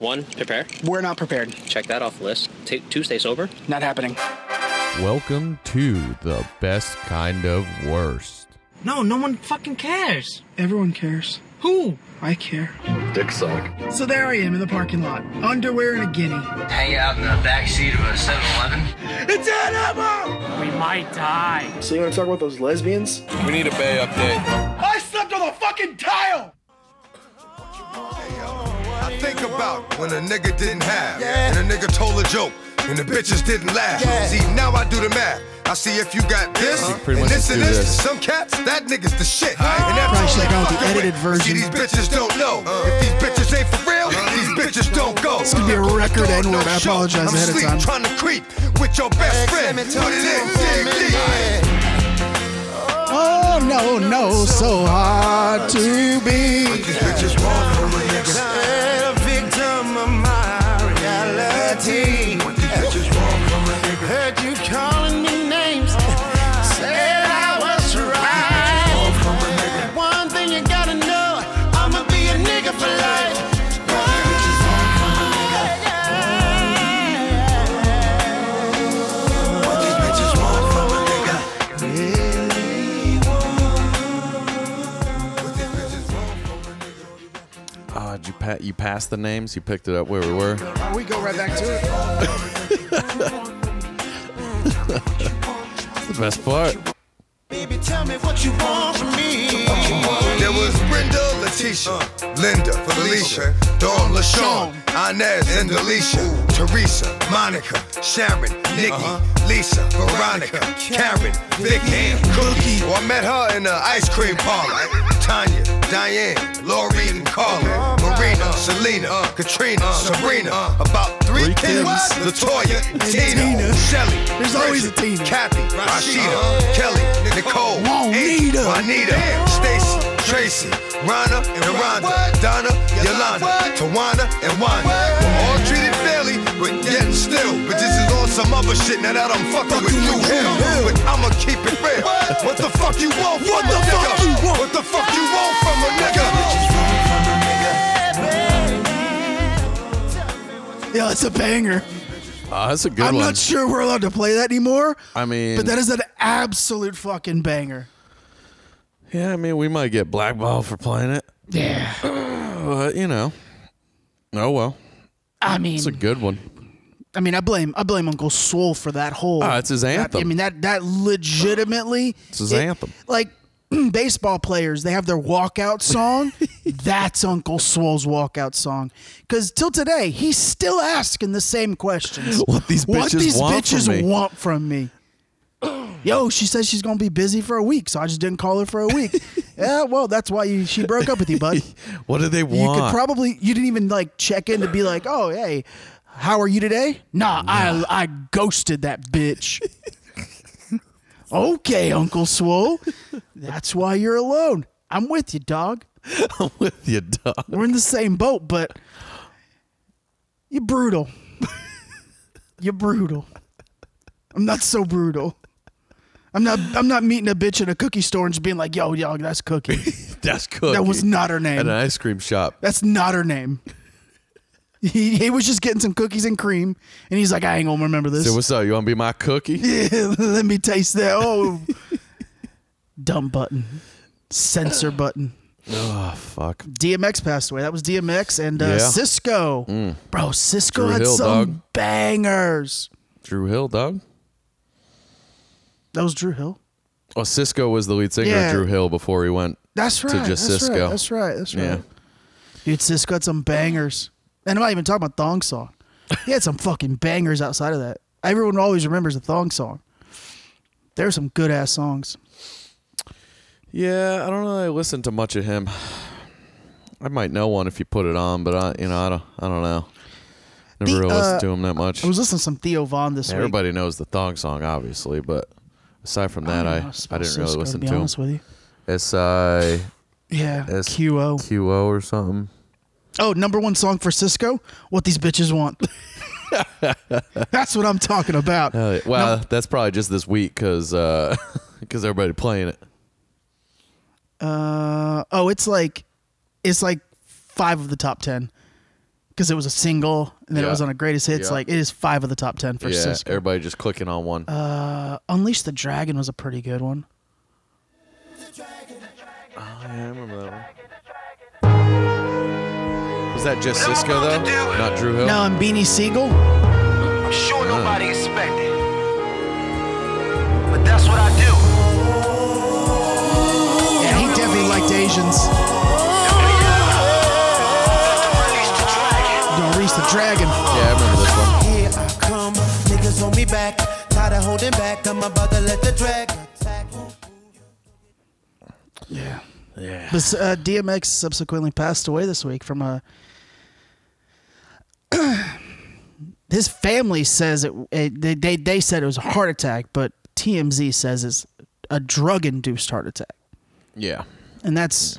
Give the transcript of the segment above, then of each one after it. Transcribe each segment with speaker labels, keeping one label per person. Speaker 1: One, prepare.
Speaker 2: We're not prepared.
Speaker 1: Check that off the list. T- two, stay sober.
Speaker 2: Not happening.
Speaker 3: Welcome to the best kind of worst.
Speaker 4: No, no one fucking cares.
Speaker 2: Everyone cares.
Speaker 4: Who?
Speaker 2: I care.
Speaker 5: Dick suck.
Speaker 2: So there I am in the parking lot, underwear and a guinea.
Speaker 6: hang out in the back seat of a 7-Eleven.
Speaker 4: We might die.
Speaker 5: So you want to talk about those lesbians?
Speaker 7: We need a Bay update.
Speaker 8: I slept on the fucking tile!
Speaker 9: I think about when a nigga didn't have, and a nigga told a joke, and the bitches didn't laugh. See, now I do the math. I see if you got this,
Speaker 3: Uh-huh. pretty
Speaker 9: and
Speaker 3: much
Speaker 9: this
Speaker 3: do
Speaker 9: and this.
Speaker 3: this.
Speaker 9: Some cats, that nigga's the shit. And
Speaker 2: Christ,
Speaker 9: all
Speaker 2: check
Speaker 9: they
Speaker 2: out the
Speaker 9: fucking
Speaker 2: edited Uh-huh.
Speaker 9: with. See,
Speaker 2: version.
Speaker 9: these bitches don't know. If these bitches ain't for real, these bitches don't go. This
Speaker 2: could Uh-huh. be a record N-word. I apologize
Speaker 9: I'm
Speaker 2: ahead of
Speaker 9: sleep
Speaker 2: time.
Speaker 9: trying to creep with your best friend. What it is, dig deep.
Speaker 2: Oh no, no, so hard to be.
Speaker 9: These bitches want from a nigga. What these bitches want from a nigga. Want from a nigga. What these bitches want from a nigga. What these bitches want from a nigga. What these bitches want from a nigga.
Speaker 3: Ah, did you pa- you passed the names? You picked it up where we were.
Speaker 2: We go right back to it.
Speaker 3: That's the best part.
Speaker 9: There was Brenda, Leticia, Linda, Felicia, Dawn, LaShawn, Inez, and Delicia, Teresa, Monica, Sharon, Nikki, Lisa, Uh-huh. Veronica, Karen, Vicky, Cookie. Oh, I met her in the ice cream parlor. Tanya, Diane, Lori, and Carla, Marina, Selena, Katrina, Sabrina. About three kids. Latoya, Uh. Tina, Shelly.
Speaker 2: There's always a
Speaker 9: Bridget,
Speaker 2: Tina.
Speaker 9: Kathy, Rashida, Kelly, Nicole, Juanita, Juanita, Stacy, Tracy, Rhonda, and Rhonda, Donna, Yolanda, Tawana, and Wanda. We're all treated fairly, but yet still. But this is on some other shit now that I'm fucking with you. Hell, but I'ma keep it real. What the fuck you want from a nigga? What the fuck you want from a nigga?
Speaker 2: Yeah, it's a banger.
Speaker 3: Ah, that's a good
Speaker 2: I'm
Speaker 3: one.
Speaker 2: not sure we're allowed to play that anymore,
Speaker 3: I mean,
Speaker 2: but that is an absolute fucking banger.
Speaker 3: yeah, I mean, we might get blackballed for playing it,
Speaker 2: Yeah.
Speaker 3: but you know, oh well.
Speaker 2: I mean,
Speaker 3: It's a good one.
Speaker 2: I mean, I blame I blame Uncle Soul for that whole.
Speaker 3: Ah, it's his
Speaker 2: that- I
Speaker 3: anthem.
Speaker 2: mean that that legitimately. It's
Speaker 3: his anthem.
Speaker 2: Like baseball players, they have their walkout song. That's Uncle Soul's walkout song. Because till today, he's still asking the same questions.
Speaker 3: What these
Speaker 2: What
Speaker 3: bitches
Speaker 2: these
Speaker 3: want from
Speaker 2: bitches
Speaker 3: me.
Speaker 2: want from me? Yo, she says she's gonna be busy for a week, so I just didn't call her for a week. yeah, well, that's why you, she broke up with you, bud.
Speaker 3: What do they
Speaker 2: You
Speaker 3: want?
Speaker 2: could probably you didn't even like check in to be like, oh hey, how are you today? Nah, I I ghosted that bitch. okay, Uncle Swole, that's why you're alone. I'm with you, dog.
Speaker 3: with you, dog.
Speaker 2: We're in the same boat, but you're brutal. you're brutal. I'm not so brutal. I'm not. I'm not meeting a bitch in a cookie store and just being like, "Yo, yo, that's Cookie.
Speaker 3: That's cookie.
Speaker 2: That was not her
Speaker 3: at
Speaker 2: name.
Speaker 3: an ice cream shop.
Speaker 2: That's not her name. He, he was just getting some cookies and cream, and he's like, I ain't gonna remember this.
Speaker 3: So what's up? You want to be my cookie?
Speaker 2: Let me taste that. Oh, dumb button, censor button.
Speaker 3: Oh fuck.
Speaker 2: DMX passed away. That was DMX and uh,
Speaker 3: Yeah. Mm.
Speaker 2: Cisco. Bro, Cisco
Speaker 3: Drew
Speaker 2: had
Speaker 3: Hill,
Speaker 2: some
Speaker 3: dog.
Speaker 2: bangers.
Speaker 3: Drew Hill, dog.
Speaker 2: That was Drew Hill.
Speaker 3: Oh, Cisco was the lead singer
Speaker 2: Yeah.
Speaker 3: of Drew Hill before he went.
Speaker 2: That's right.
Speaker 3: just
Speaker 2: that's
Speaker 3: Cisco.
Speaker 2: Right, that's right. That's right.
Speaker 3: Yeah.
Speaker 2: Dude, Cisco had some bangers. And I'm not even talking about Thong Song. He had some fucking bangers outside of that. Everyone always remembers the Thong Song. There were some good ass songs.
Speaker 3: Yeah, I don't really listen to much of him. I might know one if you put it on, but I, you know, I don't, I don't know. Never
Speaker 2: The,
Speaker 3: really
Speaker 2: uh,
Speaker 3: listened to him that much.
Speaker 2: I was listening to some Theo Vaughn this week.
Speaker 3: Everybody knows the thong song, obviously, but aside from that, I, I,
Speaker 2: smell
Speaker 3: didn't really
Speaker 2: Cisco,
Speaker 3: listen
Speaker 2: be
Speaker 3: to him.
Speaker 2: honest with you.
Speaker 3: S I
Speaker 2: Yeah.
Speaker 3: S
Speaker 2: QO.
Speaker 3: Q O or something.
Speaker 2: Oh, number one song for Cisco? What these bitches want. That's what I'm talking about.
Speaker 3: Hell yeah. Well, that's probably just this week because because everybody playing it.
Speaker 2: Uh, oh, it's like it's like five of the top ten. because it was a single and then it
Speaker 3: Yeah.
Speaker 2: was on a greatest hits.
Speaker 3: Yeah.
Speaker 2: Like it is five of the top ten for
Speaker 3: Yeah,
Speaker 2: Cisco.
Speaker 3: everybody just clicking on one.
Speaker 2: Unleash the Dragon was a pretty good one.
Speaker 3: yeah, I remember that one. Was that just Cisco though? Not Drew Hill.
Speaker 2: No, and Beanie Siegel.
Speaker 7: Sure, nobody expected. But that's what I do.
Speaker 2: Yeah, he definitely liked Asians. Unleash the Dragon.
Speaker 3: Yeah, I remember this one.
Speaker 10: Here I come, niggas hold me back. Tired of holding back, I'm about to let the drag attack.
Speaker 2: Yeah. Yeah. This, uh, DMX subsequently passed away this week from a. His family says it, it- they, they they said it was a heart attack, but TMZ says it's a drug induced heart attack,
Speaker 3: Yeah.
Speaker 2: and that's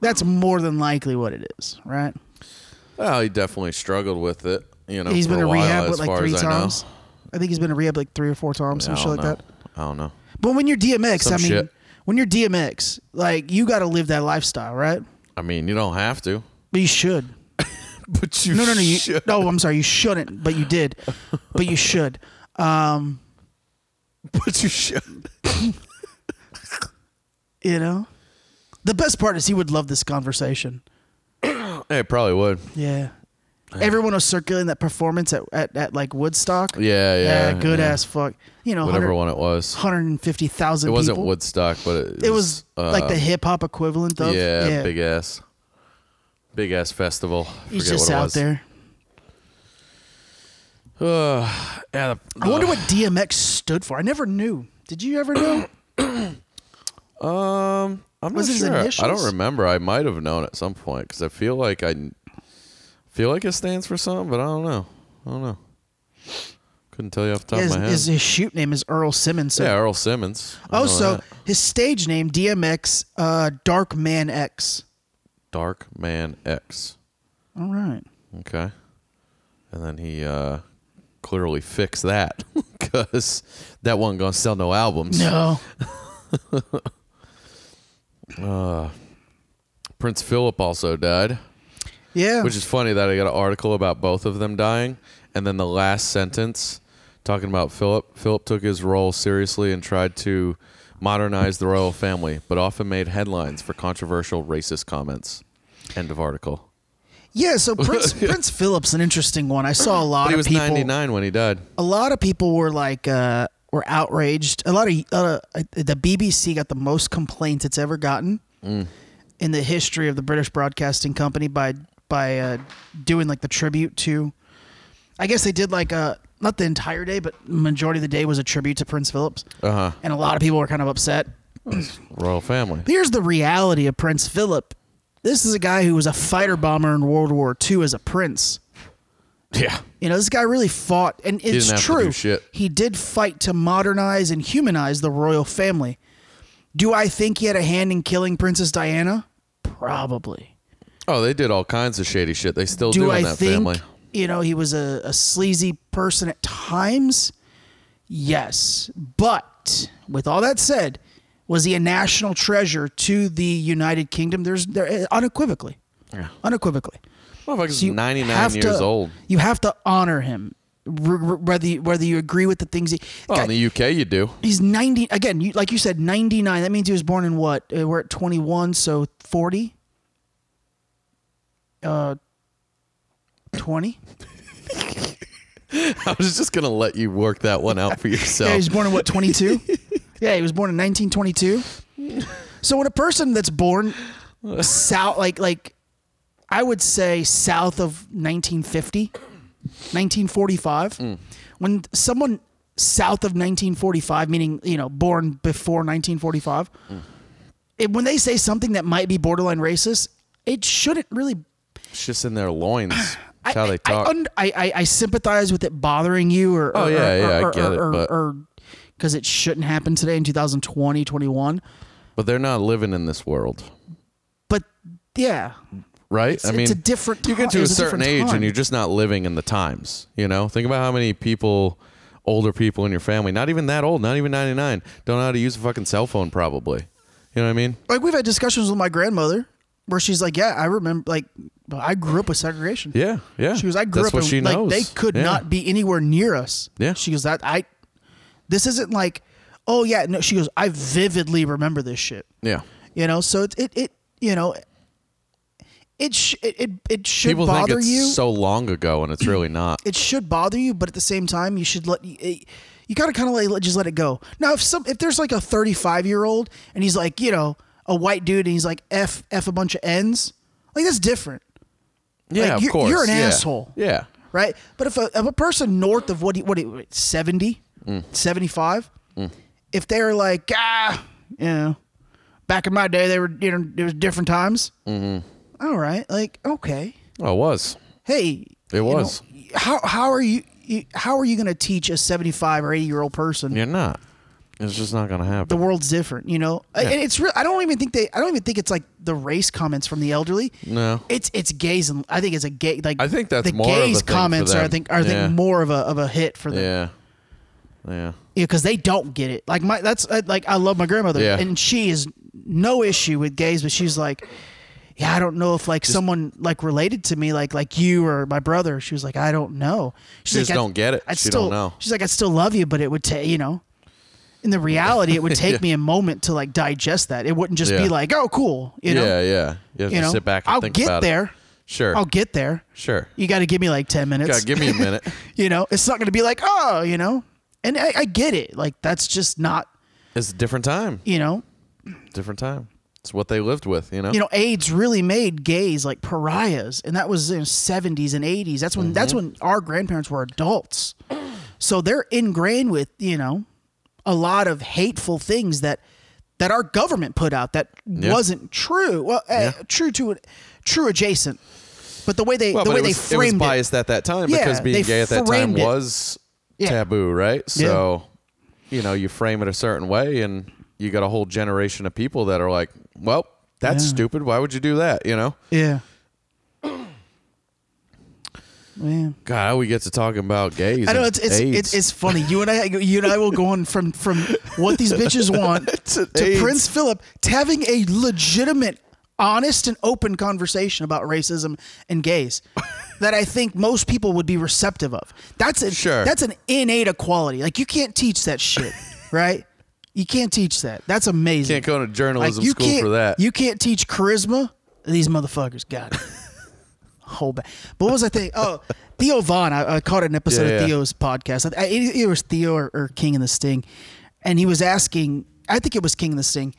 Speaker 2: that's more than likely what it is, right?
Speaker 3: Well, he definitely struggled with it. You know,
Speaker 2: he's
Speaker 3: for
Speaker 2: been
Speaker 3: a
Speaker 2: in
Speaker 3: while,
Speaker 2: rehab
Speaker 3: as
Speaker 2: with like
Speaker 3: far
Speaker 2: three
Speaker 3: as
Speaker 2: times.
Speaker 3: I know.
Speaker 2: I, think he's been in rehab like three or four times, some
Speaker 3: I
Speaker 2: shit
Speaker 3: don't
Speaker 2: like that.
Speaker 3: know. I don't know.
Speaker 2: But when you're DMX,
Speaker 3: Some
Speaker 2: I mean,
Speaker 3: shit.
Speaker 2: when you're DMX, like you got to live that lifestyle, right?
Speaker 3: I mean, you don't have to,
Speaker 2: But you should.
Speaker 3: but you
Speaker 2: No, no, no. You,
Speaker 3: should.
Speaker 2: no, I'm sorry. You shouldn't, but you did. But you should.
Speaker 3: But you should.
Speaker 2: You know. The best part is he would love this conversation.
Speaker 3: Hey, probably would.
Speaker 2: Yeah. Everyone was circulating that performance at, at, at like Woodstock.
Speaker 3: Yeah, yeah,
Speaker 2: good
Speaker 3: yeah.
Speaker 2: ass fuck. You know,
Speaker 3: Whatever
Speaker 2: 100
Speaker 3: one it was.
Speaker 2: 150,000
Speaker 3: It wasn't
Speaker 2: people.
Speaker 3: Woodstock, but it,
Speaker 2: It was
Speaker 3: uh,
Speaker 2: like the hip hop equivalent of.
Speaker 3: yeah, big ass, big ass festival.
Speaker 2: He's
Speaker 3: Forget
Speaker 2: just
Speaker 3: what it
Speaker 2: out
Speaker 3: was.
Speaker 2: there.
Speaker 3: Ugh. yeah, the-
Speaker 2: I wonder what DMX stood for. I never knew. Did you ever know?
Speaker 3: Um, I'm
Speaker 2: Was
Speaker 3: not
Speaker 2: his
Speaker 3: sure. I
Speaker 2: initials?
Speaker 3: don't remember. I might have known at some point because I feel like I feel like it stands for something, but I don't know. I don't know. Couldn't tell you off the top
Speaker 2: his,
Speaker 3: of my head.
Speaker 2: his, his shoot name is Earl Simmons. so-
Speaker 3: yeah, Earl Simmons. I know
Speaker 2: oh, so
Speaker 3: that.
Speaker 2: his stage name DMX, uh, Dark Man X.
Speaker 3: Dark Man X.
Speaker 2: All right.
Speaker 3: Okay, and then he uh clearly fixed that because that wasn't gonna sell no albums.
Speaker 2: No.
Speaker 3: Prince Philip also died.
Speaker 2: Yeah.
Speaker 3: Which is funny that I got an article about both of them dying, and then the last sentence talking about Philip. Philip took his role seriously and tried to modernize the royal family, but often made headlines for controversial racist comments. End of article.
Speaker 2: yeah. So Prince Prince Philip's an interesting one. I saw a lot
Speaker 3: But he
Speaker 2: of
Speaker 3: was
Speaker 2: people.
Speaker 3: 99 when he died.
Speaker 2: A lot of people were like uh, were outraged. A lot of uh, the BBC got the most complaints it's ever gotten in the history of the British Broadcasting Company by by uh, doing like the tribute to. I guess they did like uh not the entire day, but majority of the day was a tribute to Prince Philip's,
Speaker 3: Uh huh.
Speaker 2: and a lot of people were kind of upset.
Speaker 3: Royal family.
Speaker 2: Here's the reality of Prince Philip. This is a guy who was a fighter bomber in World War II as a prince.
Speaker 3: Yeah.
Speaker 2: You know, this guy really fought, and it's
Speaker 3: didn't have to
Speaker 2: true.
Speaker 3: do shit.
Speaker 2: He did fight to modernize and humanize the royal family. Do I think he had a hand in killing Princess Diana? Probably.
Speaker 3: Oh, they did all kinds of shady shit. They still do,
Speaker 2: Do
Speaker 3: in
Speaker 2: I
Speaker 3: that
Speaker 2: think
Speaker 3: family.
Speaker 2: you know he was a, a sleazy person at times? Yes, but with all that said, was he a national treasure to the United Kingdom? There's there unequivocally, unequivocally.
Speaker 3: Motherfucker's
Speaker 2: So you
Speaker 3: 99
Speaker 2: have
Speaker 3: years
Speaker 2: to-
Speaker 3: old.
Speaker 2: You have to honor him, r- r- whether you, whether you agree with the things he.
Speaker 3: Well,
Speaker 2: God,
Speaker 3: in the UK, you do.
Speaker 2: he's ninety again. You, like you said, ninety nine. That means he was born in what? Uh, We're at twenty one, so forty. Uh, twenty.
Speaker 3: I was just gonna let you work that one out for yourself.
Speaker 2: Yeah, he was born in what, 22? yeah, he was born in 1922. So when a person that's born south, like, like I would say south of 1950, 1945, when someone south of 1945, meaning, you know, born before 1945, it, when they say something that might be borderline racist, it shouldn't really.
Speaker 3: It's just in their loins. That's
Speaker 2: I,
Speaker 3: how
Speaker 2: I-
Speaker 3: they talk.
Speaker 2: I, und- I, I, I sympathize with it bothering you or,
Speaker 3: Oh,
Speaker 2: or-
Speaker 3: yeah,
Speaker 2: or-
Speaker 3: yeah, I
Speaker 2: or,
Speaker 3: get it,
Speaker 2: or,
Speaker 3: but-
Speaker 2: because it shouldn't happen today in 2020 21
Speaker 3: but they're not living in this world,
Speaker 2: but yeah
Speaker 3: right?
Speaker 2: It's- it's a different
Speaker 3: You get
Speaker 2: ti-
Speaker 3: to a
Speaker 2: it's a
Speaker 3: certain
Speaker 2: different
Speaker 3: age
Speaker 2: time.
Speaker 3: and you're just not living in the times. You know, think about how many people, older people in your family, not even that old, not even 99, don't know how to use a fucking cell phone. Probably, you know what I mean?
Speaker 2: like we've had discussions with my grandmother where she's like, "Yeah, I remember. Like, I grew up with segregation.
Speaker 3: Yeah, yeah.
Speaker 2: She goes, I grew
Speaker 3: That's
Speaker 2: up
Speaker 3: what
Speaker 2: in,
Speaker 3: she
Speaker 2: like
Speaker 3: knows.
Speaker 2: they could
Speaker 3: Yeah.
Speaker 2: not be anywhere near us.
Speaker 3: Yeah.
Speaker 2: She goes, that I this isn't like, oh yeah, no, she goes, I vividly remember this shit.
Speaker 3: Yeah.
Speaker 2: You know, so it it, it you know it sh- it it, it should
Speaker 3: People think
Speaker 2: bother
Speaker 3: it's
Speaker 2: you.
Speaker 3: so long ago, and it's really not.
Speaker 2: it should bother you, but at the same time, you should let it, you got to kind of like just let it go. Now, if some if there's like a 35 year old and he's like, you know, a white dude and he's like f f a bunch of n's, like that's different.
Speaker 3: yeah,
Speaker 2: like,
Speaker 3: of
Speaker 2: you're-
Speaker 3: course.
Speaker 2: you're an
Speaker 3: yeah.
Speaker 2: asshole.
Speaker 3: Yeah.
Speaker 2: right? But if a, if a person north of what he, what he, 70, 75, if they're like, ah, you know, back in my day, they were, you know, there was different times. Mm-hmm. right. Like, okay.
Speaker 3: Oh, it was.
Speaker 2: Hey,
Speaker 3: It
Speaker 2: you know,
Speaker 3: was.
Speaker 2: how, how are you, you how are you going to teach a 75 or 80 year old person
Speaker 3: You're not. It's just not gonna happen.
Speaker 2: the world's different, you know. I-
Speaker 3: Yeah.
Speaker 2: And it's real. I don't even think they. I don't even think it's like the race comments from the elderly.
Speaker 3: No.
Speaker 2: it's it's gays and I think it's a gay. Like
Speaker 3: I think that's
Speaker 2: the
Speaker 3: more of a
Speaker 2: gays
Speaker 3: thing for
Speaker 2: comments are I
Speaker 3: them.
Speaker 2: think are I
Speaker 3: Yeah.
Speaker 2: think more of a of a hit for them.
Speaker 3: yeah. Yeah.
Speaker 2: Yeah, because they don't get it. Like my, that's uh, like I love my grandmother,
Speaker 3: Yeah.
Speaker 2: and she is no issue with gays, but she's like, yeah, I don't know if like someone like related to me, like like you or my brother. She was like, I don't know. She's
Speaker 3: She just
Speaker 2: "I-
Speaker 3: don't get it.
Speaker 2: I'd
Speaker 3: She
Speaker 2: still,
Speaker 3: don't know."
Speaker 2: She's like, I still love you, but it would take you know. In the reality, it would take me a moment to like digest that. It wouldn't just
Speaker 3: Yeah.
Speaker 2: be like, oh, cool, you know.
Speaker 3: yeah. Yeah. You have
Speaker 2: you
Speaker 3: to
Speaker 2: know,
Speaker 3: sit back and
Speaker 2: I'll
Speaker 3: think
Speaker 2: get
Speaker 3: about
Speaker 2: there.
Speaker 3: it. Sure.
Speaker 2: I'll get there.
Speaker 3: sure.
Speaker 2: You got to give me like ten minutes.
Speaker 3: God, give me a minute.
Speaker 2: you know, it's not going to be like, oh, you know. And I, I get it. Like that's just not
Speaker 3: It's a different time.
Speaker 2: you know
Speaker 3: Different time. It's what they lived with. You know.
Speaker 2: you know AIDS really made gays like pariahs and that was in 70s and 80s that's when that's
Speaker 3: Mm-hmm.
Speaker 2: when our grandparents were adults so they're ingrained with you know a lot of hateful things that that our government put out that
Speaker 3: Yeah.
Speaker 2: wasn't true well uh, true to it true adjacent but the way they
Speaker 3: Well,
Speaker 2: the
Speaker 3: but
Speaker 2: way
Speaker 3: it
Speaker 2: they
Speaker 3: was, it was
Speaker 2: framed it,
Speaker 3: biased at that time
Speaker 2: Yeah,
Speaker 3: because
Speaker 2: they
Speaker 3: being gay at that time
Speaker 2: framed it.
Speaker 3: was
Speaker 2: Yeah.
Speaker 3: taboo, right?
Speaker 2: Yeah.
Speaker 3: So, you know, you frame it a certain way, and you got a whole generation of people that are like, "Well, that's stupid. Why would you do that?" You know.
Speaker 2: yeah yeah
Speaker 3: God, how we get to talking about gays.
Speaker 2: I know
Speaker 3: and
Speaker 2: it's it's,
Speaker 3: AIDS.
Speaker 2: it's it's funny. You and I, you and I will go on from from what these bitches want to,
Speaker 3: AIDS.
Speaker 2: Prince Philip to having a legitimate, honest, and open conversation about racism and gays that I think most people would be receptive of. That's a,
Speaker 3: Sure.
Speaker 2: That's an innate equality. Like you can't teach that shit, right? You can't teach that. That's amazing.
Speaker 3: can't go to journalism
Speaker 2: Like, you
Speaker 3: school
Speaker 2: can't-
Speaker 3: for that.
Speaker 2: You can't teach charisma. These motherfuckers got it. Whole back. But what was I thinking? Oh, Theo Vaughn. I, I caught an episode
Speaker 3: Yeah, yeah.
Speaker 2: of Theo's podcast. I, I, it, it was Theo or, or King and the Sting, and he was asking. I think it was King and the Sting.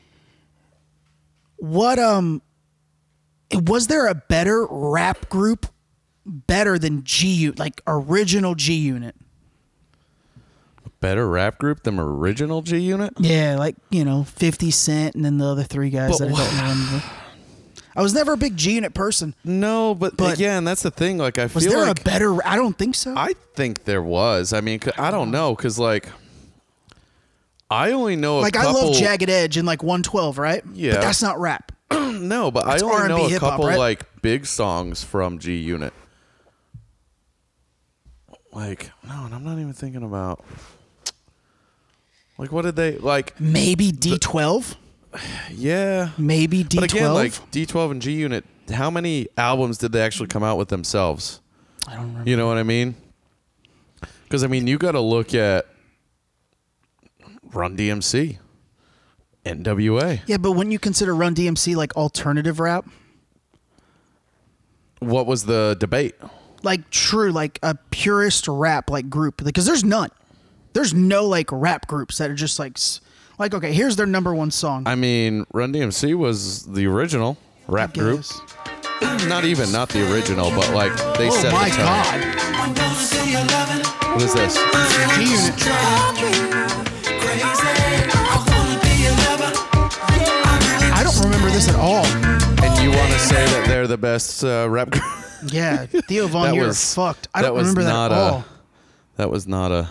Speaker 2: What um, was there a better rap group, better than G Unit, like original G Unit?
Speaker 3: better rap group than original G Unit.
Speaker 2: Yeah, like you know, Fifty Cent, and then the other three guys
Speaker 3: But
Speaker 2: that I don't remember. I was never a big G Unit person.
Speaker 3: No, but,
Speaker 2: But-
Speaker 3: again, that's the thing. Like, I
Speaker 2: Was
Speaker 3: feel
Speaker 2: there
Speaker 3: like
Speaker 2: a better? I don't think so.
Speaker 3: I think there was. I mean, 'cause- I don't know because like. I only know a
Speaker 2: like I
Speaker 3: couple.
Speaker 2: love Jagged Edge and like 112, right?
Speaker 3: Yeah.
Speaker 2: but that's not rap.
Speaker 3: No, but I
Speaker 2: That's
Speaker 3: only
Speaker 2: R&B
Speaker 3: know a
Speaker 2: hip-hop,
Speaker 3: couple
Speaker 2: right?
Speaker 3: like big songs from G Unit. Like no, and I'm not even thinking about like what did they like?
Speaker 2: Maybe D12,
Speaker 3: Yeah,
Speaker 2: maybe
Speaker 3: but
Speaker 2: D12.
Speaker 3: again, like D12 and G Unit. How many albums did they actually come out with themselves?
Speaker 2: I don't remember.
Speaker 3: You know what I mean? Because I mean, you got to look at Run DMC, NWA.
Speaker 2: Yeah, but wouldn't you consider Run DMC like alternative rap?
Speaker 3: What was the debate?
Speaker 2: Like true, like a purist rap like group? Because there's none. There's no like rap groups that are just like, s- like okay, here's their number one song.
Speaker 3: I mean, Run DMC was the original rap group.
Speaker 2: guess.
Speaker 3: Not even not the original, but like they
Speaker 2: Oh
Speaker 3: set
Speaker 2: my
Speaker 3: the tone.
Speaker 2: god,
Speaker 3: What is this?
Speaker 2: G Unit. I don't remember this at all.
Speaker 3: And you want to say that they're the best uh, rap group?
Speaker 2: Yeah, Theo Von,
Speaker 3: That
Speaker 2: you're
Speaker 3: was-
Speaker 2: fucked. I
Speaker 3: that
Speaker 2: don't
Speaker 3: was
Speaker 2: remember that
Speaker 3: not
Speaker 2: at
Speaker 3: a-
Speaker 2: all.
Speaker 3: that was not a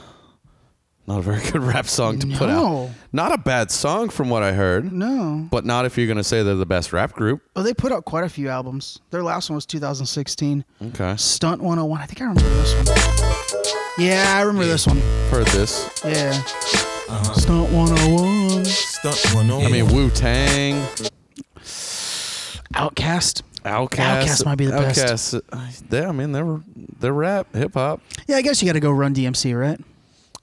Speaker 3: not a very good rap song to put out.
Speaker 2: No.
Speaker 3: Not a bad song from what I heard.
Speaker 2: No.
Speaker 3: But not if you're going to say they're the best rap group.
Speaker 2: Oh, they put out quite a few albums. Their last one was 2016.
Speaker 3: Okay.
Speaker 2: Stunt 101. I think I remember this one. Yeah, I remember this one.
Speaker 3: Heard this.
Speaker 2: Yeah.
Speaker 3: Uh-huh.
Speaker 2: Stunt 101.
Speaker 9: Eh,
Speaker 11: Stunt 101.
Speaker 3: I mean, Wu Tang.
Speaker 2: Outcast.
Speaker 3: Outcast
Speaker 2: Outkast might be the best.
Speaker 3: best. uh, Yeah, I mean they were they're rap, hip hop.
Speaker 2: Yeah, I guess you got to go Run DMC, right?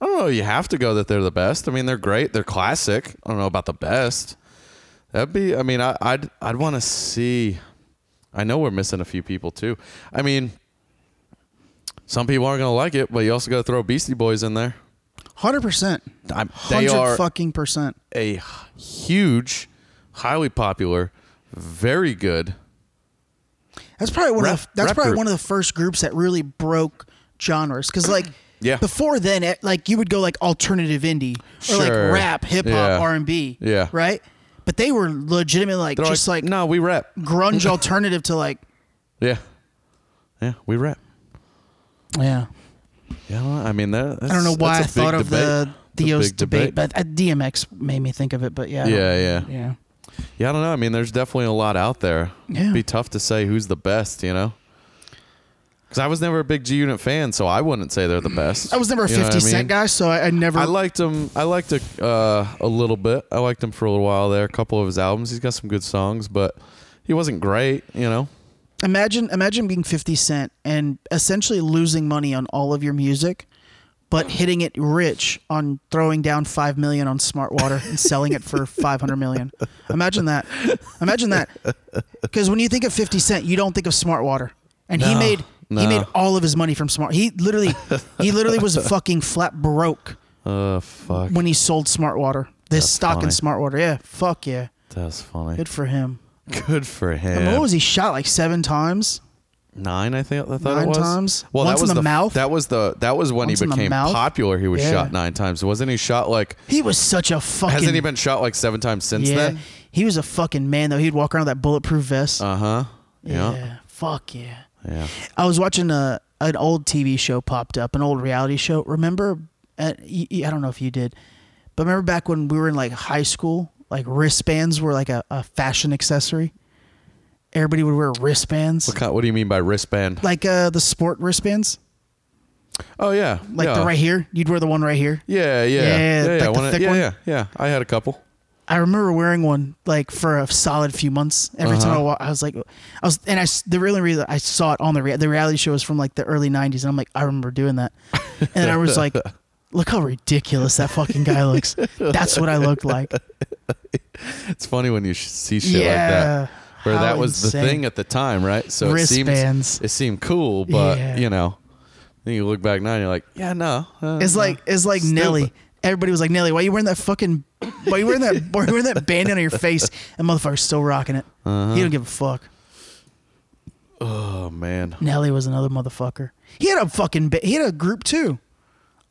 Speaker 3: I don't know. You have to go that they're the best. I mean, they're great. They're classic. I don't know about the best. That'd be. I mean, I, I'd I'd want to see. I know we're missing a few people too. I mean, some people aren't gonna like it, but you also got to throw Beastie Boys in there.
Speaker 2: Hundred percent.
Speaker 3: I'm, they
Speaker 2: Hundred
Speaker 3: are
Speaker 2: fucking percent.
Speaker 3: a huge, highly popular, very good.
Speaker 2: That's probably one
Speaker 3: Rap-
Speaker 2: of the, that's
Speaker 3: rap
Speaker 2: probably
Speaker 3: group.
Speaker 2: one of the first groups that really broke genres because like
Speaker 3: Yeah.
Speaker 2: before then it, like you would go like alternative indie or
Speaker 3: Sure.
Speaker 2: like rap hip hop
Speaker 3: Yeah.
Speaker 2: R and B
Speaker 3: Yeah.
Speaker 2: right but they were legitimate like
Speaker 3: They're
Speaker 2: just like,
Speaker 3: no, we rap.
Speaker 2: grunge alternative to like
Speaker 3: Yeah, yeah, we rap.
Speaker 2: yeah
Speaker 3: Yeah, I mean that. That's,
Speaker 2: I don't know why I
Speaker 3: that's a big
Speaker 2: thought of the
Speaker 3: It's a big
Speaker 2: Theo's debate, but uh, DMX made me think of it but yeah
Speaker 3: Yeah, yeah.
Speaker 2: yeah
Speaker 3: Yeah, I don't know. I mean, there's definitely a lot out there.
Speaker 2: Yeah.
Speaker 3: It'd be tough to say who's the best, you know? Because I was never a big G Unit fan, so I wouldn't say they're the best.
Speaker 2: I was never a
Speaker 3: You know what
Speaker 2: Fifty Cent
Speaker 3: I mean?
Speaker 2: guy so I, I never
Speaker 3: I liked him. I liked a, uh, a little bit. I liked him for a little while there. A couple of his albums. He's got some good songs, but he wasn't great, you know?
Speaker 2: imagine imagine being 50 cent and essentially losing money on all of your music but hitting it rich on throwing down 5 million on smart water and selling it for 500 million imagine that imagine that because when you think of 50 cent you don't think of smart water and he
Speaker 3: No,
Speaker 2: made he
Speaker 3: no.
Speaker 2: made all of his money from smart he literally he literally was fucking flat broke
Speaker 3: Oh, fuck.
Speaker 2: when he sold smart water this stock in
Speaker 3: funny.
Speaker 2: smart water yeah fuck yeah
Speaker 3: That's funny.
Speaker 2: good for him
Speaker 3: Good for him.
Speaker 2: what was he shot like seven times
Speaker 3: Nine, I think. I thought
Speaker 2: Nine
Speaker 3: it was.
Speaker 2: times?
Speaker 3: Well,
Speaker 2: Once
Speaker 3: that was
Speaker 2: in the mouth?
Speaker 3: That was the. That was when
Speaker 2: Once
Speaker 3: he
Speaker 2: in the
Speaker 3: became
Speaker 2: mouth?
Speaker 3: popular. He was
Speaker 2: Yeah.
Speaker 3: shot nine times. Wasn't he shot like?
Speaker 2: he was such a fucking
Speaker 3: Hasn't he been shot like seven times since
Speaker 2: yeah.
Speaker 3: then?
Speaker 2: He was a fucking man though. He'd walk around with that bulletproof vest.
Speaker 3: Uh huh.
Speaker 2: yeah.
Speaker 3: Yeah.
Speaker 2: Fuck yeah.
Speaker 3: Yeah.
Speaker 2: I was watching a an old TV show popped up, an old reality show. Remember uh, y- y- I don't know if you did, but remember back when we were in like high school, like wristbands were like a, a fashion accessory. Everybody would wear wristbands.
Speaker 3: What, kind- what do you mean by wristband?
Speaker 2: Like uh, the sport wristbands,
Speaker 3: oh yeah.
Speaker 2: like
Speaker 3: yeah.
Speaker 2: the right here. You'd wear the one right here.
Speaker 3: Yeah, yeah,
Speaker 2: Yeah,
Speaker 3: yeah, yeah.
Speaker 2: like the
Speaker 3: I wanna-
Speaker 2: thick
Speaker 3: yeah,
Speaker 2: one?
Speaker 3: yeah, yeah. I had a couple.
Speaker 2: I remember wearing one like for a solid few months. Every time I, wa- I was like, I was, and I s- the really reason I saw it on the rea- the reality show was from like the early '90s, and I'm like, I remember doing that, and then I was like, look how ridiculous that fucking guy looks. That's what I looked like.
Speaker 3: It's funny when you sh- see shit
Speaker 2: Yeah.
Speaker 3: like that, where
Speaker 2: How
Speaker 3: that was
Speaker 2: insane.
Speaker 3: the thing at the time, right? So it
Speaker 2: Wristbands.
Speaker 3: seemed it seemed cool, but
Speaker 2: Yeah.
Speaker 3: you know, then you look back now and you're like, yeah, no. uh,
Speaker 2: It's
Speaker 3: no.
Speaker 2: like it's like
Speaker 3: Stupid.
Speaker 2: Nelly. Everybody was like Nelly, why you wearing that fucking, why you wearing that, why you wearing that bandana on your face? And motherfucker's still rocking it. He don't give a fuck.
Speaker 3: oh man,
Speaker 2: Nelly was another motherfucker. He had a fucking ba- he had a group too.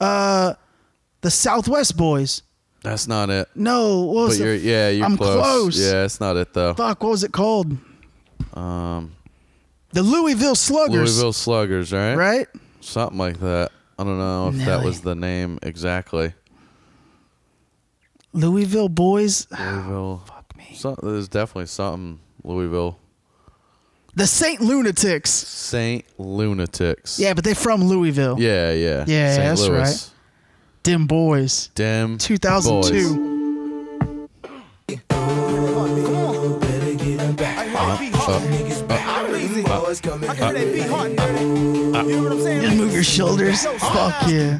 Speaker 2: Uh the Southwest Boys.
Speaker 3: that's not it.
Speaker 2: No, what
Speaker 3: But
Speaker 2: was
Speaker 3: you're
Speaker 2: it?
Speaker 3: yeah, you're
Speaker 2: I'm
Speaker 3: close.
Speaker 2: close.
Speaker 3: Yeah, it's not it though.
Speaker 2: Fuck, what was it called? Um The Louisville Sluggers,
Speaker 3: Um, Louisville Sluggers, right?
Speaker 2: right?
Speaker 3: Something like that. I don't know if that
Speaker 2: Nelly.
Speaker 3: was the name exactly.
Speaker 2: Louisville Boys.
Speaker 3: Louisville.
Speaker 2: Fuck me.
Speaker 3: Some, there's definitely something Louisville.
Speaker 2: The Saint Lunatics.
Speaker 3: Saint Lunatics.
Speaker 2: Yeah, but they're from Louisville.
Speaker 3: Yeah, yeah.
Speaker 2: Yeah,
Speaker 3: St.
Speaker 2: that's
Speaker 3: Louis.
Speaker 2: right. Dim Boys.
Speaker 3: Dem
Speaker 2: 2002.
Speaker 3: boys. Oh,
Speaker 2: Just move your shoulders. Fuck yeah.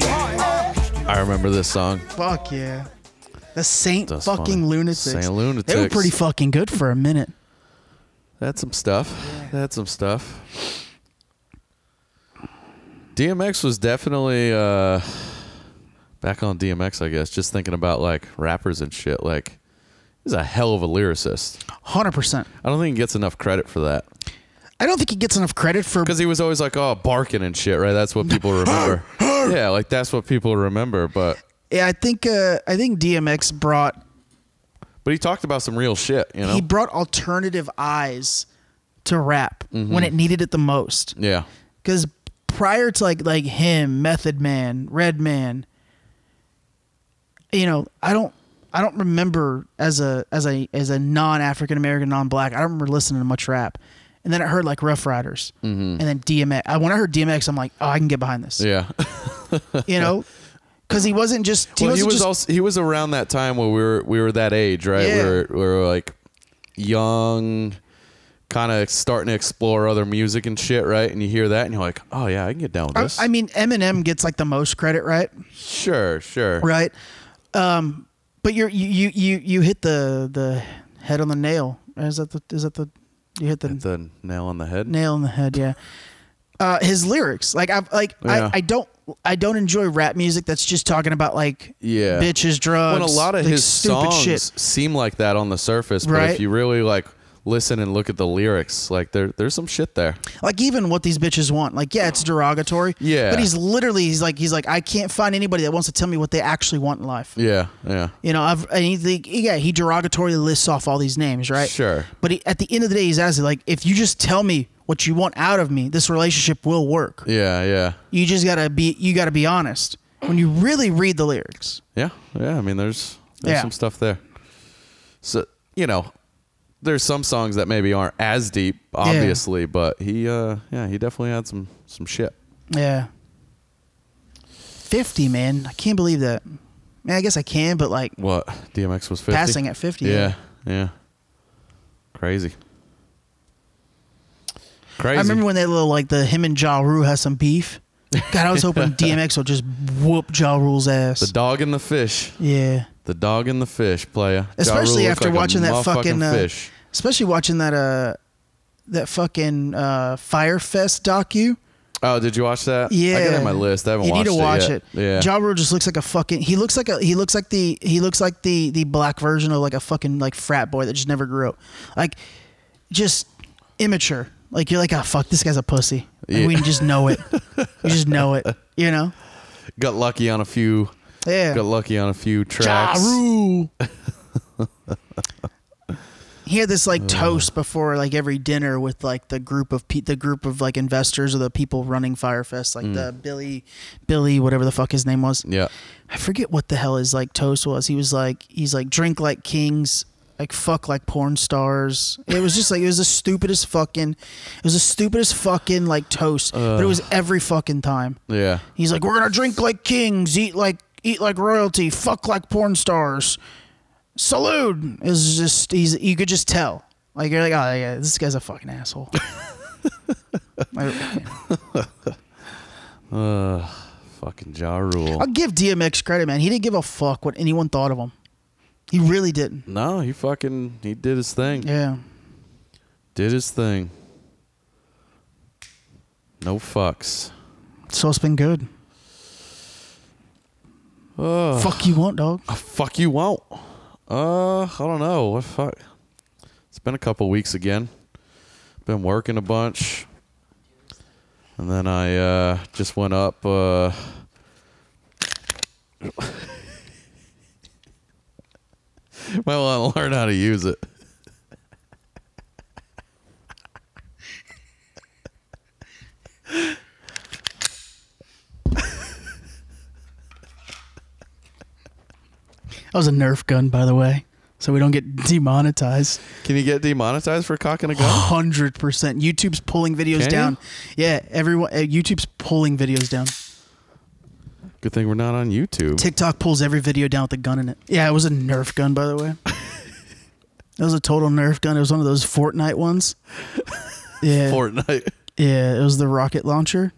Speaker 3: I remember this song.
Speaker 2: Fuck yeah. The Saint
Speaker 3: That's
Speaker 2: fucking
Speaker 3: funny.
Speaker 2: Lunatics.
Speaker 3: Saint
Speaker 2: They were
Speaker 3: Lunatics.
Speaker 2: pretty fucking good for a minute.
Speaker 3: That's some stuff. That's some stuff. DMX was definitely uh, back on DMX, I guess. Just thinking about like rappers and shit. Like, he's a hell of a lyricist.
Speaker 2: 100%.
Speaker 3: I don't think he gets enough credit for that
Speaker 2: I don't think he gets enough credit for
Speaker 3: because he was always like, oh, barking and shit, right? That's what people remember. yeah, like that's what people remember. But
Speaker 2: Yeah, I think uh, I think DMX brought
Speaker 3: but he talked about some real shit, you know?
Speaker 2: he brought alternative eyes to rap when it needed it the most.
Speaker 3: Mm-hmm. yeah,
Speaker 2: Because prior to like like him, Method Man, Red Man, you know, I don't I don't remember as a as a as a non African American non black. I don't remember listening to much rap. And then I heard like Rough Riders,
Speaker 3: Mm-hmm.
Speaker 2: and then DMX. I, when I heard DMX, I'm like, oh, I can get behind this.
Speaker 3: yeah.
Speaker 2: You know, because he wasn't just he
Speaker 3: well, he
Speaker 2: wasn't
Speaker 3: was
Speaker 2: just
Speaker 3: also he was around that time where we were we were that age, right?
Speaker 2: Yeah.
Speaker 3: We, were, we were like young, kind of starting to explore other music and shit, right? And you hear that, and you're like, oh yeah, I can get down with
Speaker 2: I,
Speaker 3: this.
Speaker 2: I mean Eminem gets like the most credit, right?
Speaker 3: sure, sure.
Speaker 2: Right. Um, but you're you you you, you hit the the head on the nail. Is that the is that the you hit the
Speaker 3: The nail on the head.
Speaker 2: nail on the head? Yeah. Uh, his lyrics, like I've like
Speaker 3: Yeah.
Speaker 2: I, I don't I don't enjoy rap music that's just talking about like
Speaker 3: yeah,
Speaker 2: bitches, drugs,
Speaker 3: When a lot of
Speaker 2: like,
Speaker 3: his
Speaker 2: stupid
Speaker 3: songs
Speaker 2: shit.
Speaker 3: seem like that on the surface, but
Speaker 2: Right.
Speaker 3: if you really like listen and look at the lyrics, like there there's some shit there.
Speaker 2: Like even what these bitches want. Like yeah, it's derogatory.
Speaker 3: Yeah.
Speaker 2: But he's literally he's like he's like I can't find anybody that wants to tell me what they actually want in life.
Speaker 3: Yeah, yeah.
Speaker 2: You know, I've and he's like, yeah, he derogatorily lists off all these names, right?
Speaker 3: Sure.
Speaker 2: But he, at the end of the day, he's asking, like, if you just tell me what you want out of me, this relationship will work.
Speaker 3: Yeah, yeah.
Speaker 2: You just gotta be, you gotta be honest when you really read the lyrics.
Speaker 3: Yeah, yeah. I mean, there's there's
Speaker 2: Yeah.
Speaker 3: some stuff there. So you know, there's some songs that maybe aren't as deep, obviously, but he, uh, yeah, he definitely had some some shit.
Speaker 2: Yeah. Fifty, man, I can't believe that. Man, I guess I can, but like,
Speaker 3: What DMX was 50?
Speaker 2: Passing at 50, yeah.
Speaker 3: Yeah, yeah. Crazy. Crazy.
Speaker 2: I remember when they little like the him and Ja Rule has some beef. God, I was hoping DMX would just whoop Ja Rule's ass.
Speaker 3: the dog and the fish.
Speaker 2: yeah.
Speaker 3: The dog and the fish player. Ja
Speaker 2: especially
Speaker 3: Rule looked
Speaker 2: after
Speaker 3: like a
Speaker 2: watching that
Speaker 3: motherfucking
Speaker 2: fucking uh,
Speaker 3: fish.
Speaker 2: especially watching that uh that fucking uh firefest docu
Speaker 3: Oh, did you watch that?
Speaker 2: yeah
Speaker 3: I got it on my list. I haven't
Speaker 2: you
Speaker 3: watched
Speaker 2: need to watch
Speaker 3: it.
Speaker 2: it,
Speaker 3: yet. Yeah.
Speaker 2: ja Rule just looks like a fucking he looks like a he looks like the he looks like the the black version of like a fucking like frat boy that just never grew up like just immature like you're like oh fuck this guy's a pussy like,
Speaker 3: Yeah.
Speaker 2: we just know it we just know it you know
Speaker 3: Got lucky on a few.
Speaker 2: yeah
Speaker 3: Got lucky on a few
Speaker 2: Ja
Speaker 3: tracks.
Speaker 2: Rule. he had this like toast before like every dinner with like the group of pe- the group of like investors or the people running Firefest, like the Billy, Billy, whatever the fuck his name was.
Speaker 3: Yeah.
Speaker 2: I forget what the hell his like toast was. He was like, he's like drink like kings, like fuck like porn stars. It was just like it was the stupidest fucking, it was the stupidest fucking like toast, but it was every fucking time.
Speaker 3: Yeah.
Speaker 2: He's like, we're gonna drink like kings, eat like eat like royalty, fuck like porn stars. Salute is just he's you could just tell. Like you're like, oh yeah, this guy's a fucking asshole. Like,
Speaker 3: Fucking jaw rule.
Speaker 2: I'll give DMX credit, man. He didn't give a fuck what anyone thought of him. He really didn't.
Speaker 3: no, he fucking he did his thing.
Speaker 2: Yeah.
Speaker 3: Did his thing. No fucks.
Speaker 2: So it's been good. Fuck you want, dog.
Speaker 3: Fuck you won't. Uh, I don't know. What fuck? It's been a couple weeks again. Been working a bunch. And then I uh just went up uh Might want to learn how to use it.
Speaker 2: That was a Nerf gun, by the way. So we don't get demonetized.
Speaker 3: Can you get demonetized for cocking a gun?
Speaker 2: Hundred percent. YouTube's pulling videos
Speaker 3: Can
Speaker 2: down. Yeah, everyone. Uh, YouTube's pulling videos down.
Speaker 3: Good thing we're not on YouTube.
Speaker 2: TikTok pulls every video down with a gun in it. Yeah, it was a Nerf gun, by the way. it was a total Nerf gun. It was one of those Fortnite ones. Yeah.
Speaker 3: Fortnite.
Speaker 2: yeah, it was the rocket launcher.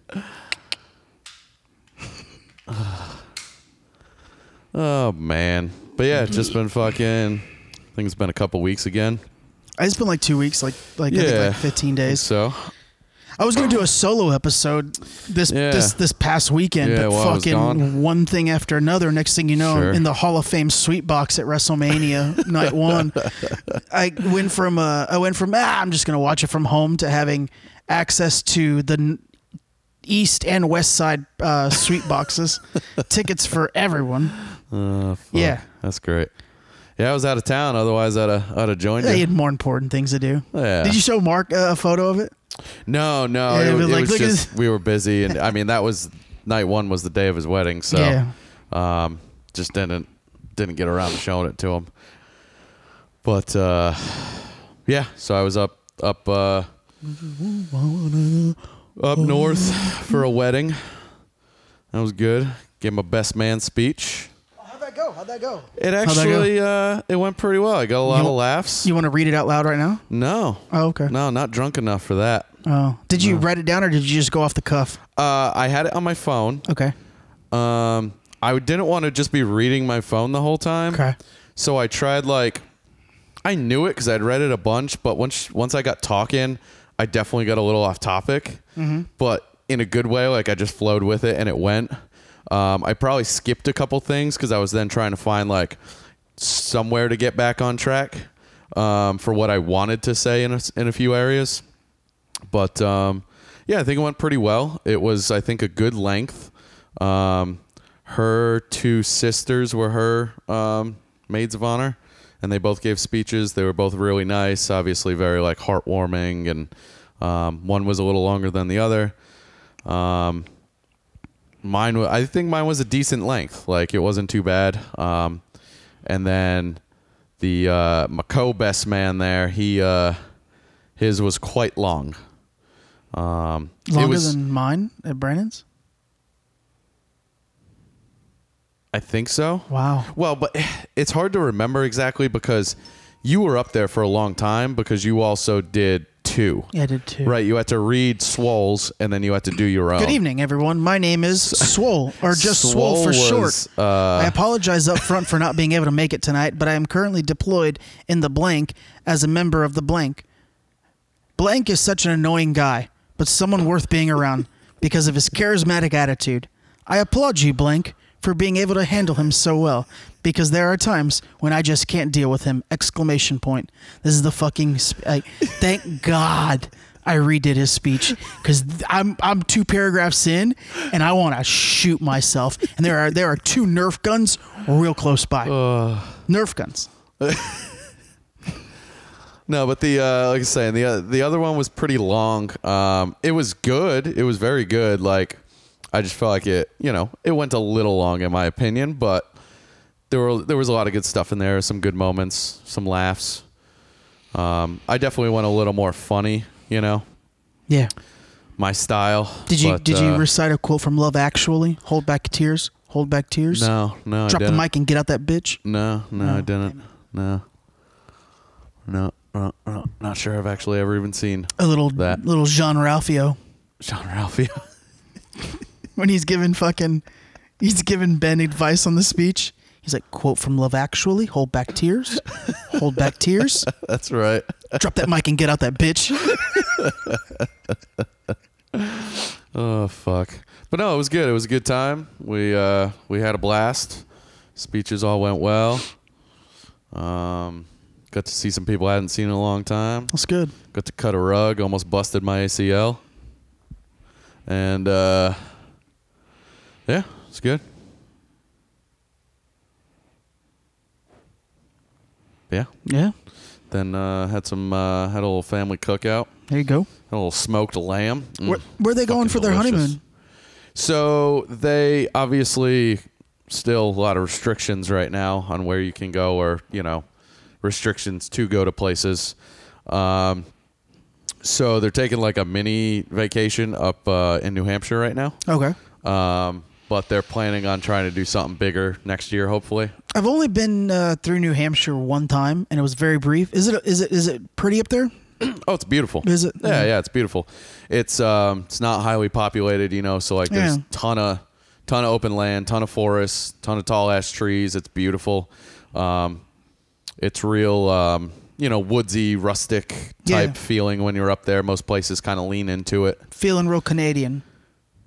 Speaker 3: Oh man. But yeah, it's just been fucking I think it's been a couple weeks again.
Speaker 2: It's been like two weeks, like like I think
Speaker 3: Yeah.
Speaker 2: like fifteen days.
Speaker 3: So
Speaker 2: I was gonna do a solo episode this
Speaker 3: Yeah.
Speaker 2: this this past weekend,
Speaker 3: Yeah,
Speaker 2: but
Speaker 3: while I was
Speaker 2: fucking
Speaker 3: gone.
Speaker 2: one thing after another. Next thing you know,
Speaker 3: Sure.
Speaker 2: I'm in the Hall of Fame sweet box at WrestleMania night one. I went from uh, I went from ah, I'm just gonna watch it from home to having access to the n- east and west side uh, sweet boxes, tickets for everyone. Yeah.
Speaker 3: Oh, That's great. Yeah, I was out of town. Otherwise, I'd have, I'd have joined
Speaker 2: They
Speaker 3: you.
Speaker 2: had more important things to do.
Speaker 3: Yeah.
Speaker 2: Did you show Mark uh, a photo of it?
Speaker 3: No, no.
Speaker 2: Yeah,
Speaker 3: it,
Speaker 2: but
Speaker 3: was- it
Speaker 2: like,
Speaker 3: was
Speaker 2: look at
Speaker 3: just
Speaker 2: this-
Speaker 3: we were busy, and I mean that was night one was the day of his wedding, so
Speaker 2: Yeah.
Speaker 3: um, just didn't didn't get around to showing it to him. But uh, yeah, so I was up up uh, up north for a wedding. That was good. Gave him a best man speech.
Speaker 11: Oh, How'd that go? How'd that go?
Speaker 3: It
Speaker 2: How'd that
Speaker 3: actually uh, it went pretty well. I got a lot
Speaker 2: You-
Speaker 3: of laughs.
Speaker 2: You want to read it out loud right now?
Speaker 3: No.
Speaker 2: Oh, okay.
Speaker 3: No, not drunk enough for that.
Speaker 2: Oh, did you write it down or did you just go off the cuff?
Speaker 3: Uh, I had it on my phone.
Speaker 2: Okay.
Speaker 3: Um, I didn't want to just be reading my phone the whole time. Okay. So I tried like, I knew it because I'd read it a bunch, but once once I got talking, I definitely got a little off topic,
Speaker 12: Mhm.
Speaker 3: but in a good way. Like I just flowed with it and it went. Um, I probably skipped a couple things because I was then trying to find like somewhere to get back on track um, for what I wanted to say in a, s- in a few areas. But um, yeah, I think it went pretty well. It was, I think, a good length. Um, her two sisters were her um, maids of honor, and they both gave speeches. They were both really nice, obviously very like heartwarming, and um, one was a little longer than the other. Um, mine, wa- I think mine was a decent length. Like it wasn't too bad. Um, and then the uh, my co-best man there, he uh, his was quite long. Um, it
Speaker 2: Longer
Speaker 3: was-
Speaker 2: than mine at Brandon's.
Speaker 3: I think so.
Speaker 2: Wow.
Speaker 3: Well, but it's hard to remember exactly because you were up there for a long time because you also did two.
Speaker 2: Yeah, I did two.
Speaker 3: Right, you had to read Swole's and then you had to do your own.
Speaker 2: Good evening, everyone. My name is Swole, or just Swole, for
Speaker 3: Swole was,
Speaker 2: short.
Speaker 3: uh,
Speaker 2: I apologize up front for not being able to make it tonight, but I am currently deployed in the blank as a member of the blank. Blank is such an annoying guy, but someone worth being around because of his charismatic attitude. I applaud you, Blank, for being able to handle him so well because there are times when I just can't deal with him. Exclamation point. This is the fucking sp- I, thank God. I redid his speech because I'm I'm two paragraphs in and I want to shoot myself. And there are there are two Nerf guns real close by. Nerf guns.
Speaker 3: No, but the uh, like I was saying, the uh, the other one was pretty long. Um, it was good. It was very good. Like I just felt like it, you know, it went a little long in my opinion, but there were there was a lot of good stuff in there. Some good moments, some laughs. Um, I definitely went a little more funny. You know,
Speaker 2: Yeah.
Speaker 3: my style.
Speaker 2: Did you
Speaker 3: but,
Speaker 2: did you
Speaker 3: uh,
Speaker 2: recite a quote from Love Actually? Hold back tears. Hold back tears.
Speaker 3: No, no, I
Speaker 2: Drop
Speaker 3: didn't.
Speaker 2: the mic and get out that bitch.
Speaker 3: No, no,
Speaker 2: No,
Speaker 3: I didn't. No. No, no, no, not sure I've actually ever even seen
Speaker 2: A little
Speaker 3: that
Speaker 2: little Jean Ralphio
Speaker 3: John Ralphio.
Speaker 2: when he's giving fucking he's giving Ben advice on the speech. He's like, quote from Love Actually, hold back tears. Hold back tears.
Speaker 3: That's right.
Speaker 2: Drop that mic and get out that bitch.
Speaker 3: Oh fuck! But no, it was good. It was a good time. We uh we had a blast. Speeches all went well. Um, got to see some people I hadn't seen in a long time.
Speaker 2: That's good.
Speaker 3: Got to cut a rug. Almost busted my ACL. And uh, yeah, it's good. Yeah.
Speaker 2: Yeah.
Speaker 3: Then uh, had some uh, had a little family cookout.
Speaker 2: There you go.
Speaker 3: Had a little smoked lamb. Mm.
Speaker 2: Where, where they going for their
Speaker 3: delicious.
Speaker 2: honeymoon?
Speaker 3: So they obviously still a lot of restrictions right now on where you can go, or you know, restrictions to go to places. Um, so they're taking like a mini vacation up uh, in New Hampshire right now.
Speaker 2: Okay.
Speaker 3: Um, but they're planning on trying to do something bigger next year, hopefully.
Speaker 2: I've only been uh, through New Hampshire one time, and it was very brief. Is it is it is it pretty up there?
Speaker 3: Oh, it's beautiful.
Speaker 2: Is it?
Speaker 3: Yeah, yeah, it's beautiful. It's um, it's not highly populated, you know. So like, there's
Speaker 2: Yeah.
Speaker 3: ton of ton of open land, ton of forests, ton of tall ash trees. It's beautiful. Um, it's real, um, you know, woodsy, rustic type
Speaker 2: Yeah.
Speaker 3: feeling when you're up there. Most places kind of lean into it.
Speaker 2: Feeling real Canadian.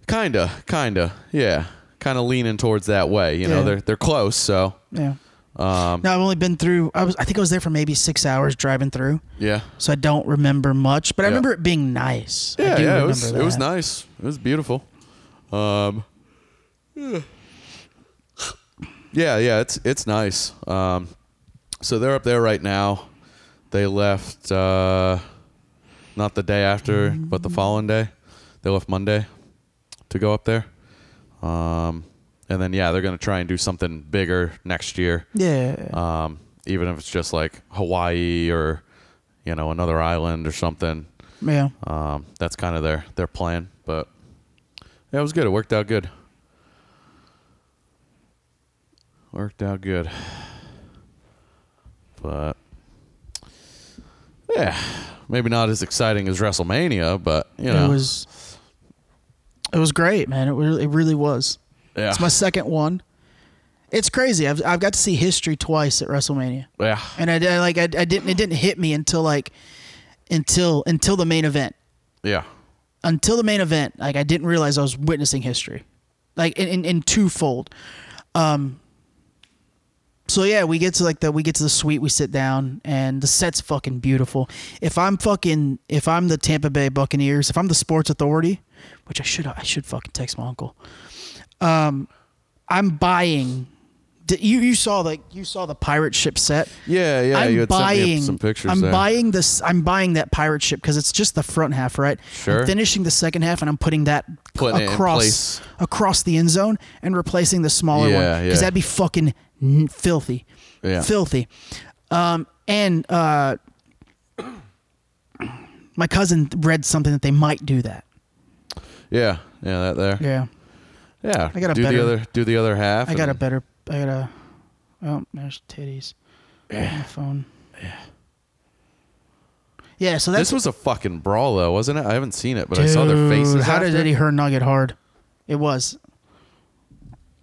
Speaker 3: Kinda, kinda, yeah, kind of leaning towards that way. You know,
Speaker 2: Yeah.
Speaker 3: they're they're close. So,
Speaker 2: Yeah.
Speaker 3: um,
Speaker 2: No, I've only been through. I was. I think I was there for maybe six hours driving through.
Speaker 3: yeah,
Speaker 2: So I don't remember much, but I
Speaker 3: Yeah.
Speaker 2: remember it being nice. I
Speaker 3: yeah,
Speaker 2: do
Speaker 3: yeah. It
Speaker 2: remember
Speaker 3: was it was
Speaker 2: that.
Speaker 3: nice. It was beautiful. Um, Yeah, yeah, it's it's nice. Um, so they're up there right now. They left uh, not the day after, but the following day. They left Monday to go up there, um, and then yeah, they're gonna try and do something bigger next year.
Speaker 2: Yeah.
Speaker 3: Um, even if it's just like Hawaii or you know another island or something.
Speaker 2: Yeah.
Speaker 3: Um, that's kind of their their plan, but yeah, it was good. It worked out good. worked out good. But yeah, maybe not as exciting as WrestleMania, but you know,
Speaker 2: It was it was great, man. It really, it really was.
Speaker 3: Yeah.
Speaker 2: It's my second one. It's crazy. I've I've got to see history twice at WrestleMania.
Speaker 3: yeah,
Speaker 2: And I, I like I, I didn't it didn't hit me until like until until the main event.
Speaker 3: yeah,
Speaker 2: Until the main event, like I didn't realize I was witnessing history. Like in, in, in twofold. Um so yeah, we get to like the we get to the suite, we sit down and the set's fucking beautiful. If I'm fucking if I'm the Tampa Bay Buccaneers, if I'm the sports authority, which I should I should fucking text my uncle. Um I'm buying d- you you saw like you saw the pirate ship set.
Speaker 3: yeah, yeah.
Speaker 2: I'm
Speaker 3: you had sent me
Speaker 2: buying
Speaker 3: up some pictures.
Speaker 2: I'm
Speaker 3: there.
Speaker 2: buying this. I'm buying that pirate ship because it's just the front half, right?
Speaker 3: Sure.
Speaker 2: I'm finishing the second half, and I'm putting that
Speaker 3: Putting it in
Speaker 2: across
Speaker 3: place.
Speaker 2: across the end zone and replacing the smaller
Speaker 3: Yeah,
Speaker 2: one
Speaker 3: yeah.
Speaker 2: because that'd be fucking n- filthy,
Speaker 3: Yeah.
Speaker 2: filthy. Um, and uh, my cousin read something that they might do that.
Speaker 3: Yeah, yeah, that there. Yeah,
Speaker 2: Yeah, I got a
Speaker 3: do
Speaker 2: better-
Speaker 3: the other, do the other half.
Speaker 2: I got a
Speaker 3: and-
Speaker 2: better. I got a. Oh, there's titties. On the phone. Yeah. Yeah. So that's
Speaker 3: This was a fucking brawl though, wasn't it? I haven't seen it, but I saw their faces.
Speaker 2: Dude, How did
Speaker 3: after.
Speaker 2: Eddie Hearn not get hard? It was.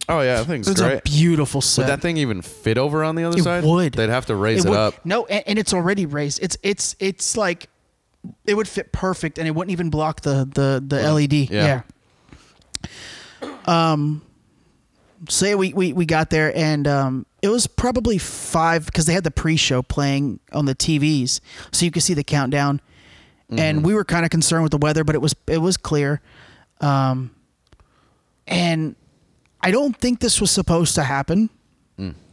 Speaker 3: Oh yeah, I think it's
Speaker 2: It was a
Speaker 3: great.
Speaker 2: beautiful set.
Speaker 3: Would that thing even fit over on the other
Speaker 2: It
Speaker 3: side?
Speaker 2: would.
Speaker 3: They'd have to raise it,
Speaker 2: would-
Speaker 3: up.
Speaker 2: No, and, and it's already raised. It's it's it's like it would fit perfect, and it wouldn't even block the the the LED.
Speaker 3: Yeah.
Speaker 2: Yeah. Um. Say we, we we got there, and um, it was probably five because they had the pre-show playing on the TVs, so you could see the countdown.
Speaker 3: Mm-hmm.
Speaker 2: And we were kind of concerned with the weather, but it was it was clear. and I don't think this was supposed to happen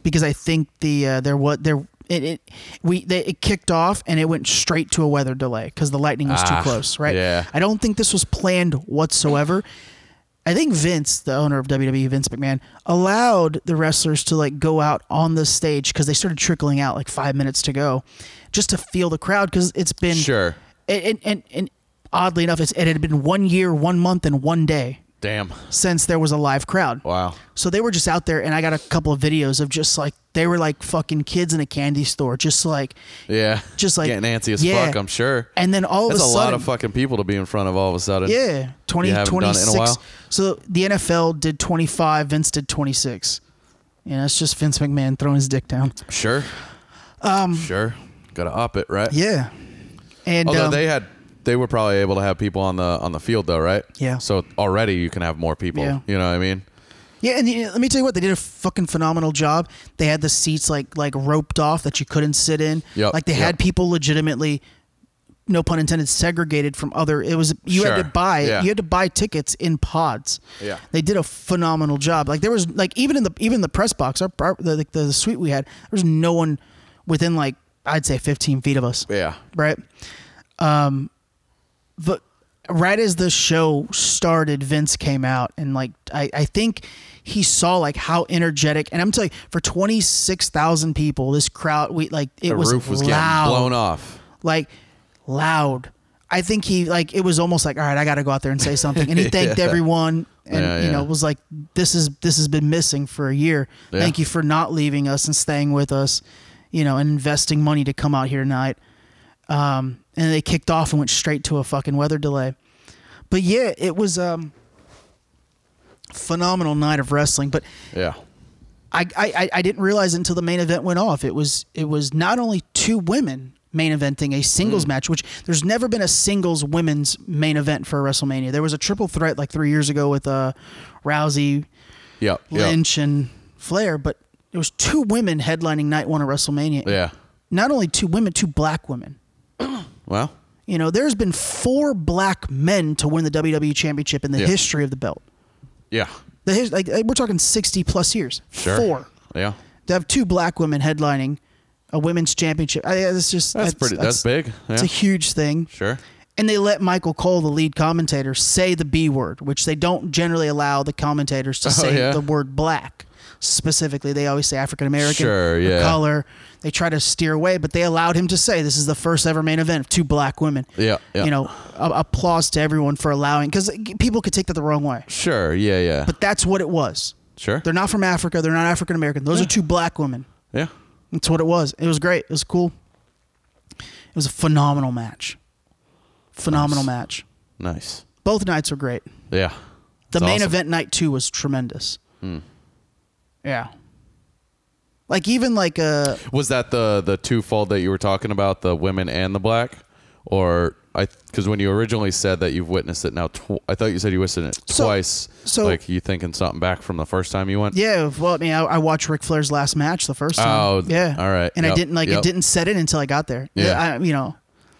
Speaker 2: because I think the uh, there what there it, it we they, it kicked off and it went straight to a weather delay because the lightning was
Speaker 3: Ah,
Speaker 2: too close, right?
Speaker 3: yeah.
Speaker 2: I don't think this was planned whatsoever. I think Vince, the owner of WWE, Vince McMahon, allowed the wrestlers to like go out on the stage because they started trickling out like five minutes to go, just to feel the crowd because it's been
Speaker 3: Sure.
Speaker 2: and and, and, and oddly enough, it's, it had been one year, one month, and one day
Speaker 3: Damn.
Speaker 2: since there was a live crowd.
Speaker 3: Wow.
Speaker 2: So they were just out there, and I got a couple of videos of just like they were like fucking kids in a candy store, just like,
Speaker 3: Yeah.
Speaker 2: Just like-
Speaker 3: getting antsy as
Speaker 2: yeah.
Speaker 3: fuck, I'm sure.
Speaker 2: and then all
Speaker 3: That's
Speaker 2: of a,
Speaker 3: a
Speaker 2: sudden,
Speaker 3: lot of fucking people to be in front of all of a sudden.
Speaker 2: yeah, 20,
Speaker 3: You haven't done it in a
Speaker 2: 26.
Speaker 3: while?
Speaker 2: So the NFL did twenty five, Vince did twenty six. You know, it's just Vince McMahon throwing his dick down.
Speaker 3: Sure. Um Sure. Gotta up it, right?
Speaker 2: Yeah, and
Speaker 3: Although
Speaker 2: um,
Speaker 3: they had they were probably able to have people on the on the field though, right?
Speaker 2: Yeah.
Speaker 3: So already you can have more people.
Speaker 2: Yeah.
Speaker 3: You know what I mean?
Speaker 2: Yeah, and you know, let me tell you what they did a fucking phenomenal job. They had the seats like like roped off that you couldn't sit in.
Speaker 3: Yep,
Speaker 2: like they had
Speaker 3: yep.
Speaker 2: people legitimately, no pun intended, segregated from other. It was you had
Speaker 3: Sure,
Speaker 2: to buy
Speaker 3: yeah.
Speaker 2: you had to buy tickets in pods.
Speaker 3: Yeah.
Speaker 2: they did a phenomenal job. Like there was like even in the even the press box, our, our the, the the suite we had, there was no one within like I'd say fifteen feet of us
Speaker 3: Yeah.
Speaker 2: right? Um, but right as the show started, Vince came out and like I, I think he saw like how energetic and I'm telling you, for twenty six thousand people, this crowd we like it
Speaker 3: The
Speaker 2: was
Speaker 3: roof was
Speaker 2: loud,
Speaker 3: getting blown off.
Speaker 2: like loud. I think he like it was almost like all right, I got to go out there and say something, and he thanked everyone, and
Speaker 3: Yeah,
Speaker 2: you know
Speaker 3: yeah.
Speaker 2: was like this is this has been missing for a year.
Speaker 3: Yeah.
Speaker 2: Thank you for not leaving us and staying with us, you know, and investing money to come out here tonight. Um, and they kicked off and went straight to a fucking weather delay. But yeah, it was um phenomenal night of wrestling. But
Speaker 3: Yeah.
Speaker 2: I, I, I- I didn't realize until the main event went off. It was it was not only two women main eventing a
Speaker 3: Mm.
Speaker 2: singles match, which there's never been a singles women's main event for WrestleMania. There was a triple threat like three years ago with uh, Rousey,
Speaker 3: Yep. yep.
Speaker 2: Lynch, and Flair, but there was two women headlining night one of WrestleMania.
Speaker 3: Yeah.
Speaker 2: Not only two women, two black women.
Speaker 3: Well,
Speaker 2: You know, there's been four black men to win the WWE Championship in the
Speaker 3: Yeah.
Speaker 2: history of the belt.
Speaker 3: yeah.
Speaker 2: The his, like we're talking sixty plus years.
Speaker 3: Sure.
Speaker 2: Four.
Speaker 3: Yeah.
Speaker 2: to have two black women headlining a women's championship. I, that's just
Speaker 3: That's pretty- that's big,
Speaker 2: It's
Speaker 3: yeah.
Speaker 2: a huge thing.
Speaker 3: Sure.
Speaker 2: And they let Michael Cole, the lead commentator, say the B word, which they don't generally allow the commentators to say
Speaker 3: Oh, yeah.
Speaker 2: the word black. Specifically, they always say African American,
Speaker 3: Sure, yeah.
Speaker 2: color. They try to steer away, but they allowed him to say this is the first ever main event of two black women.
Speaker 3: Yeah, yeah.
Speaker 2: You know, a- applause to everyone for allowing because people could take that the wrong way,
Speaker 3: Sure. Yeah. Yeah.
Speaker 2: but that's what it was.
Speaker 3: Sure.
Speaker 2: They're not from Africa. They're not African American. Those are two black women.
Speaker 3: yeah.
Speaker 2: That's what it was. It was great. It was cool. It was a phenomenal match. Phenomenal match.
Speaker 3: Nice.
Speaker 2: Both nights were great.
Speaker 3: Yeah.
Speaker 2: The
Speaker 3: That's
Speaker 2: main
Speaker 3: awesome. Hmm.
Speaker 2: event night two was tremendous. Yeah. Like even like uh
Speaker 3: Was that the the twofold that you were talking about, the women and the black, or I? Because when you originally said that you've witnessed it now, tw- I thought you said you witnessed it
Speaker 2: So-
Speaker 3: twice.
Speaker 2: so-
Speaker 3: like you thinking something back from the first time you went.
Speaker 2: yeah, well I mean I, I watched Ric Flair's last match the first time.
Speaker 3: Oh,
Speaker 2: yeah.
Speaker 3: all right.
Speaker 2: And I
Speaker 3: Yep,
Speaker 2: didn't like
Speaker 3: yep.
Speaker 2: it didn't set in until I got there.
Speaker 3: Yeah.
Speaker 2: I, you know.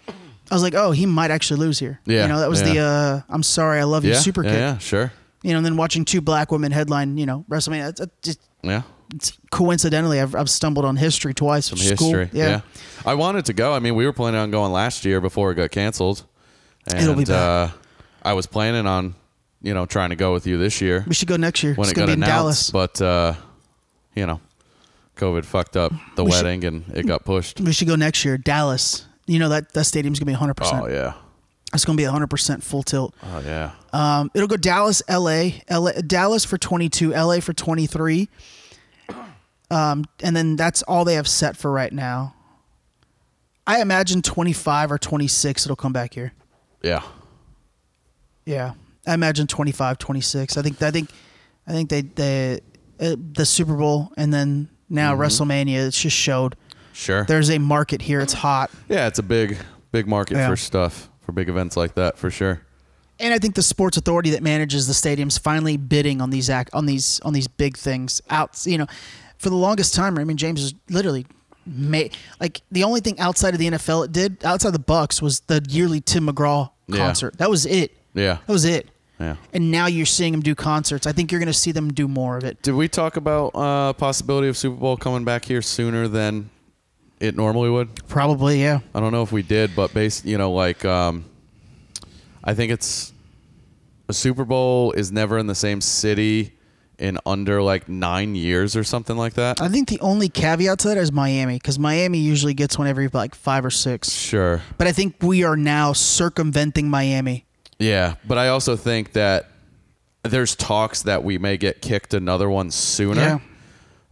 Speaker 2: I was like, oh, he might actually lose here.
Speaker 3: Yeah,
Speaker 2: You know, that was the
Speaker 3: yeah.
Speaker 2: uh I'm sorry, I love
Speaker 3: Yeah.
Speaker 2: you super
Speaker 3: yeah,
Speaker 2: kick.
Speaker 3: yeah, Sure.
Speaker 2: You know, and then watching two black women headline, you know, WrestleMania. That's, that's just
Speaker 3: Yeah.
Speaker 2: it's coincidentally, I've, I've stumbled on history twice. Some
Speaker 3: History. Yeah. I wanted to go. I mean, we were planning on going last year before it got canceled, and
Speaker 2: It'll be
Speaker 3: uh, I was planning on, you know, trying to go with you this year
Speaker 2: We should go next year.
Speaker 3: when
Speaker 2: it's
Speaker 3: it got
Speaker 2: going to be in Dallas.
Speaker 3: announced, but uh, you know, COVID fucked up the
Speaker 2: We should-
Speaker 3: wedding and it got pushed.
Speaker 2: we should go next year. Dallas. You know, that, that stadium's going to be 100%.
Speaker 3: Oh yeah.
Speaker 2: It's going to be 100% full tilt.
Speaker 3: Oh yeah.
Speaker 2: Um, it'll go Dallas, LA, LA, Dallas for 22, LA for 23. Um, and then that's all they have set for right now. I imagine 25 or 26 it'll come back here.
Speaker 3: yeah.
Speaker 2: Yeah. I imagine 25, 26. I think I think I think they they uh, the Super Bowl and then now
Speaker 3: Mm-hmm.
Speaker 2: WrestleMania it's just showed
Speaker 3: Sure.
Speaker 2: there's a market here. It's hot.
Speaker 3: yeah, it's a big big market
Speaker 2: Yeah.
Speaker 3: for stuff for big events like that for sure.
Speaker 2: And I think the sports authority that manages the stadiums finally bidding on these act on these on these big things out. You know, for the longest time, Raymond James is literally made like the only thing outside of the NFL it did outside the Bucks was the yearly Tim McGraw
Speaker 3: Yeah.
Speaker 2: concert. That was it.
Speaker 3: Yeah.
Speaker 2: That was it.
Speaker 3: Yeah.
Speaker 2: And now you're seeing them do concerts. I think you're going to see them do more of it.
Speaker 3: Did we talk about uh possibility of Super Bowl coming back here sooner than it normally would?
Speaker 2: Probably, yeah.
Speaker 3: I don't know if we did, but based, you know, like um I think it's a Super Bowl is never in the same city in under like 9 years or something like that.
Speaker 2: I think the only caveat to that is Miami, because Miami usually gets one every like five or six.
Speaker 3: Sure.
Speaker 2: But I think we are now circumventing Miami.
Speaker 3: Yeah, but I also think that there's talks that we may get kicked another one sooner.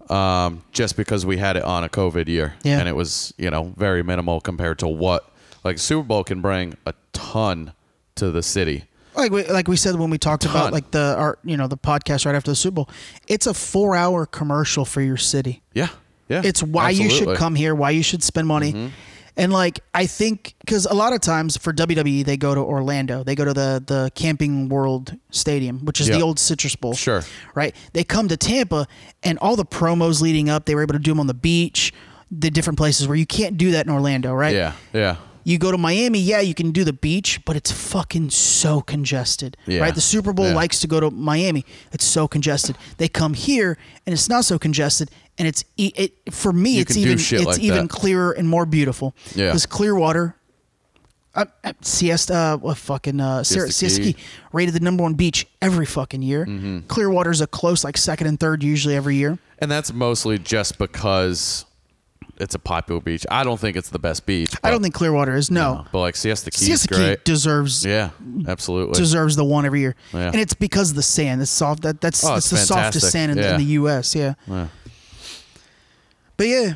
Speaker 3: Um, just because we had it on a COVID year.
Speaker 2: Yeah.
Speaker 3: And it was, you know, very minimal compared to what like Super Bowl can bring a ton to the city.
Speaker 2: Like we, like we said when we talked
Speaker 3: Ton.
Speaker 2: about like the our you know the podcast right after the Super Bowl, it's a four hour commercial for your city.
Speaker 3: Yeah. Yeah.
Speaker 2: It's why you
Speaker 3: absolutely. Mm-hmm.
Speaker 2: should come here, why you should spend money. And like I think cuz a lot of times for WWE they go to Orlando. They go to the the Camping World Stadium, which is
Speaker 3: Yeah.
Speaker 2: the old Citrus Bowl.
Speaker 3: Sure.
Speaker 2: Right? They come to Tampa and all the promos leading up, they were able to do them on the beach, the different places where you can't do that in Orlando, right?
Speaker 3: Yeah. Yeah.
Speaker 2: You go to Miami, yeah, you can do the beach, but it's fucking so congested.
Speaker 3: Yeah.
Speaker 2: Right? The Super Bowl
Speaker 3: Yeah.
Speaker 2: likes to go to Miami. It's so congested. They come here and it's not so congested and it's e- it for me
Speaker 3: You
Speaker 2: it's
Speaker 3: can do
Speaker 2: even
Speaker 3: shit
Speaker 2: it's
Speaker 3: like
Speaker 2: even
Speaker 3: that.
Speaker 2: clearer and more beautiful.
Speaker 3: Yeah.
Speaker 2: Cuz Clearwater uh, uh, Siesta, uh, what fucking uh, Siesta,
Speaker 3: Siesta
Speaker 2: Siesta
Speaker 3: Key.
Speaker 2: Key rated the number one beach every fucking year.
Speaker 3: Mm-hmm.
Speaker 2: Clearwater's a close, like second and third usually every year.
Speaker 3: And that's mostly just because it's a popular beach. I don't think it's the best beach.
Speaker 2: I
Speaker 3: but-
Speaker 2: don't think Clearwater is no.
Speaker 3: but like Siesta Key is
Speaker 2: Siesta Key
Speaker 3: great.
Speaker 2: deserves
Speaker 3: yeah, absolutely.
Speaker 2: deserves the one every year,
Speaker 3: Yeah.
Speaker 2: and it's because of the sand. It's soft. That that's
Speaker 3: Oh,
Speaker 2: it's the
Speaker 3: it's fantastic.
Speaker 2: softest sand in,
Speaker 3: Yeah.
Speaker 2: in the U.S. Yeah. But yeah,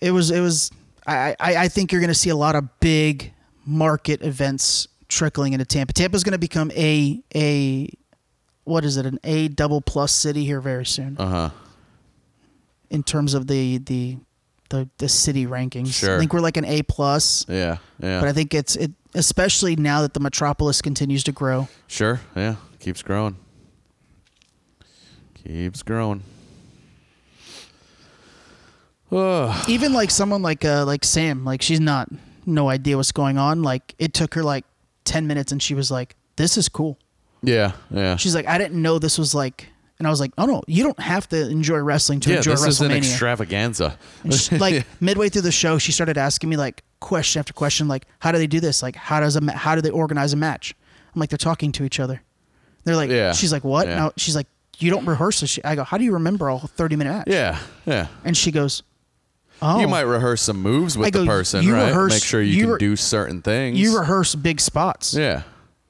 Speaker 2: it was it was. I I, I think you're going to see a lot of big market events trickling into Tampa. Tampa's going to become a a what is it an A double plus city here very soon. Uh
Speaker 3: Uh-huh.
Speaker 2: huh. In terms of the the the, the city rankings,
Speaker 3: Sure.
Speaker 2: I think we're like an A plus.
Speaker 3: yeah. Yeah.
Speaker 2: But I think it's it, especially now that the metropolis continues to grow.
Speaker 3: Sure. Yeah. Keeps growing. Keeps growing. Ugh.
Speaker 2: even like someone like uh like Sam, like she's not no idea what's going on. Like it took her like ten minutes and she was like, This is cool.
Speaker 3: Yeah. Yeah.
Speaker 2: She's like, I didn't know this was like and I was like, Oh no, you don't have to enjoy wrestling to
Speaker 3: yeah.
Speaker 2: enjoy
Speaker 3: This is an
Speaker 2: WrestleMania.
Speaker 3: extravaganza.
Speaker 2: And she- like midway through the show, she started asking me like question after question, like, How do they do this? Like how does a ma- how do they organize a match? I'm like, They're talking to each other. They're like
Speaker 3: Yeah.
Speaker 2: she's like, What?
Speaker 3: Yeah.
Speaker 2: And I- she's like, You don't rehearse this shit." I go, How do you remember all thirty minute match?
Speaker 3: Yeah. Yeah.
Speaker 2: And she goes, Oh
Speaker 3: You might rehearse some moves with
Speaker 2: I go,
Speaker 3: the person,
Speaker 2: you
Speaker 3: right?
Speaker 2: rehearse-
Speaker 3: Make sure you,
Speaker 2: you
Speaker 3: can
Speaker 2: re-
Speaker 3: do certain things.
Speaker 2: you rehearse big spots.
Speaker 3: Yeah.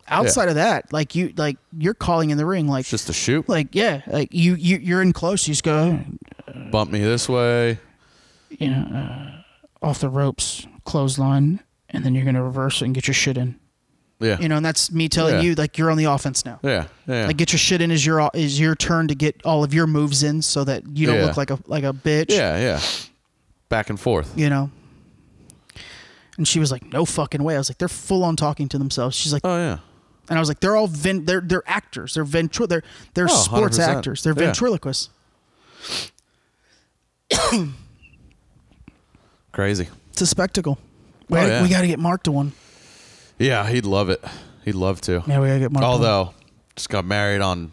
Speaker 2: outside of that, like you like you're calling in the ring like
Speaker 3: Just a shoot.
Speaker 2: like yeah, like you you you're in close. You just go
Speaker 3: Bump me this way.
Speaker 2: you know uh, off the ropes, clothesline, and then you're gonna reverse it and get your shit in.
Speaker 3: Yeah.
Speaker 2: You know, and that's me telling
Speaker 3: Yeah.
Speaker 2: you like you're on the offense now.
Speaker 3: Yeah. Yeah.
Speaker 2: Like get your shit in is your is your turn to get all of your moves in so that you don't
Speaker 3: Yeah.
Speaker 2: look like a like a bitch.
Speaker 3: yeah. Yeah. Back and forth.
Speaker 2: You know. And she was like, "No fucking way." I was like, "They're full on talking to themselves." She's like,
Speaker 3: Oh yeah.
Speaker 2: and I was like, "They're all ven- they're they're actors. They're ventri- they're they're
Speaker 3: Oh,
Speaker 2: sports
Speaker 3: 100%.
Speaker 2: actors. They're
Speaker 3: Yeah.
Speaker 2: ventriloquists."
Speaker 3: Crazy.
Speaker 2: It's a spectacle. We,
Speaker 3: Oh,
Speaker 2: gotta,
Speaker 3: yeah.
Speaker 2: we gotta get Mark to one.
Speaker 3: Yeah, he'd love it. He'd love to.
Speaker 2: Yeah, we gotta get Mark. to one.
Speaker 3: Although, just got married on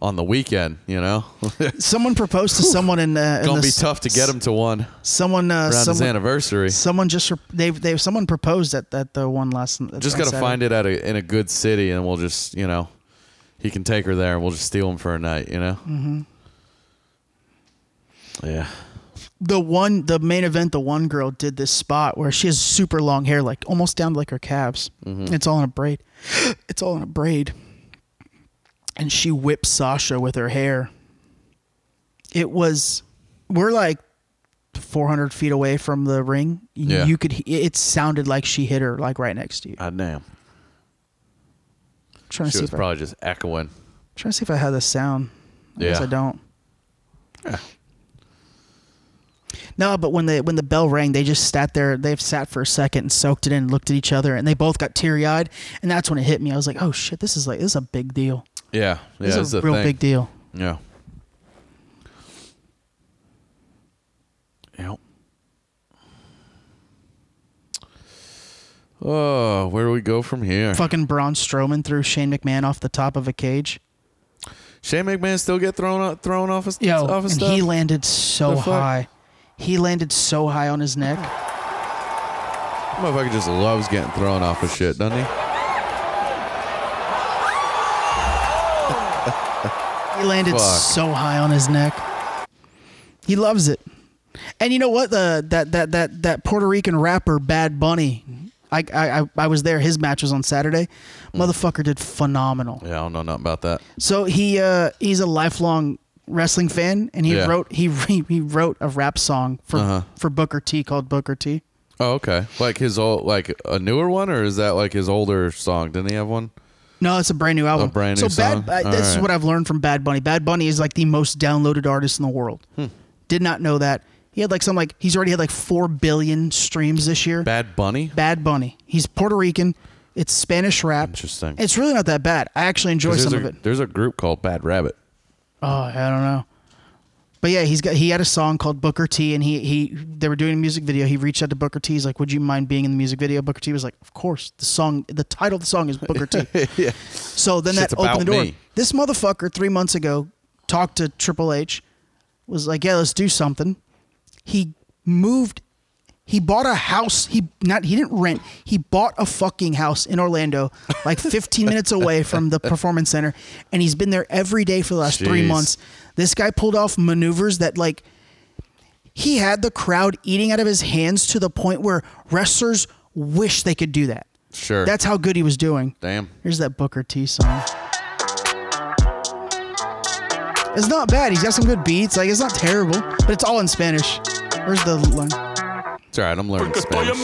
Speaker 3: on the weekend. You know,
Speaker 2: someone proposed to someone in, uh, in
Speaker 3: gonna
Speaker 2: the
Speaker 3: be
Speaker 2: s-
Speaker 3: tough to get him to one
Speaker 2: Someone, uh,
Speaker 3: around his
Speaker 2: someone,
Speaker 3: anniversary.
Speaker 2: someone just re- they they someone proposed at at the one last.
Speaker 3: Just gotta find it at a, in a good city, and we'll just you know, he can take her there, and we'll just steal him for a night. You know. Mm-hmm. Yeah.
Speaker 2: the one the main event the one girl did this spot where she has super long hair like almost down to like her calves
Speaker 3: Mm-hmm.
Speaker 2: it's all in a braid it's all in a braid and she whips sasha with her hair it was we're like 400 feet away from the ring
Speaker 3: Yeah.
Speaker 2: you could he- it sounded like she hit her like right next to you
Speaker 3: God damn.
Speaker 2: I'm trying to
Speaker 3: She
Speaker 2: see
Speaker 3: was
Speaker 2: if I-
Speaker 3: probably just echoing.
Speaker 2: trying to see if I had the sound. I guess
Speaker 3: Yeah.
Speaker 2: I don't. No, but when the when the bell rang, they just sat there. They've sat for a second and soaked it in, looked at each other, and they both got teary eyed. And that's when it hit me. I was like, "Oh shit, this is like this is a big deal.
Speaker 3: Yeah. Yeah.
Speaker 2: This
Speaker 3: it's
Speaker 2: is a
Speaker 3: a
Speaker 2: real
Speaker 3: thing.
Speaker 2: big deal."
Speaker 3: Yeah. Yep. Oh, where do we go from here?
Speaker 2: Fucking Braun Strowman threw Shane McMahon off the top of a cage.
Speaker 3: Shane McMahon still get thrown o- thrown off his
Speaker 2: Yo,
Speaker 3: off his
Speaker 2: and
Speaker 3: stuff.
Speaker 2: he landed so
Speaker 3: The fuck?
Speaker 2: high. He landed so high on his neck.
Speaker 3: Motherfucker just loves getting thrown off of shit, doesn't he?
Speaker 2: He landed
Speaker 3: Fuck.
Speaker 2: so high on his neck. He loves it. And you know what? The that that that that Puerto Rican rapper Bad Bunny. I I I- I was there. His match was on Saturday.
Speaker 3: Mm.
Speaker 2: Motherfucker did phenomenal.
Speaker 3: Yeah, I don't know nothing about that.
Speaker 2: So he uh he's a lifelong wrestling fan, and he
Speaker 3: Yeah. Uh-huh.
Speaker 2: wrote he he he wrote a rap song for for Booker T called Booker T.
Speaker 3: Oh, okay. Like his old, like a newer one, or is that like his older song? Didn't he have one?
Speaker 2: No, it's a brand new album.
Speaker 3: brand new
Speaker 2: so bad.
Speaker 3: song?
Speaker 2: Uh,
Speaker 3: All
Speaker 2: this is
Speaker 3: right.
Speaker 2: what I've learned from Bad Bunny. Bad Bunny is like the most downloaded artist in the world.
Speaker 3: Hmm.
Speaker 2: Did not know that. He had like some like he's already had like four billion streams this year.
Speaker 3: Bad Bunny.
Speaker 2: Bad Bunny. He's Puerto Rican. It's Spanish rap.
Speaker 3: Interesting.
Speaker 2: It's really not that bad. I actually enjoy
Speaker 3: 'Cause
Speaker 2: some
Speaker 3: there's
Speaker 2: of
Speaker 3: a,
Speaker 2: it.
Speaker 3: There's a group called Bad Rabbit.
Speaker 2: Oh, I don't know. But yeah, he's got he had a song called Booker T, and he he they were doing a music video. He reached out to Booker T. He's like, "Would you mind being in the music video?" Booker T was like, "Of course." The song, the title of the song is Booker T.
Speaker 3: Yeah.
Speaker 2: So then
Speaker 3: Shit's
Speaker 2: that opened the
Speaker 3: about
Speaker 2: door.
Speaker 3: me.
Speaker 2: This motherfucker three months ago talked to Triple H, was like, "Yeah, let's do something." He moved. He bought a house. He not he didn't rent. He bought a fucking house in Orlando, like 15 minutes away from the performance center, and he's been there every day for the last three
Speaker 3: Jeez.
Speaker 2: months. This guy pulled off maneuvers that like he had the crowd eating out of his hands to the point where wrestlers wish they could do that.
Speaker 3: Sure.
Speaker 2: That's how good he was doing.
Speaker 3: Damn.
Speaker 2: Here's that Booker T song. It's not bad. He's got some good beats. Like it's not terrible, but it's all in Spanish. Where's the line?
Speaker 3: It's all right. I'm learning Spanish.
Speaker 11: Estoy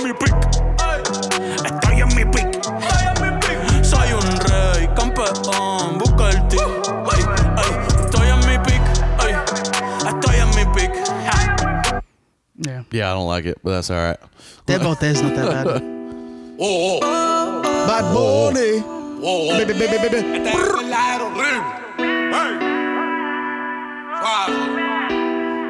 Speaker 11: en mi pick. Soy un rey, campeón, busca el ti. Ay, ay, estoy en mi pick. Ay, estoy en mi pick. Ja.
Speaker 2: Yeah.
Speaker 3: Yeah, I don't like it, but that's all right.
Speaker 2: That both is not that bad.
Speaker 9: oh,
Speaker 2: Bad
Speaker 3: Oh.
Speaker 2: Bunny. Baby, baby, baby.
Speaker 9: este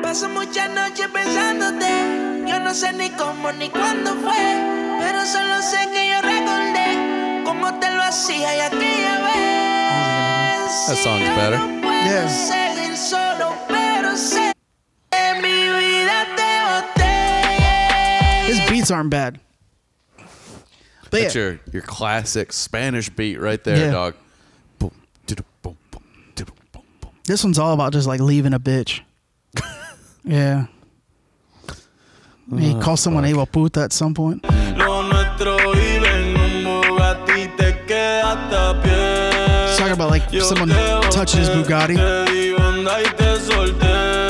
Speaker 11: Paso muchas noches pensándote. Yo no sé ni cómo ni cuándo fue. Pero solo sé que yo recordé cómo te lo hacía y aquella vez.
Speaker 3: That song's
Speaker 11: Y yo
Speaker 3: better.
Speaker 11: no puedo
Speaker 2: Yeah.
Speaker 11: seguir solo, pero sé que mi vida te boté.
Speaker 2: His beats aren't bad. But
Speaker 3: That's
Speaker 2: yeah,
Speaker 3: your your classic Spanish beat right there,
Speaker 2: Yeah.
Speaker 3: dog. Boom, didda, boom, boom, didda, boom, boom.
Speaker 2: this one's all about just like leaving a bitch. yeah. He calls someone Eva puta at some point.
Speaker 11: Lo nuestro vive en un Bugatti, te quedaste a
Speaker 2: like someone touched his Bugatti.
Speaker 12: Onda y te solté,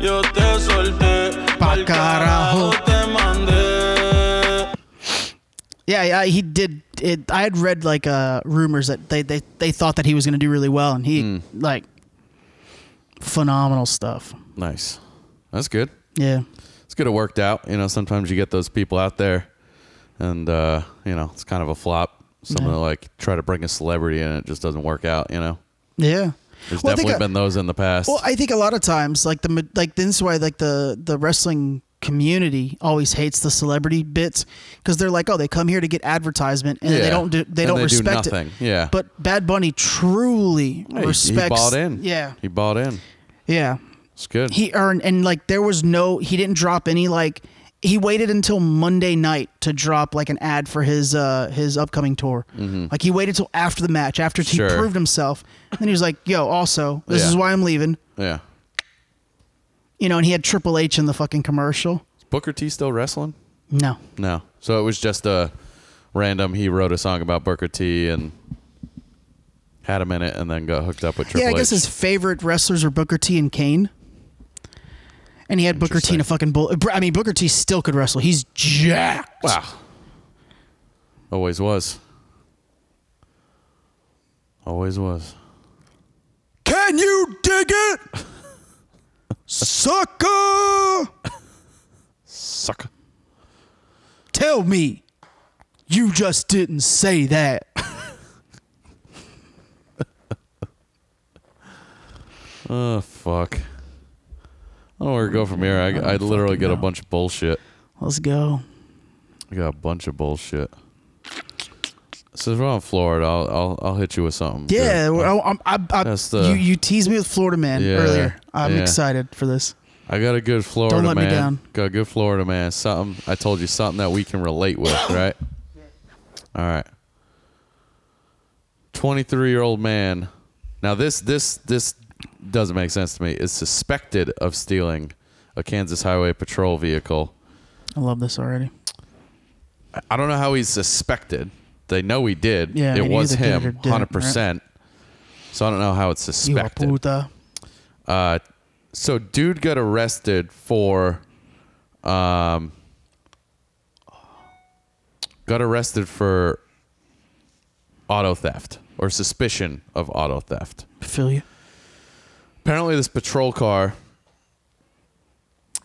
Speaker 12: yo te solté.
Speaker 2: Pa carajo.
Speaker 12: Te mandé.
Speaker 2: Yeah, yeah, he did. It, I had read like uh, rumors that they, they they thought that he was gonna do really well, and he like phenomenal stuff.
Speaker 3: Nice. That's good.
Speaker 2: Yeah.
Speaker 3: It's good it worked out. You know, sometimes you get those people out there and, uh, you know, it's kind of a flop. Someone
Speaker 2: Yeah.
Speaker 3: like try to bring a celebrity in and it just doesn't work out, you know?
Speaker 2: Yeah.
Speaker 3: There's
Speaker 2: Well, I think
Speaker 3: definitely
Speaker 2: I-
Speaker 3: been those in the past.
Speaker 2: Well, I think a lot of times, like the like this is why like the the wrestling community always hates the celebrity bits because they're like, oh, they come here to get advertisement and they
Speaker 3: Yeah.
Speaker 2: don't do they
Speaker 3: And
Speaker 2: don't
Speaker 3: they do
Speaker 2: respect
Speaker 3: nothing.
Speaker 2: it.
Speaker 3: Yeah.
Speaker 2: But Bad Bunny truly
Speaker 3: Hey, he,
Speaker 2: respects.
Speaker 3: bought in.
Speaker 2: Yeah.
Speaker 3: He bought in.
Speaker 2: Yeah.
Speaker 3: It's good.
Speaker 2: He earned and like there was no he didn't drop any like he waited until Monday night to drop like an ad for his uh his upcoming tour.
Speaker 3: Mhm.
Speaker 2: Like he waited till after the match after he
Speaker 3: Sure.
Speaker 2: proved himself. And then he was like, "Yo, also, this
Speaker 3: Yeah.
Speaker 2: is why I'm leaving."
Speaker 3: yeah.
Speaker 2: You know, and he had Triple H in the fucking commercial.
Speaker 3: Is Booker T still wrestling?
Speaker 2: No.
Speaker 3: No. So it was just a random, he wrote a song about Booker T and had him in it and then got hooked up with Triple
Speaker 2: yeah, I guess
Speaker 3: H.
Speaker 2: his favorite wrestlers are Booker T and Kane. And he had Booker T in a fucking bull. I mean, Booker T still could wrestle. He's jacked.
Speaker 3: Wow. Always was. Always was.
Speaker 2: Can you dig it? Sucker!
Speaker 3: Sucker.
Speaker 2: Tell me you just didn't say that.
Speaker 3: Oh fuck. I don't know where to go from here. I, I literally got a bunch of bullshit.
Speaker 2: Let's go.
Speaker 3: I got a bunch of bullshit. Since we're on Florida, I'll I'll, I'll hit you with something.
Speaker 2: Yeah,
Speaker 3: Good.
Speaker 2: I, I, I,
Speaker 3: That's the-
Speaker 2: you, you teased me with Florida Man
Speaker 3: Yeah,
Speaker 2: earlier. I'm
Speaker 3: yeah.
Speaker 2: excited for this.
Speaker 3: I got a good Florida
Speaker 2: Don't let me
Speaker 3: man.
Speaker 2: down.
Speaker 3: Got a good Florida man. Something I told you something that we can relate with, right? All right. Twenty-three year old man. Now this this this doesn't make sense to me. Is suspected of stealing a Kansas Highway Patrol vehicle.
Speaker 2: I love this already.
Speaker 3: I- I don't know how he's suspected. They know he did.
Speaker 2: Yeah, I
Speaker 3: it
Speaker 2: mean,
Speaker 3: was
Speaker 2: either did it or
Speaker 3: him,
Speaker 2: didn't,
Speaker 3: hundred percent. So I don't know how it's
Speaker 2: You
Speaker 3: suspected.
Speaker 2: puta.
Speaker 3: Uh, so dude got arrested for, um, got arrested for auto theft or suspicion of auto theft.
Speaker 2: Feel you.
Speaker 3: Apparently, this patrol car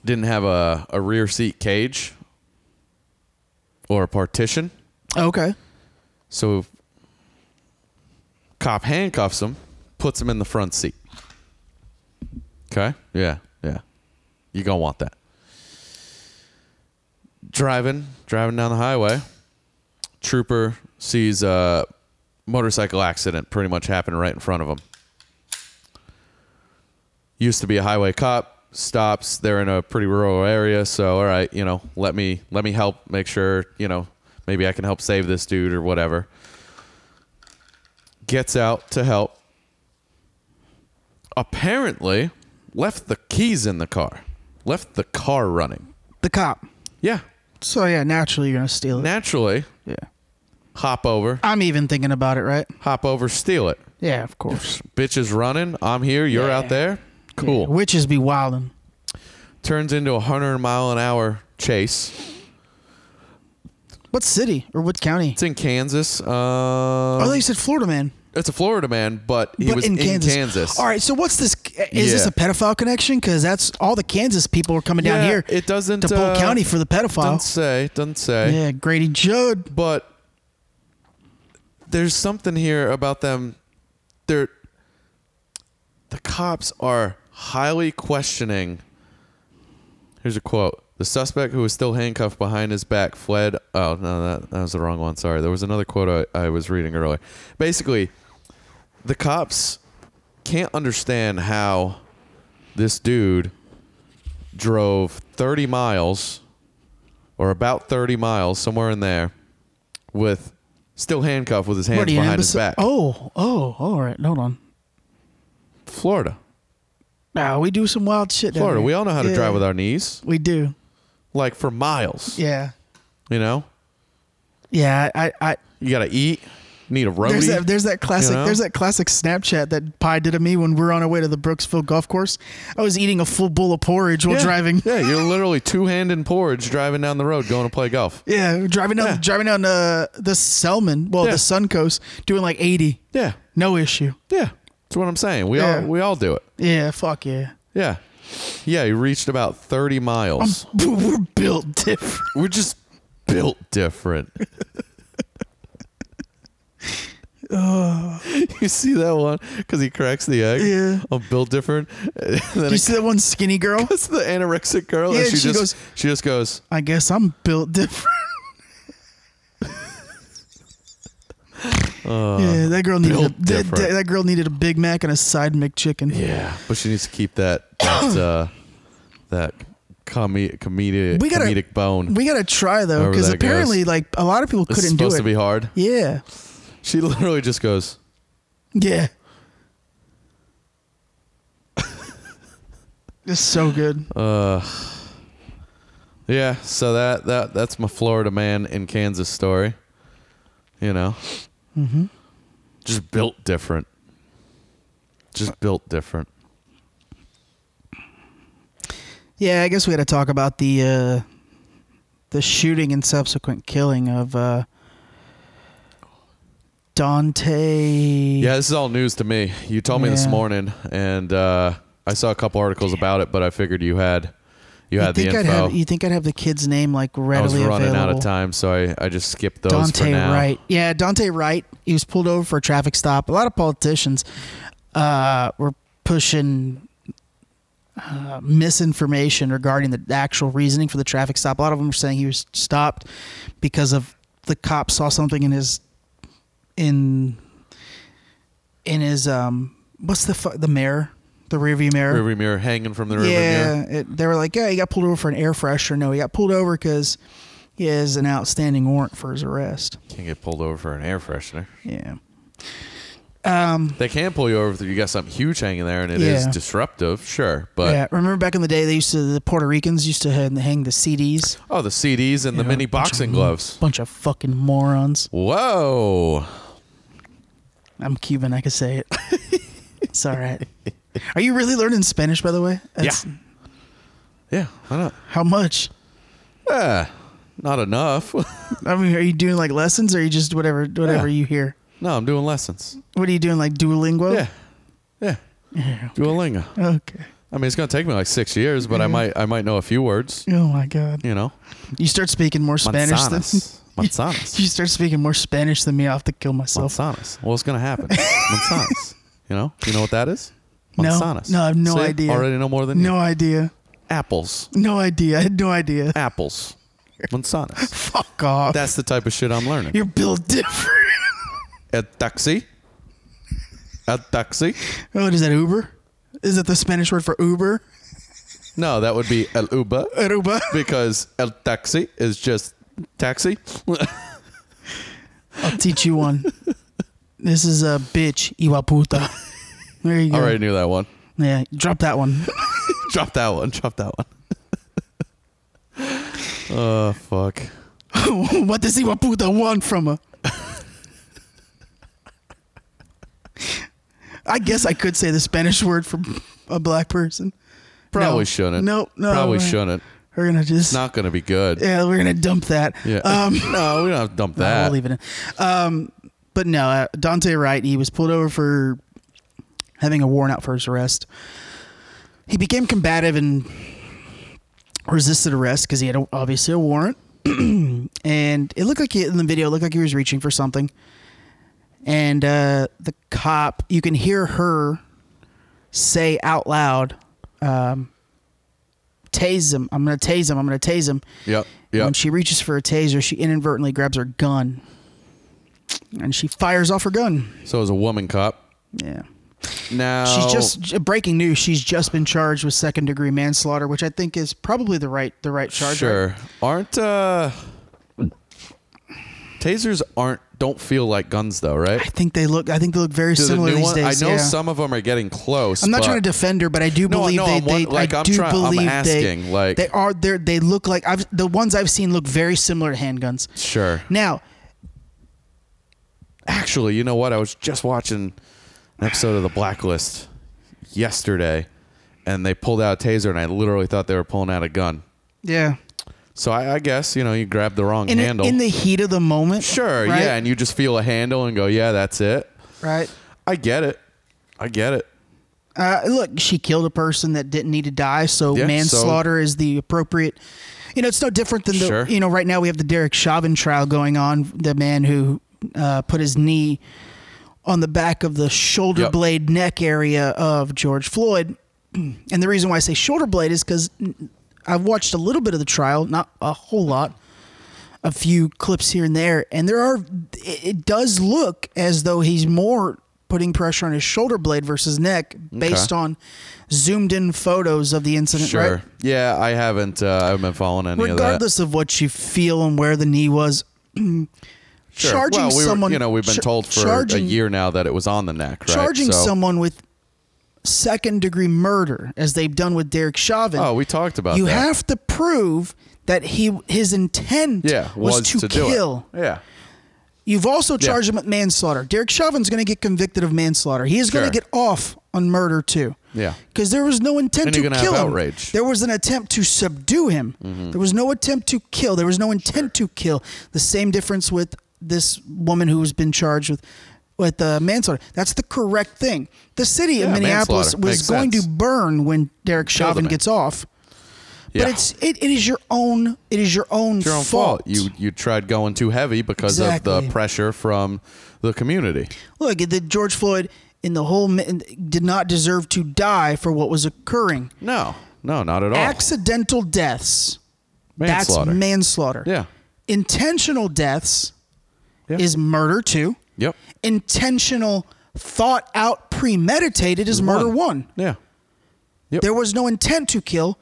Speaker 3: didn't have a, a rear seat cage or a partition.
Speaker 2: Okay.
Speaker 3: So, cop handcuffs him, puts him in the front seat. Okay. Yeah. Yeah. You're going to want that. Driving, driving down the highway. Trooper sees a motorcycle accident pretty much happen right in front of him. Used to be a highway cop, stops. They're in a pretty rural area, so all right, you know, let me let me help make sure, you know, maybe I can help save this dude or whatever. Gets out to help apparently left the keys in the car, left the car running.
Speaker 2: The cop.
Speaker 3: Yeah.
Speaker 2: So, yeah, naturally you're going to steal it.
Speaker 3: Naturally,
Speaker 2: yeah.
Speaker 3: Hop over,
Speaker 2: I'm even thinking about it, right?
Speaker 3: hop over, steal it.
Speaker 2: Yeah, of course.
Speaker 3: Bitch is running. I'm here. You're out there. Cool.
Speaker 2: Witches be wildin'.
Speaker 3: Turns into a hundred mile an hour chase.
Speaker 2: What city or what county?
Speaker 3: It's in Kansas. Um,
Speaker 2: oh,
Speaker 3: oh,
Speaker 2: they said Florida man.
Speaker 3: it's a Florida man, but he
Speaker 2: but
Speaker 3: was
Speaker 2: in Kansas.
Speaker 3: Kansas.
Speaker 2: All right, so what's this? Is this
Speaker 3: Yeah.
Speaker 2: a pedophile connection? Because that's all the Kansas people are coming down
Speaker 3: Yeah,
Speaker 2: here.
Speaker 3: It doesn't
Speaker 2: to Polk
Speaker 3: uh,
Speaker 2: County for the pedophile.
Speaker 3: Doesn't say. Doesn't say.
Speaker 2: Yeah, Grady Judd.
Speaker 3: But there's something here about them. They're the cops are highly questioning. Here's a quote: The suspect, who was still handcuffed behind his back, fled. Oh no, that, that was the wrong one. Sorry, there was another quote I, I was reading earlier. Basically, the cops can't understand how this dude drove 30 miles or about 30 miles somewhere in there with still handcuffed with his hands
Speaker 2: What are you, an
Speaker 3: behind his
Speaker 2: imbecile?
Speaker 3: back
Speaker 2: Oh, oh, all right. Hold on.
Speaker 3: florida
Speaker 2: Now we do some wild shit. down
Speaker 3: florida
Speaker 2: here.
Speaker 3: we all know how to
Speaker 2: Yeah,
Speaker 3: drive with our knees
Speaker 2: We do.
Speaker 3: like for miles
Speaker 2: Yeah.
Speaker 3: you know
Speaker 2: Yeah. I. I
Speaker 3: you gotta eat need a roadie.
Speaker 2: There's that, there's that classic.
Speaker 3: you know?
Speaker 2: There's that classic Snapchat that Pi did of me when we were on our way to the Brooksville golf course. I was eating a full bowl of porridge while
Speaker 3: Yeah.
Speaker 2: driving.
Speaker 3: Yeah, you're literally two hand in porridge driving down the road going to play golf.
Speaker 2: Yeah, driving down, driving down uh, the Selman, well, the Suncoast, doing like 80.
Speaker 3: Yeah,
Speaker 2: no issue.
Speaker 3: Yeah, that's what I'm saying. We
Speaker 2: Yeah.
Speaker 3: all we all do it.
Speaker 2: Yeah, fuck yeah.
Speaker 3: Yeah, yeah. You reached about 30
Speaker 2: Um.
Speaker 3: miles.
Speaker 2: We're built different.
Speaker 3: We're just built different.
Speaker 2: Oh.
Speaker 3: you see that one because he cracks the egg.
Speaker 2: Yeah.
Speaker 3: I'm built different. And then
Speaker 2: you
Speaker 3: it-
Speaker 2: see that one skinny girl?
Speaker 3: That's the anorexic girl.
Speaker 2: Yeah,
Speaker 3: and she,
Speaker 2: she,
Speaker 3: just
Speaker 2: goes.
Speaker 3: she just goes.
Speaker 2: I guess I'm built different.
Speaker 3: Uh,
Speaker 2: yeah, that girl needed a,
Speaker 3: built
Speaker 2: that,
Speaker 3: different.
Speaker 2: that, that girl needed a Big Mac and a side McChicken.
Speaker 3: Yeah, but she needs to keep that that uh, that com- comedic
Speaker 2: we gotta
Speaker 3: comedic bone.
Speaker 2: We gotta try though,
Speaker 3: However
Speaker 2: because
Speaker 3: that goes.
Speaker 2: apparently, like a lot of people
Speaker 3: It's
Speaker 2: couldn't do it.
Speaker 3: supposed to be hard.
Speaker 2: Yeah,
Speaker 3: She literally just goes.
Speaker 2: yeah. it's so good.
Speaker 3: Uh, yeah. So that that that's my Florida man in Kansas story. You know,
Speaker 2: hmm
Speaker 3: just built different. Just built different.
Speaker 2: Yeah, I guess we had to talk about the uh, the shooting and subsequent killing of uh, Dante.
Speaker 3: Yeah, this is all news to me. You told me this
Speaker 2: Yeah.
Speaker 3: morning, and uh, I saw a couple articles about it, but I figured you had you
Speaker 2: You
Speaker 3: had the
Speaker 2: think
Speaker 3: info.
Speaker 2: I'd have you think I'd have the kid's name like
Speaker 3: I was
Speaker 2: readily
Speaker 3: running
Speaker 2: available?
Speaker 3: out of time, so I, I just skipped those for
Speaker 2: Dante
Speaker 3: now.
Speaker 2: Wright. Yeah, Dante Wright. He was pulled over for a traffic stop. A lot of politicians uh, were pushing uh, misinformation regarding the actual reasoning for the traffic stop. A lot of them were saying he was stopped because of the cop saw something in his in in his um what's the fu- the mirror the rearview mirror
Speaker 3: Rearview mirror hanging from the rearview
Speaker 2: yeah,
Speaker 3: mirror.
Speaker 2: It, they were like, yeah, he got pulled over for an air freshener. No, he got pulled over because he has an outstanding warrant for his arrest.
Speaker 3: Can't get pulled over for an air freshener.
Speaker 2: Yeah. Um,
Speaker 3: They can pull you over if you got something huge hanging there, and it is
Speaker 2: Yeah.
Speaker 3: disruptive, sure. But
Speaker 2: yeah, remember back in the day, they used to the Puerto Ricans used to hang hang the CDs.
Speaker 3: oh, the CDs and the mini boxing gloves.
Speaker 2: Bunch of fucking morons.
Speaker 3: Whoa!
Speaker 2: I'm Cuban. I could say it. it's all right. Are you really learning Spanish, by the way? That's-
Speaker 3: Yeah, why not?
Speaker 2: How much?
Speaker 3: Yeah, not enough.
Speaker 2: I mean, are you doing like lessons, or are you just whatever whatever
Speaker 3: Yeah.
Speaker 2: you hear?
Speaker 3: no, I'm doing lessons.
Speaker 2: What are you doing, like Duolingo?
Speaker 3: Yeah. Yeah. Duolingo.
Speaker 2: Okay.
Speaker 3: I mean, it's gonna take me like six years, but I might I might know a few words.
Speaker 2: Oh my god.
Speaker 3: You know,
Speaker 2: You start speaking more Spanish
Speaker 3: Manzanas.
Speaker 2: than
Speaker 3: Manzanas.
Speaker 2: You start speaking more Spanish than me. I will have to kill myself.
Speaker 3: manzanas. Well, it's gonna happen. manzanas. You know, you know what that is?
Speaker 2: No.
Speaker 3: Manzanas.
Speaker 2: No, I have no
Speaker 3: See?
Speaker 2: idea.
Speaker 3: Already know more than you.
Speaker 2: No idea.
Speaker 3: Apples.
Speaker 2: No idea. I had no idea.
Speaker 3: Apples. Manzanas.
Speaker 2: Fuck off.
Speaker 3: That's the type of shit I'm learning.
Speaker 2: You're built different.
Speaker 3: A taxi. A taxi.
Speaker 2: Oh, is that Uber? Is that the Spanish word for Uber?
Speaker 3: No, that would be el Uber.
Speaker 2: El Uber.
Speaker 3: Because el taxi is just taxi.
Speaker 2: Mm-hmm. I'll teach you one. this is a bitch, Iwaputa. There you go.
Speaker 3: Already knew that one.
Speaker 2: Yeah, drop that one.
Speaker 3: drop that one. Drop that one. oh fuck.
Speaker 2: what does Iwaputa want from her? I guess I could say the Spanish word for a black person.
Speaker 3: Probably
Speaker 2: No.
Speaker 3: shouldn't.
Speaker 2: No, no.
Speaker 3: Probably
Speaker 2: we're-
Speaker 3: shouldn't.
Speaker 2: We're gonna
Speaker 3: It's
Speaker 2: just
Speaker 3: not gonna be good.
Speaker 2: yeah, we're gonna dump that.
Speaker 3: Yeah.
Speaker 2: Um,
Speaker 3: no, we don't have to dump
Speaker 2: no,
Speaker 3: that.
Speaker 2: we'll leave it in. Um, but no, uh, Dante Wright. He was pulled over for having a warrant out for his arrest. He became combative and resisted arrest because he had a, obviously a warrant, and it looked like he, in the video it looked like he was reaching for something. And uh, the cop, you can hear her say out loud, um, "Tase him! I'm gonna tase him! I'm gonna tase him!"
Speaker 3: Yep. Yep.
Speaker 2: When she reaches for a taser, she inadvertently grabs her gun, and she fires off her gun.
Speaker 3: so it was a woman cop.
Speaker 2: Yeah.
Speaker 3: Now
Speaker 2: She's just j- breaking news. She's just been charged with second degree manslaughter, which I think is probably the right the right charge.
Speaker 3: sure.
Speaker 2: right?
Speaker 3: Aren't uh tasers aren't don't feel like guns though, right?
Speaker 2: I think they look. I think they look very
Speaker 3: Do the
Speaker 2: similar
Speaker 3: new
Speaker 2: these
Speaker 3: one-
Speaker 2: days.
Speaker 3: I know
Speaker 2: yeah.
Speaker 3: some of them are getting close.
Speaker 2: I'm not
Speaker 3: but-
Speaker 2: trying to defend her, but I do
Speaker 3: No,
Speaker 2: believe
Speaker 3: no,
Speaker 2: they,
Speaker 3: I'm won-
Speaker 2: they
Speaker 3: like,
Speaker 2: I
Speaker 3: I'm
Speaker 2: do
Speaker 3: try- I'm
Speaker 2: believe
Speaker 3: asking,
Speaker 2: they
Speaker 3: like-
Speaker 2: they are they they look like I've the ones I've seen look very similar to handguns.
Speaker 3: Sure.
Speaker 2: Now,
Speaker 3: Actually, you know what? I was just watching an episode of The Blacklist yesterday, and they pulled out a taser, and I literally thought they were pulling out a gun.
Speaker 2: Yeah.
Speaker 3: So I, I guess you know you grab the wrong
Speaker 2: In, the-
Speaker 3: handle.
Speaker 2: in the heat of the moment.
Speaker 3: sure,
Speaker 2: right?
Speaker 3: yeah, and you just feel a handle and go, yeah, that's it.
Speaker 2: Right.
Speaker 3: I get it. I get it.
Speaker 2: Uh, look, she killed a person that didn't need to die, so
Speaker 3: Yeah, so-
Speaker 2: manslaughter is the appropriate. You know, it's no different than the.
Speaker 3: Sure.
Speaker 2: You know, right now we have the Derek Chauvin trial going on, the man who uh, put his knee on the back of the shoulder
Speaker 13: Yep.
Speaker 2: blade neck area of George Floyd, and the reason why I say shoulder blade is because I've watched a little bit of the trial, not a whole lot, a few clips here and there, and there are. It, it does look as though he's more putting pressure on his shoulder blade versus neck, based
Speaker 3: Okay.
Speaker 2: on zoomed in photos of the incident.
Speaker 3: Sure.
Speaker 2: Mm, Right?
Speaker 3: Yeah, I haven't. Uh, I haven't been following any
Speaker 2: Regardless of what you feel and where the knee was,
Speaker 3: of that. Sure.
Speaker 2: charging
Speaker 3: well, we were-
Speaker 2: someone.
Speaker 3: you know, we've been
Speaker 2: char-
Speaker 3: told for a
Speaker 2: charging-
Speaker 3: year now that it was on the neck. Right?
Speaker 2: charging
Speaker 3: So-
Speaker 2: someone with second degree murder as they've done with Derek Chauvin.
Speaker 3: Oh, we talked about
Speaker 2: You
Speaker 3: that.
Speaker 2: have to prove that he his intent
Speaker 3: Yeah,
Speaker 2: was,
Speaker 3: was
Speaker 2: to,
Speaker 3: to do it.
Speaker 2: kill.
Speaker 3: Yeah.
Speaker 2: You've also
Speaker 3: Yeah.
Speaker 2: charged him with manslaughter. Derek Chauvin's going to get convicted of manslaughter. He is going
Speaker 3: Sure.
Speaker 2: to get off on murder too.
Speaker 3: Yeah.
Speaker 2: Because there was no intent
Speaker 3: And
Speaker 2: to
Speaker 3: you're gonna have
Speaker 2: kill him.
Speaker 3: outrage.
Speaker 2: There was an attempt to subdue him.
Speaker 3: Mhm.
Speaker 2: There was no attempt to kill. There was no intent to kill. The same difference with this woman who has been charged with with uh, manslaughter. That's the correct thing. The city of
Speaker 13: Yeah,
Speaker 2: Minneapolis
Speaker 13: manslaughter.
Speaker 2: was
Speaker 13: Makes
Speaker 2: going
Speaker 13: sense.
Speaker 2: to burn when Derek
Speaker 3: Kill the
Speaker 2: Chauvin
Speaker 3: man.
Speaker 2: gets off.
Speaker 3: Yeah.
Speaker 2: But it's it, it is your own it is your own,
Speaker 3: It's your own fault. You you tried going too heavy because of
Speaker 2: Exactly.
Speaker 3: the pressure from the community.
Speaker 2: Look, the George Floyd in the whole mi- did not deserve to die for what was occurring.
Speaker 3: No, no, not at all.
Speaker 2: Accidental deaths.
Speaker 3: Manslaughter.
Speaker 2: That's manslaughter.
Speaker 3: Yeah.
Speaker 2: Intentional deaths is murder two.
Speaker 3: Yep.
Speaker 2: Intentional, thought out, premeditated is murder one.
Speaker 3: Yeah.
Speaker 2: There was no intent to kill.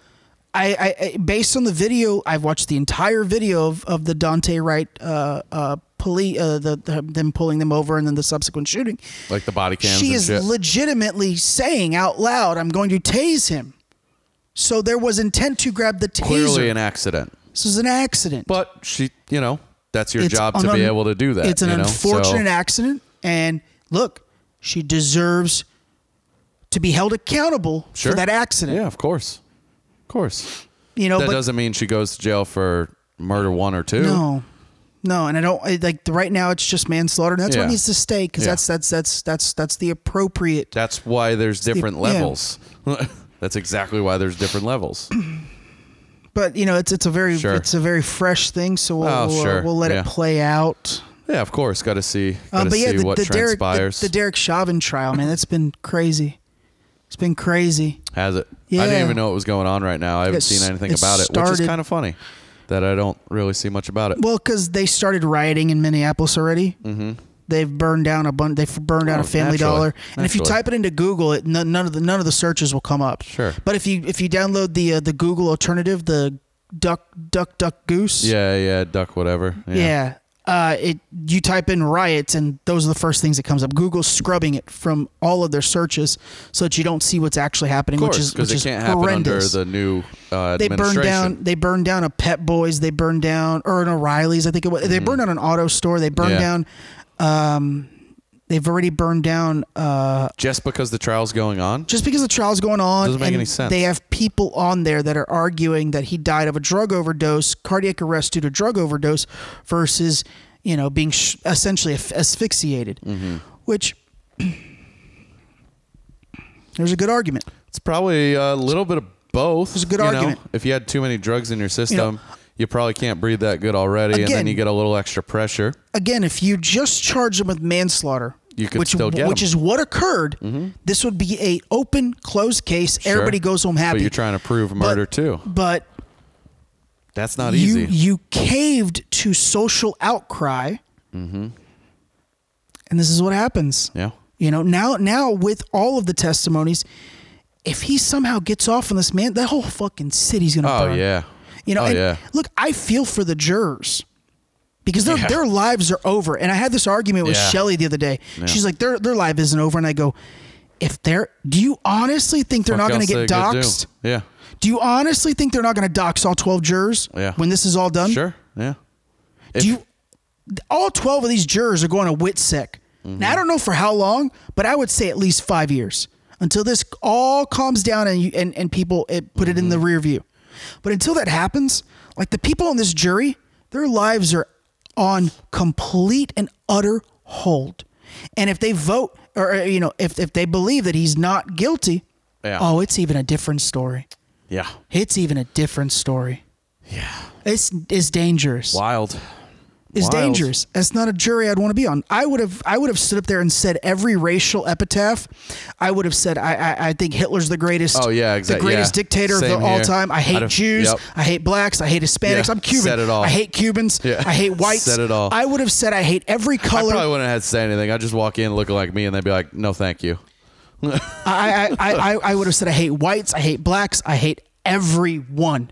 Speaker 2: I, I, I based on the video, I've watched the entire video of, of the Dante Wright uh, uh, police, uh, the, the them pulling them over, and then the subsequent shooting.
Speaker 3: Like the body cams.
Speaker 2: She
Speaker 3: and
Speaker 2: is
Speaker 3: shit.
Speaker 2: legitimately saying out loud, "I'm going to tase him." So there was intent to grab the taser.
Speaker 3: clearly an accident.
Speaker 2: this was an accident.
Speaker 3: But she, you know, that's your
Speaker 2: It's
Speaker 3: job
Speaker 2: an
Speaker 3: to be
Speaker 2: un-
Speaker 3: able to do that.
Speaker 2: It's an
Speaker 3: you know?
Speaker 2: unfortunate
Speaker 3: So-
Speaker 2: accident, and look, she deserves to be held accountable
Speaker 3: Sure.
Speaker 2: for that accident.
Speaker 3: Yeah, of course, of course.
Speaker 2: You know,
Speaker 3: that
Speaker 2: but
Speaker 3: doesn't mean she goes to jail for murder one or two.
Speaker 2: No, no, and I don't I, like right now. It's just manslaughter, and that's
Speaker 3: Yeah.
Speaker 2: what needs to stay because
Speaker 3: Yeah.
Speaker 2: that's that's that's that's that's the appropriate.
Speaker 3: That's why there's
Speaker 2: the-
Speaker 3: different
Speaker 2: yeah.
Speaker 3: levels. that's exactly why there's different levels.
Speaker 2: But you know, it's it's a very
Speaker 3: Sure.
Speaker 2: it's a very fresh thing, so we'll
Speaker 3: Oh,
Speaker 2: we'll, uh,
Speaker 3: sure.
Speaker 2: we'll let
Speaker 3: Yeah.
Speaker 2: it play out.
Speaker 3: Yeah, of course. Got to see. Got
Speaker 2: Uh,
Speaker 3: to
Speaker 2: but
Speaker 3: see
Speaker 2: yeah, the,
Speaker 3: what
Speaker 2: the Derek the,
Speaker 3: transpires.
Speaker 2: the Derek Chauvin trial, man, that's been crazy. It's been crazy.
Speaker 3: Has it? I
Speaker 2: Yeah.
Speaker 3: didn't even know what was going on right now. I haven't
Speaker 2: It's-
Speaker 3: seen anything
Speaker 2: it's
Speaker 3: about it, which is
Speaker 2: started-
Speaker 3: kind of funny that I don't really see much about it.
Speaker 2: Well, because they started rioting in Minneapolis already.
Speaker 3: mm-hmm.
Speaker 2: They've burned down a bunch. They've burned down
Speaker 3: Oh,
Speaker 2: a Family
Speaker 3: naturally.
Speaker 2: Dollar, and if you
Speaker 3: Naturally.
Speaker 2: type it into Google, it none, none of the none of the searches will come up.
Speaker 3: Sure.
Speaker 2: But if you if you download the uh, the Google alternative, the duck duck duck goose.
Speaker 3: Yeah, yeah, duck, whatever. Yeah.
Speaker 2: Yeah. Uh, it you type in riots and those are the first things that comes up. Google's scrubbing it from all of their searches so that you don't see what's actually
Speaker 3: Of
Speaker 2: happening, which
Speaker 3: course,
Speaker 2: is
Speaker 3: because
Speaker 2: which
Speaker 3: it
Speaker 2: is
Speaker 3: can't happen under
Speaker 2: horrendous.
Speaker 3: the new uh,
Speaker 2: they burned
Speaker 3: administration.
Speaker 2: down they burned down a Pet Boys, they burned down or an O'Reilly's. I think it was they burned down an auto store. They burned
Speaker 3: Mm-hmm. Yeah.
Speaker 2: down. Um, they've already burned down. Uh,
Speaker 3: Just because the trial's going on.
Speaker 2: just because the trial's going on,
Speaker 3: Doesn't make
Speaker 2: and
Speaker 3: any sense.
Speaker 2: they have people on there that are arguing that he died of a drug overdose, cardiac arrest due to drug overdose, versus you know being sh- essentially asph- asphyxiated,
Speaker 3: Mm-hmm.
Speaker 2: which there's a good argument.
Speaker 3: It's probably a little bit of both. It's a
Speaker 2: good argument.
Speaker 3: If you had too many drugs in your system, you, probably can't breathe that good already, and then
Speaker 2: Again-
Speaker 3: you get a little extra pressure.
Speaker 2: Again, if you just charge him with manslaughter,
Speaker 3: You could
Speaker 2: which
Speaker 3: still get
Speaker 2: which
Speaker 3: him.
Speaker 2: is what occurred, this would be a open closed case.
Speaker 3: Sure.
Speaker 2: Everybody goes home happy.
Speaker 3: But you're trying to prove murder too.
Speaker 2: but
Speaker 3: That's not
Speaker 2: you
Speaker 3: easy.
Speaker 2: you caved to social outcry.
Speaker 3: mm-hmm.
Speaker 2: and this is what happens.
Speaker 3: Yeah.
Speaker 2: You know, now now with all of the testimonies, if he somehow gets off on this man, that whole fucking city's gonna
Speaker 3: Oh
Speaker 2: burn.
Speaker 3: yeah.
Speaker 2: You know,
Speaker 3: Oh
Speaker 2: and
Speaker 3: yeah.
Speaker 2: look, I feel for the jurors. Because their
Speaker 3: Yeah.
Speaker 2: their lives are over. And I had this argument with
Speaker 13: Yeah.
Speaker 2: Shelly the other day.
Speaker 13: Yeah.
Speaker 2: She's like, their their life isn't over. And I go, if they're do you honestly think they're
Speaker 3: Fuck
Speaker 2: not gonna
Speaker 3: else
Speaker 2: get
Speaker 3: they could do.
Speaker 2: doxxed?
Speaker 3: Yeah.
Speaker 2: Do you honestly think they're not gonna dox all twelve jurors
Speaker 3: Yeah.
Speaker 2: when this is all done?
Speaker 3: Sure. Yeah.
Speaker 2: Do you all twelve of these jurors are going to WITSEC.
Speaker 3: Mm-hmm.
Speaker 2: Now I don't know for how long, but I would say at least five years until this all calms down and you, and and people it, put it in the
Speaker 3: Mm-hmm.
Speaker 2: rear view. But until that happens, like the people on this jury, their lives are on complete and utter hold. And if they vote, or uh, you know, if if they believe that he's not guilty,
Speaker 3: Yeah.
Speaker 2: oh, it's even a different story.
Speaker 3: Yeah.
Speaker 2: It's even a different story. Yeah. It's it's dangerous.
Speaker 3: Wild.
Speaker 2: It's
Speaker 3: Wild.
Speaker 2: dangerous. That's not a jury I'd want to be on. I would have I would have stood up there and said every racial epitaph. I would have said I I, I think Hitler's the greatest.
Speaker 3: Oh, yeah, exact-
Speaker 2: The greatest
Speaker 3: yeah.
Speaker 2: dictator
Speaker 3: Same
Speaker 2: of the, all
Speaker 3: here.
Speaker 2: time. I
Speaker 3: I'd
Speaker 2: hate
Speaker 3: have-
Speaker 2: Jews.
Speaker 3: yep.
Speaker 2: I hate blacks. I hate Hispanics.
Speaker 3: Yeah,
Speaker 2: I'm Cuban.
Speaker 3: said it all.
Speaker 2: I hate Cubans.
Speaker 3: Yeah.
Speaker 2: I hate whites.
Speaker 3: Said it all.
Speaker 2: I would have said I hate every color.
Speaker 3: I probably wouldn't have had to say anything. I'd just walk in looking like me, and they'd be like, "No, thank you."
Speaker 2: I, I, I, I- I would have said I hate whites, I hate blacks, I hate everyone.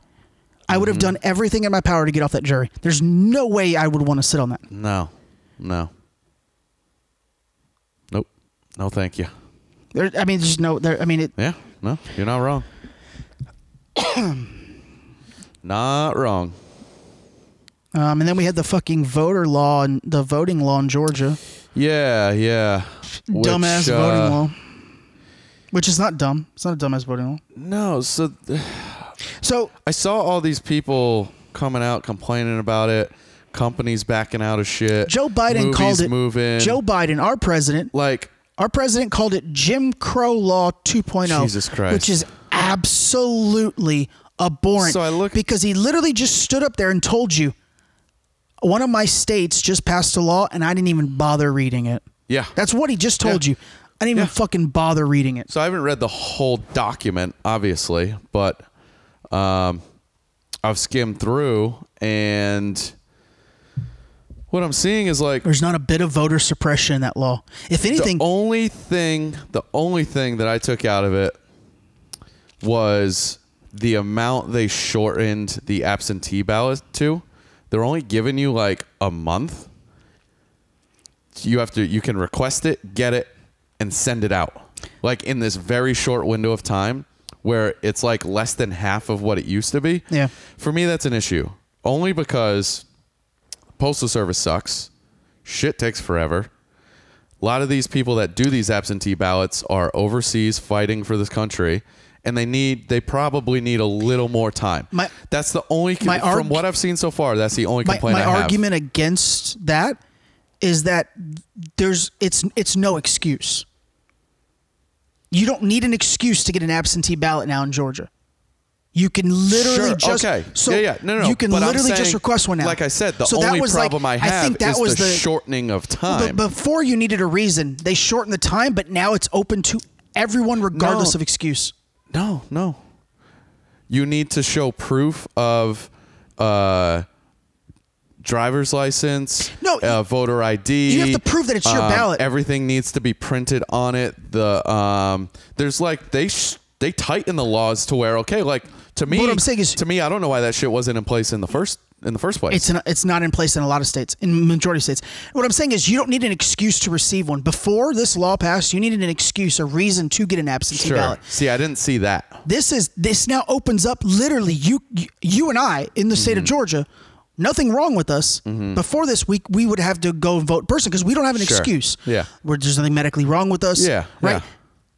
Speaker 2: I would have
Speaker 3: Mm-hmm.
Speaker 2: done everything in my power to get off that jury. There's no way I would want to sit on that.
Speaker 3: No, no, nope, no, thank you.
Speaker 2: There, I mean, there's no. There, I mean, it,
Speaker 3: Yeah, no, you're not wrong. not wrong.
Speaker 2: um, and then we had the fucking voter law and the voting law in Georgia,
Speaker 3: Yeah, yeah. Which,
Speaker 2: dumbass
Speaker 3: uh,
Speaker 2: voting law, which is not dumb. It's not a dumbass voting law.
Speaker 3: No, so
Speaker 2: so
Speaker 3: I saw all these people coming out complaining about it. Companies backing out of shit.
Speaker 2: Joe Biden
Speaker 3: movies
Speaker 2: called it
Speaker 3: moving.
Speaker 2: Joe Biden, our president,
Speaker 3: like
Speaker 2: our president called it Jim Crow Law 2.0.
Speaker 3: Jesus Christ.
Speaker 2: which is absolutely abhorrent.
Speaker 3: So I
Speaker 2: look because he literally just stood up there and told you, one of my states just passed a law and I didn't even bother reading it.
Speaker 3: Yeah.
Speaker 2: that's what he just told you. I didn't even fucking bother reading it.
Speaker 3: So I haven't read the whole document, obviously, but um, I've skimmed through, and what I'm seeing is like
Speaker 2: There's not a bit of voter suppression in that law. If anything,
Speaker 3: the only thing, the only thing that I took out of it was the amount they shortened the absentee ballot to. They're only giving you like a month. You have to, you can request it, get it, and send it out. Like in this very short window of time, where it's like less than half of what it used to be.
Speaker 2: Yeah.
Speaker 3: For me, that's an issue. Only because postal service sucks. Shit takes forever. A lot of these people that do these absentee ballots are overseas fighting for this country, and they need they probably need a little more time.
Speaker 2: My-
Speaker 3: that's the only con-
Speaker 2: my
Speaker 3: from
Speaker 2: arg-
Speaker 3: what I've seen so far. That's the only
Speaker 2: my,
Speaker 3: complaint
Speaker 2: my
Speaker 3: I have.
Speaker 2: argument against that is that there's it's it's no excuse. You don't need an excuse to get an absentee ballot now in Georgia. You can literally
Speaker 3: Sure,
Speaker 2: just
Speaker 3: okay.
Speaker 2: so
Speaker 3: yeah, yeah. No, no, no.
Speaker 2: you can
Speaker 3: But I'm
Speaker 2: literally just
Speaker 3: saying,
Speaker 2: request one now.
Speaker 3: Like I said, the
Speaker 2: So that
Speaker 3: only
Speaker 2: was like-
Speaker 3: problem I have
Speaker 2: think that
Speaker 3: is
Speaker 2: was
Speaker 3: the,
Speaker 2: the-
Speaker 3: shortening of time.
Speaker 2: But before you needed a reason, they shortened the time, but now it's open to everyone regardless
Speaker 3: No.
Speaker 2: of excuse.
Speaker 3: No, no. You need to show proof of uh, driver's license,
Speaker 2: No,
Speaker 3: uh, voter ID.
Speaker 2: you have to prove that it's your
Speaker 3: um,
Speaker 2: ballot.
Speaker 3: Everything needs to be printed on it. The um, there's like they sh- they tighten the laws to where okay, like to me,
Speaker 2: What I'm saying is-
Speaker 3: to me, I don't know why that shit wasn't in place in the first in the first place.
Speaker 2: It's in, it's not in place in a lot of states, in majority of states. What I'm saying is, you don't need an excuse to receive one. Before this law passed, you needed an excuse, a reason to get an absentee
Speaker 3: sure.
Speaker 2: ballot.
Speaker 3: See, I didn't see that.
Speaker 2: This is this now opens up literally you you and I in the state
Speaker 3: Mm-hmm.
Speaker 2: of Georgia. Nothing wrong with us. Before this week, we would have to go and vote in person because we don't have an
Speaker 3: Sure.
Speaker 2: excuse.
Speaker 3: Yeah.
Speaker 2: Where there's nothing medically wrong with us.
Speaker 3: Yeah,
Speaker 2: Right.
Speaker 3: yeah.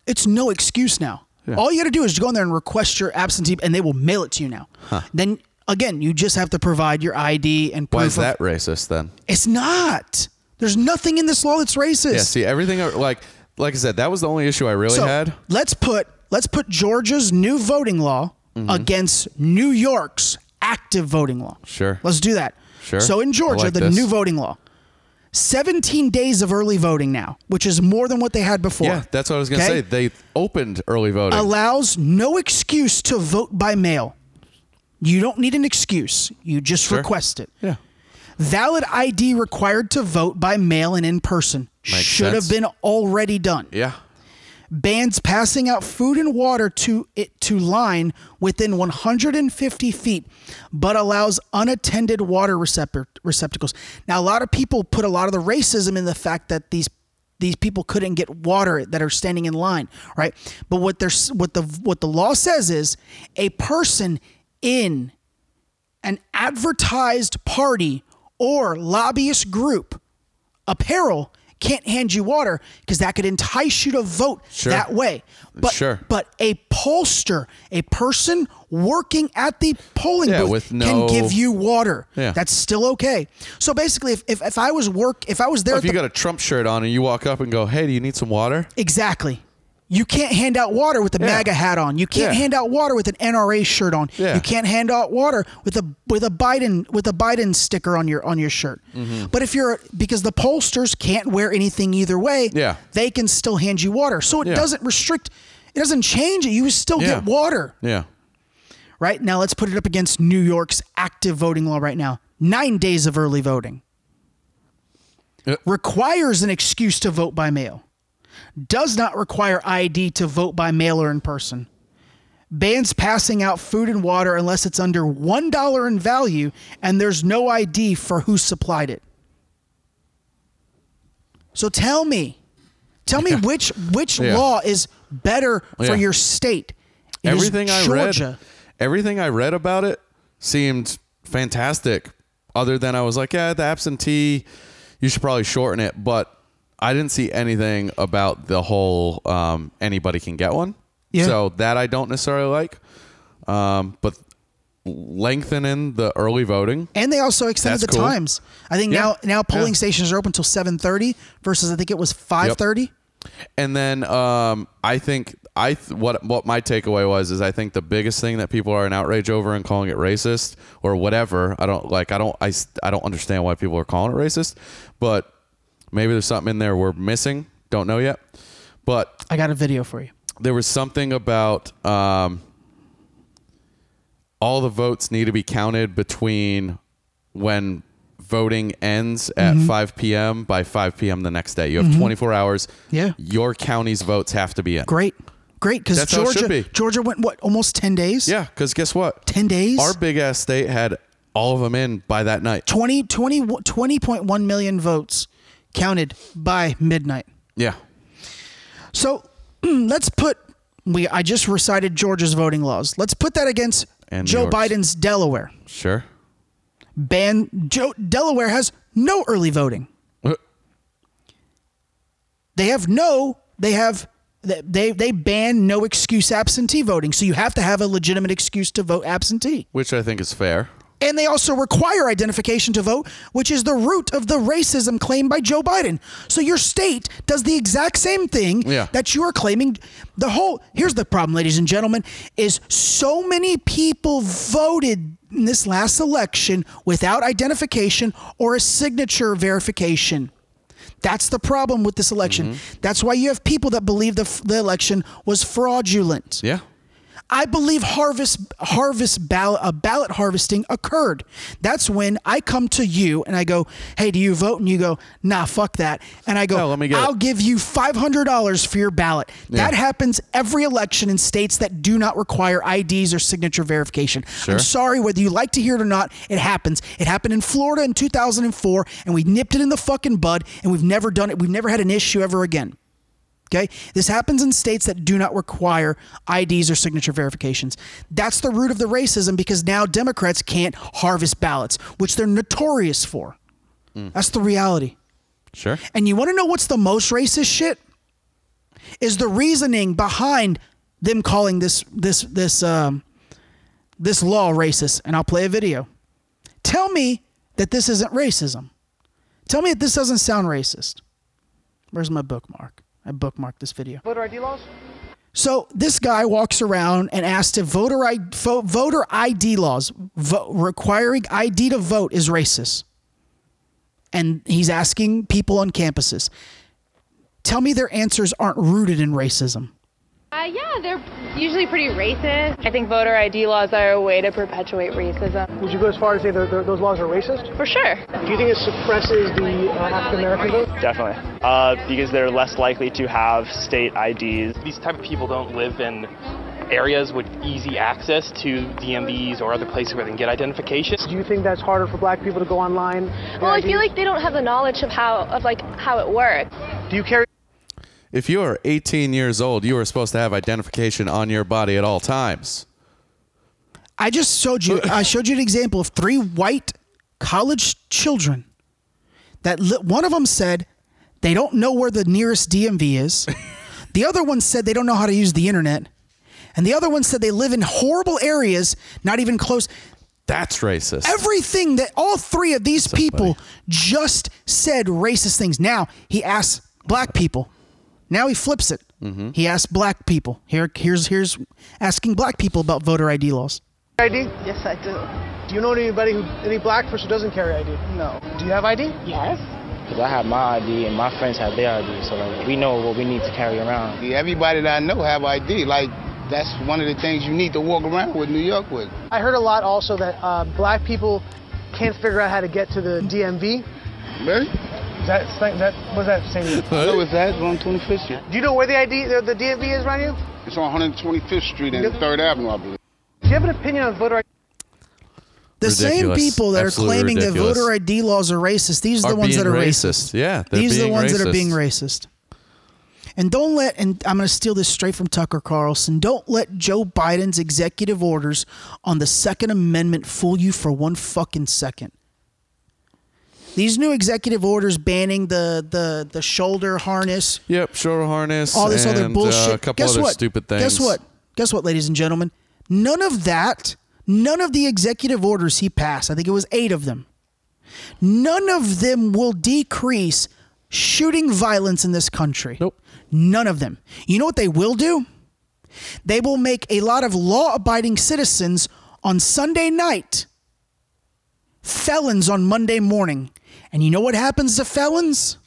Speaker 2: It's no excuse now.
Speaker 3: Yeah.
Speaker 2: All you got to do is go in there and request your absentee, and they will mail it to you now. Then again, you just have to provide your ID and proof.
Speaker 3: Why is
Speaker 2: of-
Speaker 3: that racist then?
Speaker 2: It's not. There's nothing in this law that's racist.
Speaker 3: Yeah. See, everything uh, like like I said, that was the only issue I really
Speaker 2: so
Speaker 3: had.
Speaker 2: let's put let's put Georgia's new voting law
Speaker 3: Mm-hmm.
Speaker 2: against New York's active voting law.
Speaker 3: Sure.
Speaker 2: Let's do that.
Speaker 3: Sure.
Speaker 2: So in Georgia,
Speaker 3: I like
Speaker 2: the
Speaker 3: this.
Speaker 2: new voting law. 17 days of early voting now, which is more than what they had before.
Speaker 3: Yeah, that's what I was gonna
Speaker 2: Okay?
Speaker 3: say. They opened early voting.
Speaker 2: Allows no excuse to vote by mail. You don't need an excuse. You just
Speaker 3: Sure.
Speaker 2: request it.
Speaker 3: Yeah.
Speaker 2: Valid ID required to vote by mail and in person
Speaker 3: Makes
Speaker 2: should
Speaker 3: sense.
Speaker 2: have been already done.
Speaker 3: yeah.
Speaker 2: bans passing out food and water to it to line within 150 feet, but allows unattended water receptor, receptacles. Now, a lot of people put a lot of the racism in the fact that these these people couldn't get water that are standing in line, right? But what they're s- what the what the law says is a person in an advertised party or lobbyist group apparel can't hand you water because that could entice you to vote
Speaker 3: Sure.
Speaker 2: that way. But
Speaker 3: Sure.
Speaker 2: but a pollster, a person working at the polling
Speaker 3: Yeah,
Speaker 2: booth,
Speaker 3: with
Speaker 2: can
Speaker 3: no-
Speaker 2: give you water.
Speaker 3: Yeah.
Speaker 2: That's still okay. So basically, if, if, if I was work, if I was there,
Speaker 3: If
Speaker 2: at
Speaker 3: you
Speaker 2: the-
Speaker 3: got a Trump shirt on and you walk up and go, "Hey, do you need some water?"
Speaker 2: Exactly. You can't hand out water with a MAGA hat on. You can't
Speaker 3: Yeah.
Speaker 2: hand out water with an NRA shirt on.
Speaker 3: Yeah.
Speaker 2: You can't hand out water with a with a Biden with a Biden sticker on your on your shirt.
Speaker 3: Mm-hmm.
Speaker 2: But if you're because the pollsters can't wear anything either way,
Speaker 3: Yeah.
Speaker 2: they can still hand you water. So it
Speaker 3: Yeah.
Speaker 2: doesn't restrict it doesn't change it. You still get
Speaker 3: Yeah.
Speaker 2: water.
Speaker 3: Yeah.
Speaker 2: Right? Now let's put it up against New York's active voting law right now. 9 days of early voting
Speaker 3: Uh,
Speaker 2: requires an excuse to vote by mail, does not require ID to vote by mail or in person, bans passing out food and water unless it's under $1 in value and there's no ID for who supplied it. So tell me, tell me which which
Speaker 3: Yeah.
Speaker 2: law is better for
Speaker 3: Yeah.
Speaker 2: your state? It is
Speaker 3: everything I
Speaker 2: Georgia.
Speaker 3: read, everything I read about it seemed fantastic. Other than I was like, yeah, the absentee, you should probably shorten it. But I didn't see anything about the whole um, anybody can get one.
Speaker 2: Yeah.
Speaker 3: So that I don't necessarily like. Um, but lengthening the early voting.
Speaker 2: And they also extended
Speaker 3: That's
Speaker 2: the
Speaker 3: cool.
Speaker 2: times. I think
Speaker 3: Yeah.
Speaker 2: now now
Speaker 3: Yeah.
Speaker 2: polling stations are open until seven thirty versus I think it was five thirty.
Speaker 3: And then um, I think I th- what what my takeaway was is I think the biggest thing that people are in outrage over and calling it racist or whatever I don't like I don't I, s- I don't understand why people are calling it racist, but maybe there's something in there we're missing. Don't know yet, but
Speaker 2: I got a video for you.
Speaker 3: there was something about um, all the votes need to be counted between when voting ends at
Speaker 2: Mm-hmm.
Speaker 3: 5 p.m. by 5 p.m. the next day. You have
Speaker 2: Mhm.
Speaker 3: 24 hours.
Speaker 2: Yeah.
Speaker 3: Your county's votes have to be in.
Speaker 2: Great, great, because
Speaker 3: That's how it should
Speaker 2: Georgia
Speaker 3: be.
Speaker 2: Georgia went what almost ten days.
Speaker 3: Yeah, because guess what?
Speaker 2: 10 days.
Speaker 3: Our big ass state had all of them in by that night.
Speaker 2: 20, 20, 20.1 million votes counted by midnight.
Speaker 3: Yeah.
Speaker 2: So let's put we I just recited Georgia's voting laws. Let's put that against
Speaker 3: And New
Speaker 2: Joe
Speaker 3: York's.
Speaker 2: Biden's Delaware.
Speaker 3: Sure.
Speaker 2: Ban Joe Delaware has no early voting. They have no. They have they they ban no excuse absentee voting. So you have to have a legitimate excuse to vote absentee.
Speaker 3: Which I think is fair.
Speaker 2: And they also require identification to vote, which is the root of the racism claimed by Joe Biden. So your state does the exact same thing
Speaker 3: Yeah.
Speaker 2: that you are claiming. The whole here's the problem, ladies and gentlemen, is so many people voted in this last election without identification or a signature verification. That's the problem with this election.
Speaker 3: Mm-hmm.
Speaker 2: That's why you have people that believe the, f- the election was fraudulent.
Speaker 3: Yeah.
Speaker 2: I believe harvest harvest ballot uh, ballot harvesting occurred. That's when I come to you and I go, "Hey, do you vote?" And you go, "Nah, fuck that." And I go,
Speaker 3: No, let me get
Speaker 2: "I'll
Speaker 3: it."
Speaker 2: give you five hundred dollars for your ballot."
Speaker 3: Yeah.
Speaker 2: That happens every election in states that do not require IDs or signature verification.
Speaker 3: Sure.
Speaker 2: I'm sorry whether you like to hear it or not. It happens. It happened in Florida in 2004, and we nipped it in the fucking bud, and we've never done it. We've never had an issue ever again. Okay. This happens in states that do not require IDs or signature verifications. That's the root of the racism because now Democrats can't harvest ballots, which they're notorious for.
Speaker 3: Hmm.
Speaker 2: That's the reality.
Speaker 3: Sure.
Speaker 2: And you want to know what's the most racist shit? Is the reasoning behind them calling this this this um this law racist? And I'll play a video. Tell me that this isn't racism. Tell me that this doesn't sound racist. Where's my bookmark? I bookmarked this video.
Speaker 13: Voter ID laws?
Speaker 2: So this guy walks around and asks if voter I, vo, voter ID laws vo, requiring ID to vote is racist, and he's asking people on campuses. Tell me their answers aren't rooted in racism.
Speaker 14: Uh, yeah, they're usually pretty racist. I think voter ID laws are a way to perpetuate racism.
Speaker 13: Would you go as far as say that those laws are racist?
Speaker 14: For sure.
Speaker 13: Do you think it suppresses the uh, African American vote?
Speaker 15: Definitely. Uh, because they're less likely to have state IDs. These type of people don't live in areas with easy access to DMVs or other places where they can get identification.
Speaker 13: Do you think that's harder for black people to go online? Uh,
Speaker 14: Well, I feel like they don't have the knowledge of how of like how it works. Do you carry?
Speaker 3: If you are 18 years old, you are supposed to have identification on your body at all times.
Speaker 2: I just showed you. I showed you an example of three white college children that li- one of them said, They don't know where the nearest DMV is. the other one said they don't know how to use the internet. And the other one said they live in horrible areas, not even close.
Speaker 3: That's racist.
Speaker 2: Everything that all three of these people just said racist things. Now he asks black people. Now he flips it.
Speaker 3: Mhm.
Speaker 2: He asks black people. Here, here's here's asking black people about voter ID laws.
Speaker 13: ID? Yes, I do. Do you know anybody who, any black person who doesn't carry ID? No. Do you have ID? Yes.
Speaker 16: Because I have my ID and my friends have their ID, so like we know what we need to carry around.
Speaker 17: Yeah, everybody that I know have ID. Like that's one of the things you need to walk around with New York with.
Speaker 13: I heard a lot also that uh, black people can't figure out how to get to the DMV.
Speaker 17: Really?
Speaker 13: Is that, is that was that same?
Speaker 17: So is that on 25th Street?
Speaker 13: Do you know where the ID, the, the DMV is right here?
Speaker 17: It's on 125th Street and 3rd Avenue, I believe.
Speaker 13: Do you have an opinion on voter ID?
Speaker 2: The same
Speaker 3: Ridiculous.
Speaker 2: people that
Speaker 3: Absolutely
Speaker 2: are claiming
Speaker 3: ridiculous.
Speaker 2: that voter ID laws are racist, these are the
Speaker 3: Are
Speaker 2: ones
Speaker 3: being
Speaker 2: that are
Speaker 3: racist.
Speaker 2: racist.
Speaker 3: Yeah, they're
Speaker 2: these are the
Speaker 3: being
Speaker 2: ones that
Speaker 3: racist.
Speaker 2: are being racist. And don't let and I'm going to steal this straight from Tucker Carlson. Don't let Joe Biden's executive orders on the second amendment fool you for one fucking second. These new executive orders banning the the the shoulder harness
Speaker 3: Yep, shoulder harness.
Speaker 2: all this other
Speaker 3: and,
Speaker 2: bullshit.
Speaker 3: Uh, a couple
Speaker 2: Guess
Speaker 3: other
Speaker 2: what?
Speaker 3: stupid things.
Speaker 2: Guess what? Guess what, ladies and gentlemen? None of that, none of the executive orders he passed, I think it was eight of them, none of them will decrease shooting violence in this country. Nope. None of them. You know what they will do? They will make a lot of law abiding citizens on Sunday night felons on Monday morning. And you know what happens to felons?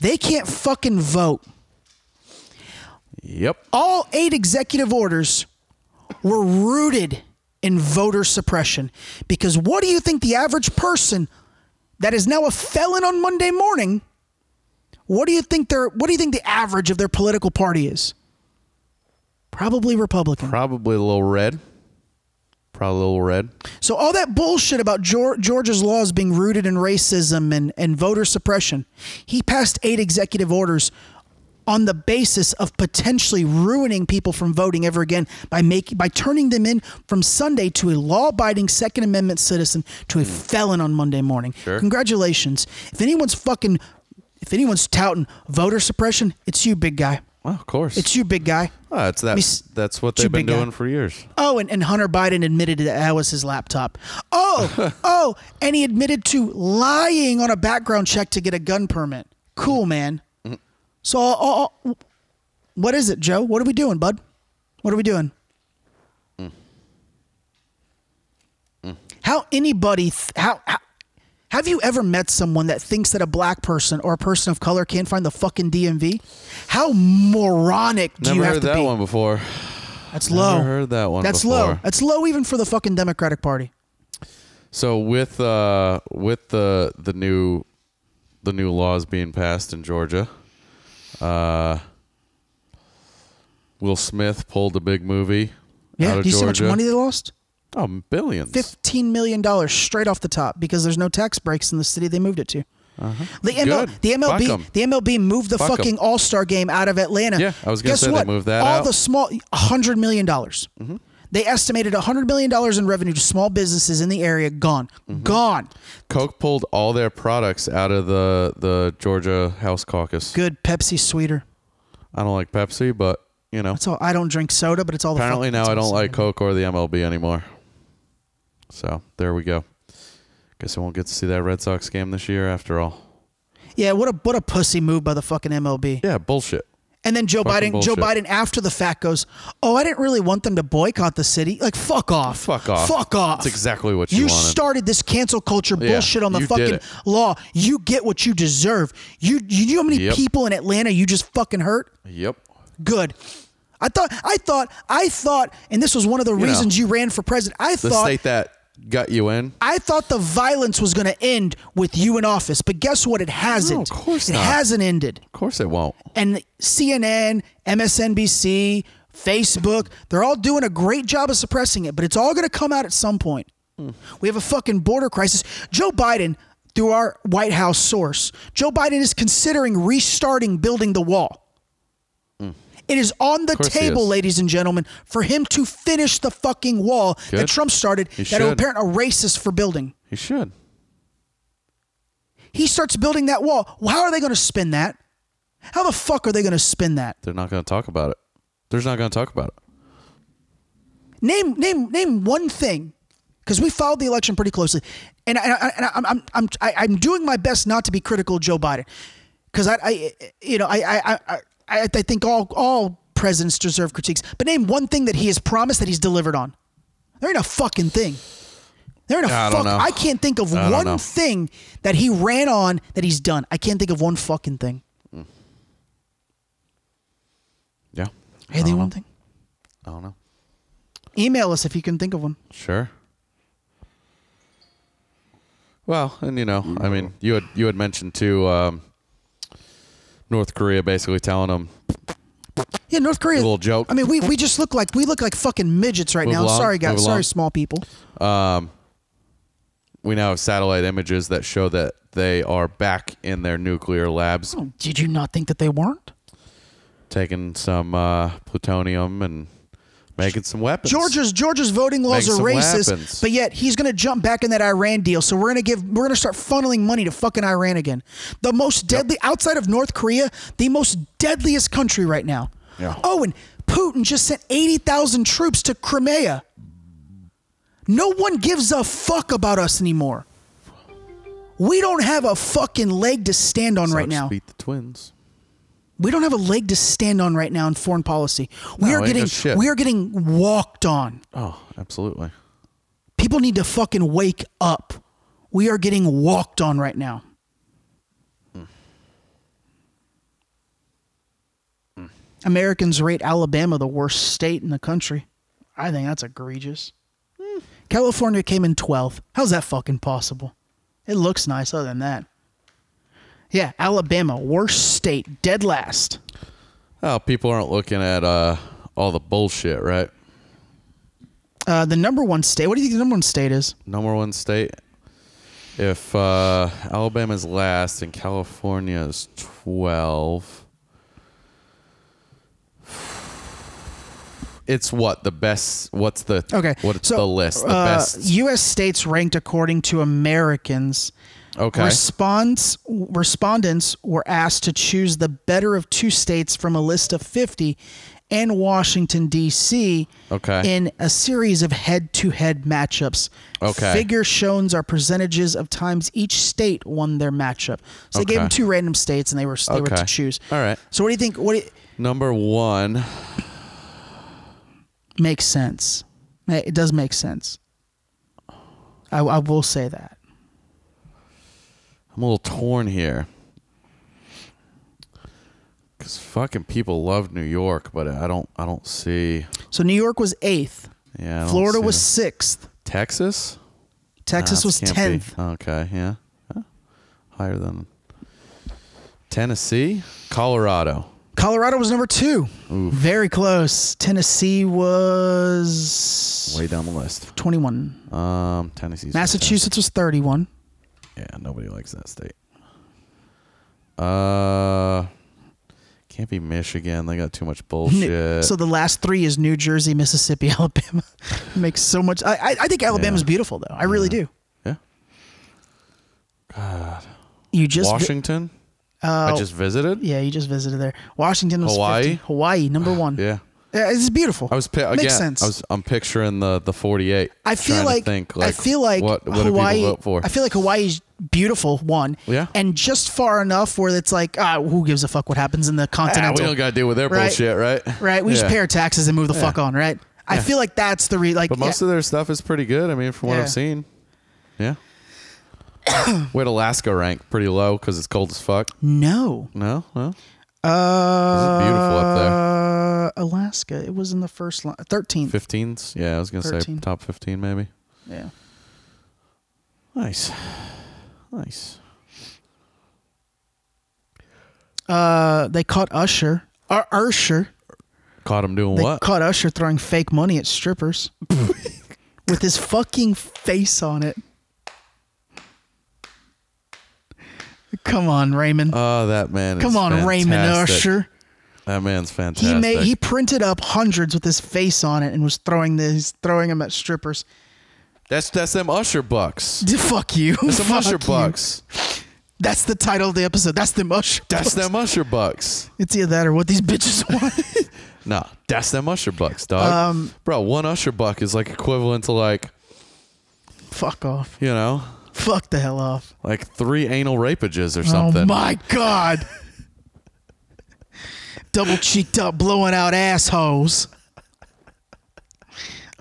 Speaker 2: They can't fucking vote.
Speaker 3: Yep.
Speaker 2: All eight executive orders were rooted in voter suppression. Because what do you think the average person that is now a felon on Monday morning, what do you think their what do you think the average of their political party is? Probably Republican.
Speaker 3: Probably a little red. Probably a little red.
Speaker 2: So all that bullshit about Geor- Georgia's laws being rooted in racism and, and voter suppression, he passed eight executive orders on the basis of potentially ruining people from voting ever again by making by turning them in from Sunday to a law-abiding Second Amendment citizen to a felon on Monday morning.
Speaker 3: Sure.
Speaker 2: Congratulations! If anyone's fucking, if anyone's touting voter suppression, it's you, big guy.
Speaker 3: Well, of course.
Speaker 2: It's you, big guy.
Speaker 3: Ah, it's
Speaker 2: Let me
Speaker 3: that.
Speaker 2: s-
Speaker 3: That's what
Speaker 2: it's you,
Speaker 3: they've been
Speaker 2: big guy.
Speaker 3: doing for years.
Speaker 2: Oh, and, and Hunter Biden admitted that that was his laptop. Oh, oh, and he admitted to lying on a background check to get a gun permit. Cool, man. So, uh, uh, what is it, Joe? What are we doing, bud? What are we doing? How anybody, th- how, how, have you ever met someone that thinks that a black person or a person of color can't find the fucking DMV? How moronic do
Speaker 3: Never
Speaker 2: you
Speaker 3: heard
Speaker 2: have to
Speaker 3: that
Speaker 2: be?
Speaker 3: one before.
Speaker 2: That's
Speaker 3: Never
Speaker 2: low.
Speaker 3: heard that one
Speaker 2: That's low.
Speaker 3: before.
Speaker 2: That's low even for the fucking Democratic Party.
Speaker 3: So with uh with the the new the new laws being passed in Georgia, uh, Will Smith pulled a big movie.
Speaker 2: Yeah.
Speaker 3: out
Speaker 2: Do
Speaker 3: of
Speaker 2: you see how much
Speaker 3: Georgia.
Speaker 2: money they lost?
Speaker 3: Oh, billions.
Speaker 2: Fifteen million dollars straight off the top because there's no tax breaks in the city they moved it to.
Speaker 3: Uh-huh.
Speaker 2: The, ML,
Speaker 3: Good.
Speaker 2: the
Speaker 3: Fuck
Speaker 2: MLB,
Speaker 3: 'em.
Speaker 2: the MLB moved the
Speaker 3: Fuck 'em.
Speaker 2: fucking All Star Game out of Atlanta.
Speaker 3: Yeah, I was gonna
Speaker 2: Guess
Speaker 3: say they
Speaker 2: what?
Speaker 3: moved that
Speaker 2: All
Speaker 3: out. Mm-hmm.
Speaker 2: the small, hundred million dollars. They estimated hundred million dollars in revenue to small businesses in the area. Gone,
Speaker 3: Mm-hmm.
Speaker 2: gone.
Speaker 3: Coke pulled all their products out of the the Georgia House Caucus.
Speaker 2: Good Pepsi sweeter.
Speaker 3: I don't like Pepsi, but you know.
Speaker 2: That's all. I don't drink soda, but it's all.
Speaker 3: Apparently
Speaker 2: the fuck-
Speaker 3: now
Speaker 2: it's
Speaker 3: I
Speaker 2: all
Speaker 3: don't
Speaker 2: the
Speaker 3: like Coke or the MLB anymore. So there we go. Guess I won't get to see that Red Sox game this year after all.
Speaker 2: same. Yeah, what a what a pussy move by the fucking MLB.
Speaker 3: Yeah, bullshit.
Speaker 2: And then Joe
Speaker 3: Fucking
Speaker 2: Biden, Joe
Speaker 3: bullshit.
Speaker 2: Biden, after the fact, goes, "Oh, I didn't really want them to boycott the city. Like, fuck off,
Speaker 3: Fuck off.
Speaker 2: fuck off."
Speaker 3: That's exactly what you,
Speaker 2: you
Speaker 3: wanted.
Speaker 2: started this cancel culture
Speaker 3: Yeah,
Speaker 2: bullshit on the
Speaker 3: you did
Speaker 2: fucking
Speaker 3: it.
Speaker 2: law. You get what you deserve. You, you know how many
Speaker 3: Yep.
Speaker 2: people in Atlanta you just fucking hurt?
Speaker 3: Yep.
Speaker 2: Good. I thought, I thought, I thought, and this was one of the
Speaker 3: You
Speaker 2: reasons
Speaker 3: know,
Speaker 2: you ran for president. I
Speaker 3: The
Speaker 2: thought
Speaker 3: state that got you in.
Speaker 2: I thought the violence was going to end with you in office, but guess what? It hasn't. of course it
Speaker 3: not.
Speaker 2: hasn't ended.
Speaker 3: Of course it won't.
Speaker 2: And CNN, MSNBC, Facebook, they're all doing a great job of suppressing it, but it's all going to come out at some point. We have a fucking border crisis. Joe Biden, through our White House source, Joe Biden is considering restarting building the wall. It is on the
Speaker 3: Of course he
Speaker 2: table,
Speaker 3: is.
Speaker 2: ladies and gentlemen, for him to finish the fucking wall that
Speaker 3: Good.
Speaker 2: Trump started
Speaker 3: He
Speaker 2: that are
Speaker 3: should.
Speaker 2: apparent a racist for building.
Speaker 3: He should.
Speaker 2: He starts building that wall. Well, How are they going to spin that? How the fuck are they going to spin that?
Speaker 3: They're not going to talk about it. They're just not going to talk about it.
Speaker 2: Name name name one thing, because we followed the election pretty closely, and, I, I- and I, I'm I'm I'm I- I'm doing my best not to be critical of Joe Biden, because I, I you know I I I- I I think all all presidents deserve critiques, but name one thing that he has promised that he's delivered on. There ain't a fucking thing. There ain't a
Speaker 3: I don't
Speaker 2: fuck.
Speaker 3: know.
Speaker 2: I can't think of
Speaker 3: I don't
Speaker 2: one
Speaker 3: know.
Speaker 2: thing that he ran on that he's done. I can't think of one fucking thing.
Speaker 3: Yeah.
Speaker 2: Hey, the one thing.
Speaker 3: I don't know.
Speaker 2: Email us if you can think of one.
Speaker 3: Sure. Well, and you know, I mean, you had you had mentioned too um, North Korea basically telling them
Speaker 2: Yeah, North Korea.
Speaker 3: Little joke.
Speaker 2: I mean, we, we just look like we look like fucking midgets right
Speaker 3: Move
Speaker 2: now. I'm
Speaker 3: along,
Speaker 2: sorry, guys.
Speaker 3: move along.
Speaker 2: Sorry, small people.
Speaker 3: Um, we now have satellite images that show that they are back in their nuclear labs,
Speaker 2: Oh, did you not think that they weren't?
Speaker 3: taking some uh, plutonium and making some weapons.
Speaker 2: Georgia's Georgia's voting laws
Speaker 3: Make
Speaker 2: are
Speaker 3: some
Speaker 2: racist,
Speaker 3: weapons.
Speaker 2: but yet he's going to jump back in that Iran deal. So we're going to give we're going to start funneling money to fucking Iran again. The most deadly outside of North Korea, the most deadliest country right now.
Speaker 3: Yeah.
Speaker 2: Oh, and Putin just sent 80,000 troops to Crimea. No one gives a fuck about us anymore. We don't have a fucking leg to stand on right
Speaker 3: Sucks
Speaker 2: now.
Speaker 3: Beat the twins.
Speaker 2: We don't have a leg to stand on right now in foreign policy. We
Speaker 3: No,
Speaker 2: are
Speaker 3: ain't no
Speaker 2: getting
Speaker 3: shit.
Speaker 2: we are getting walked on.
Speaker 3: Oh, absolutely.
Speaker 2: People need to fucking wake up. We are getting walked on right now. Americans rate Alabama the worst state in the country. I think that's egregious. California came in 12th. How's that fucking possible? It looks nice other than that. Yeah, Alabama, worst state, dead last.
Speaker 3: Oh, people aren't looking at uh, all the bullshit, right?
Speaker 2: Uh, the number one state. What do you think the number one state is?
Speaker 3: Number one state. If uh, Alabama's last and California's twelve, it's what the best. What's the
Speaker 2: Okay.
Speaker 3: What's
Speaker 2: so,
Speaker 3: the list? The
Speaker 2: uh,
Speaker 3: best.
Speaker 2: U.S. states ranked according to Americans.
Speaker 3: Okay.
Speaker 2: Response, respondents were asked to choose the better of two states from a list of 50 and Washington, D.C.
Speaker 3: Okay.
Speaker 2: in a series of head to head matchups.
Speaker 3: Okay.
Speaker 2: Figure shown are percentages of times each state won their matchup. So they gave
Speaker 3: Okay.
Speaker 2: them two random states and they were, they were
Speaker 3: Okay.
Speaker 2: to choose.
Speaker 3: All right.
Speaker 2: So what do you think? What do you,
Speaker 3: Number one.
Speaker 2: makes sense. It does make sense. I, I will say that.
Speaker 3: I'm a little torn here. Cause fucking people love New York, but I don't. I don't see.
Speaker 2: So New York was eighth.
Speaker 3: Yeah. I don't
Speaker 2: Florida
Speaker 3: see
Speaker 2: was
Speaker 3: that.
Speaker 2: sixth.
Speaker 3: Texas.
Speaker 2: Texas
Speaker 3: Nah,
Speaker 2: was
Speaker 3: can't be.
Speaker 2: 10th.
Speaker 3: Okay, yeah. Huh. Higher than Tennessee, Colorado.
Speaker 2: Colorado was number two. Very close. Tennessee was
Speaker 3: Way down the list.
Speaker 2: 21.
Speaker 3: Um, Tennessee's
Speaker 2: Massachusetts was 31.
Speaker 3: Yeah, nobody likes that state. Uh, can't be Michigan. They got too much
Speaker 2: New-
Speaker 3: bullshit.
Speaker 2: So the last three is New Jersey, Mississippi, Alabama. Makes so much. I, I, I think Alabama's
Speaker 3: Yeah.
Speaker 2: beautiful, though. I really do.
Speaker 3: Yeah.
Speaker 2: You just vi-
Speaker 3: Washington.
Speaker 2: Uh,
Speaker 3: I just visited.
Speaker 2: Yeah, you just visited there. Washington was
Speaker 3: Hawaii?
Speaker 2: 50. Hawaii, number one.
Speaker 3: Yeah.
Speaker 2: Yeah, Uh, it's beautiful.
Speaker 3: I was pi- again.
Speaker 2: Makes sense.
Speaker 3: I was. I'm picturing the the 48.
Speaker 2: I feel
Speaker 3: Trying to
Speaker 2: like,
Speaker 3: think,
Speaker 2: I feel like
Speaker 3: what, what do people
Speaker 2: Hawaii.
Speaker 3: vote for?
Speaker 2: I feel like Hawaii's beautiful one.
Speaker 3: Yeah.
Speaker 2: and just far enough where it's like, ah, who gives a fuck what happens in the
Speaker 3: Ah,
Speaker 2: continental?
Speaker 3: we don't got to deal with their
Speaker 2: Right?
Speaker 3: bullshit, right?
Speaker 2: right? We just
Speaker 3: Yeah.
Speaker 2: pay our taxes and move the
Speaker 3: Yeah.
Speaker 2: fuck on, right? I
Speaker 3: Yeah.
Speaker 2: feel like that's the re like.
Speaker 3: but most of their stuff is pretty good. I mean, from what
Speaker 2: Yeah.
Speaker 3: I've seen, yeah. we had Alaska rank pretty low because it's cold as fuck.
Speaker 2: No.
Speaker 3: No, no.
Speaker 2: uh,
Speaker 3: This is beautiful up
Speaker 2: there. Uh, Alaska. It was in the first line, thirteenth.
Speaker 3: Fifteens, yeah. I was gonna
Speaker 2: 13.
Speaker 3: say top fifteen, maybe.
Speaker 2: Yeah.
Speaker 3: Nice, nice.
Speaker 2: Uh, they caught Usher. Uh, Usher.
Speaker 3: Caught him doing
Speaker 2: They
Speaker 3: what?
Speaker 2: caught Usher throwing fake money at strippers with his fucking face on it. Come on, Raymond.
Speaker 3: oh, that man!
Speaker 2: Come
Speaker 3: is
Speaker 2: on, Raymond
Speaker 3: fantastic.
Speaker 2: Usher.
Speaker 3: That man's fantastic.
Speaker 2: he made he printed up hundreds with his face on it and was throwing these throwing them at strippers.
Speaker 3: that's that's them Usher bucks.
Speaker 2: D- fuck you.
Speaker 3: That's some
Speaker 2: Fuck
Speaker 3: Usher
Speaker 2: you.
Speaker 3: bucks.
Speaker 2: That's the title of the episode. That's the musher.
Speaker 3: That's
Speaker 2: bucks.
Speaker 3: them usher bucks.
Speaker 2: It's either that or what these bitches want.
Speaker 3: Nah, that's them usher bucks, dog.
Speaker 2: Um,
Speaker 3: Bro, one usher buck is like equivalent to like
Speaker 2: Fuck off.
Speaker 3: you know
Speaker 2: Fuck the hell off.
Speaker 3: like three anal rapages or something.
Speaker 2: Oh my god. Double cheeked up, blowing out assholes.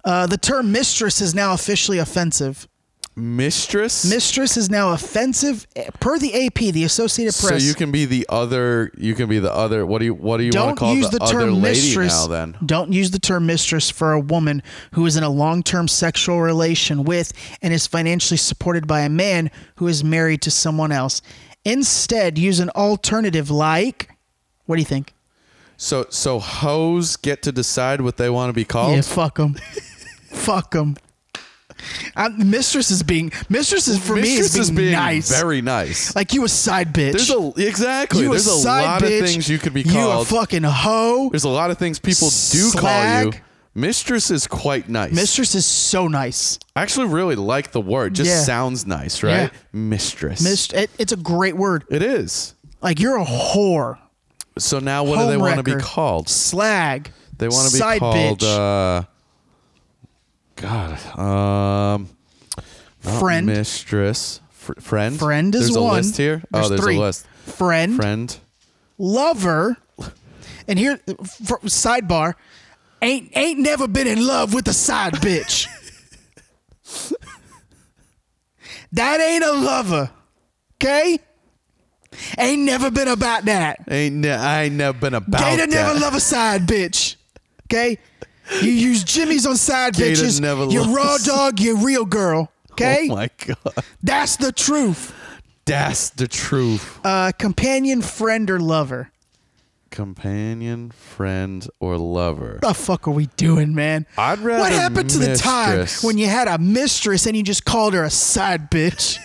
Speaker 2: Uh, the term mistress is now officially offensive.
Speaker 3: Mistress.
Speaker 2: Mistress is now offensive eh, per the AP, the Associated
Speaker 3: So
Speaker 2: Press.
Speaker 3: you can be the other. You can be the other. What do you What do you want to
Speaker 2: don't
Speaker 3: call
Speaker 2: use
Speaker 3: the,
Speaker 2: the, term
Speaker 3: other lady
Speaker 2: mistress.
Speaker 3: now? Then
Speaker 2: Don't use the term mistress for a woman who is in a long-term sexual relation with and is financially supported by a man who is married to someone else. Instead, use an alternative like what do you think?
Speaker 3: So so hoes get to decide what they want to be called.
Speaker 2: Yeah, fuck them. fuck them. mistress is being mistress is for me is
Speaker 3: Mistress
Speaker 2: being,
Speaker 3: is being
Speaker 2: nice.
Speaker 3: very nice.
Speaker 2: like you a side bitch.
Speaker 3: There's a exactly.
Speaker 2: You
Speaker 3: There's
Speaker 2: a
Speaker 3: a,
Speaker 2: side
Speaker 3: lot
Speaker 2: bitch.
Speaker 3: of things you could be
Speaker 2: You a
Speaker 3: called.
Speaker 2: fucking hoe.
Speaker 3: There's a lot of things people do
Speaker 2: Slag.
Speaker 3: call you. Mistress is quite nice.
Speaker 2: Mistress is so nice.
Speaker 3: I actually really like the word. Just
Speaker 2: Yeah.
Speaker 3: sounds nice, right?
Speaker 2: Yeah.
Speaker 3: Mistress.
Speaker 2: Mist- it, it's a great word.
Speaker 3: It is.
Speaker 2: Like you're a whore.
Speaker 3: so now what do they want to be
Speaker 2: Homewrecker.
Speaker 3: called?
Speaker 2: Slag.
Speaker 3: They want to be
Speaker 2: side
Speaker 3: called
Speaker 2: bitch.
Speaker 3: uh God. Um not
Speaker 2: Friend.
Speaker 3: Mistress. Fr- friend.
Speaker 2: Friend is
Speaker 3: there's a
Speaker 2: one.
Speaker 3: list here.
Speaker 2: There's
Speaker 3: oh, there's
Speaker 2: three.
Speaker 3: a list.
Speaker 2: Friend.
Speaker 3: Friend.
Speaker 2: Lover. And here, for, sidebar, ain't ain't never been in love with a side bitch. that ain't a lover, okay? Ain't never been about that.
Speaker 3: Ain't ne- I ain't never been about that.
Speaker 2: Gator
Speaker 3: Oh
Speaker 2: never love a side bitch, okay? You use Jimmy's on side
Speaker 3: Gator
Speaker 2: bitches.
Speaker 3: never
Speaker 2: you're raw
Speaker 3: loves-
Speaker 2: dog. You're real girl, okay?
Speaker 3: Oh my god.
Speaker 2: That's the truth.
Speaker 3: That's the truth.
Speaker 2: Uh, companion, friend, or lover.
Speaker 3: Companion, friend, or lover.
Speaker 2: the fuck are we doing, man?
Speaker 3: I'd rather
Speaker 2: What happened to the time
Speaker 3: mistress.
Speaker 2: when you had a mistress and you just called her a side bitch?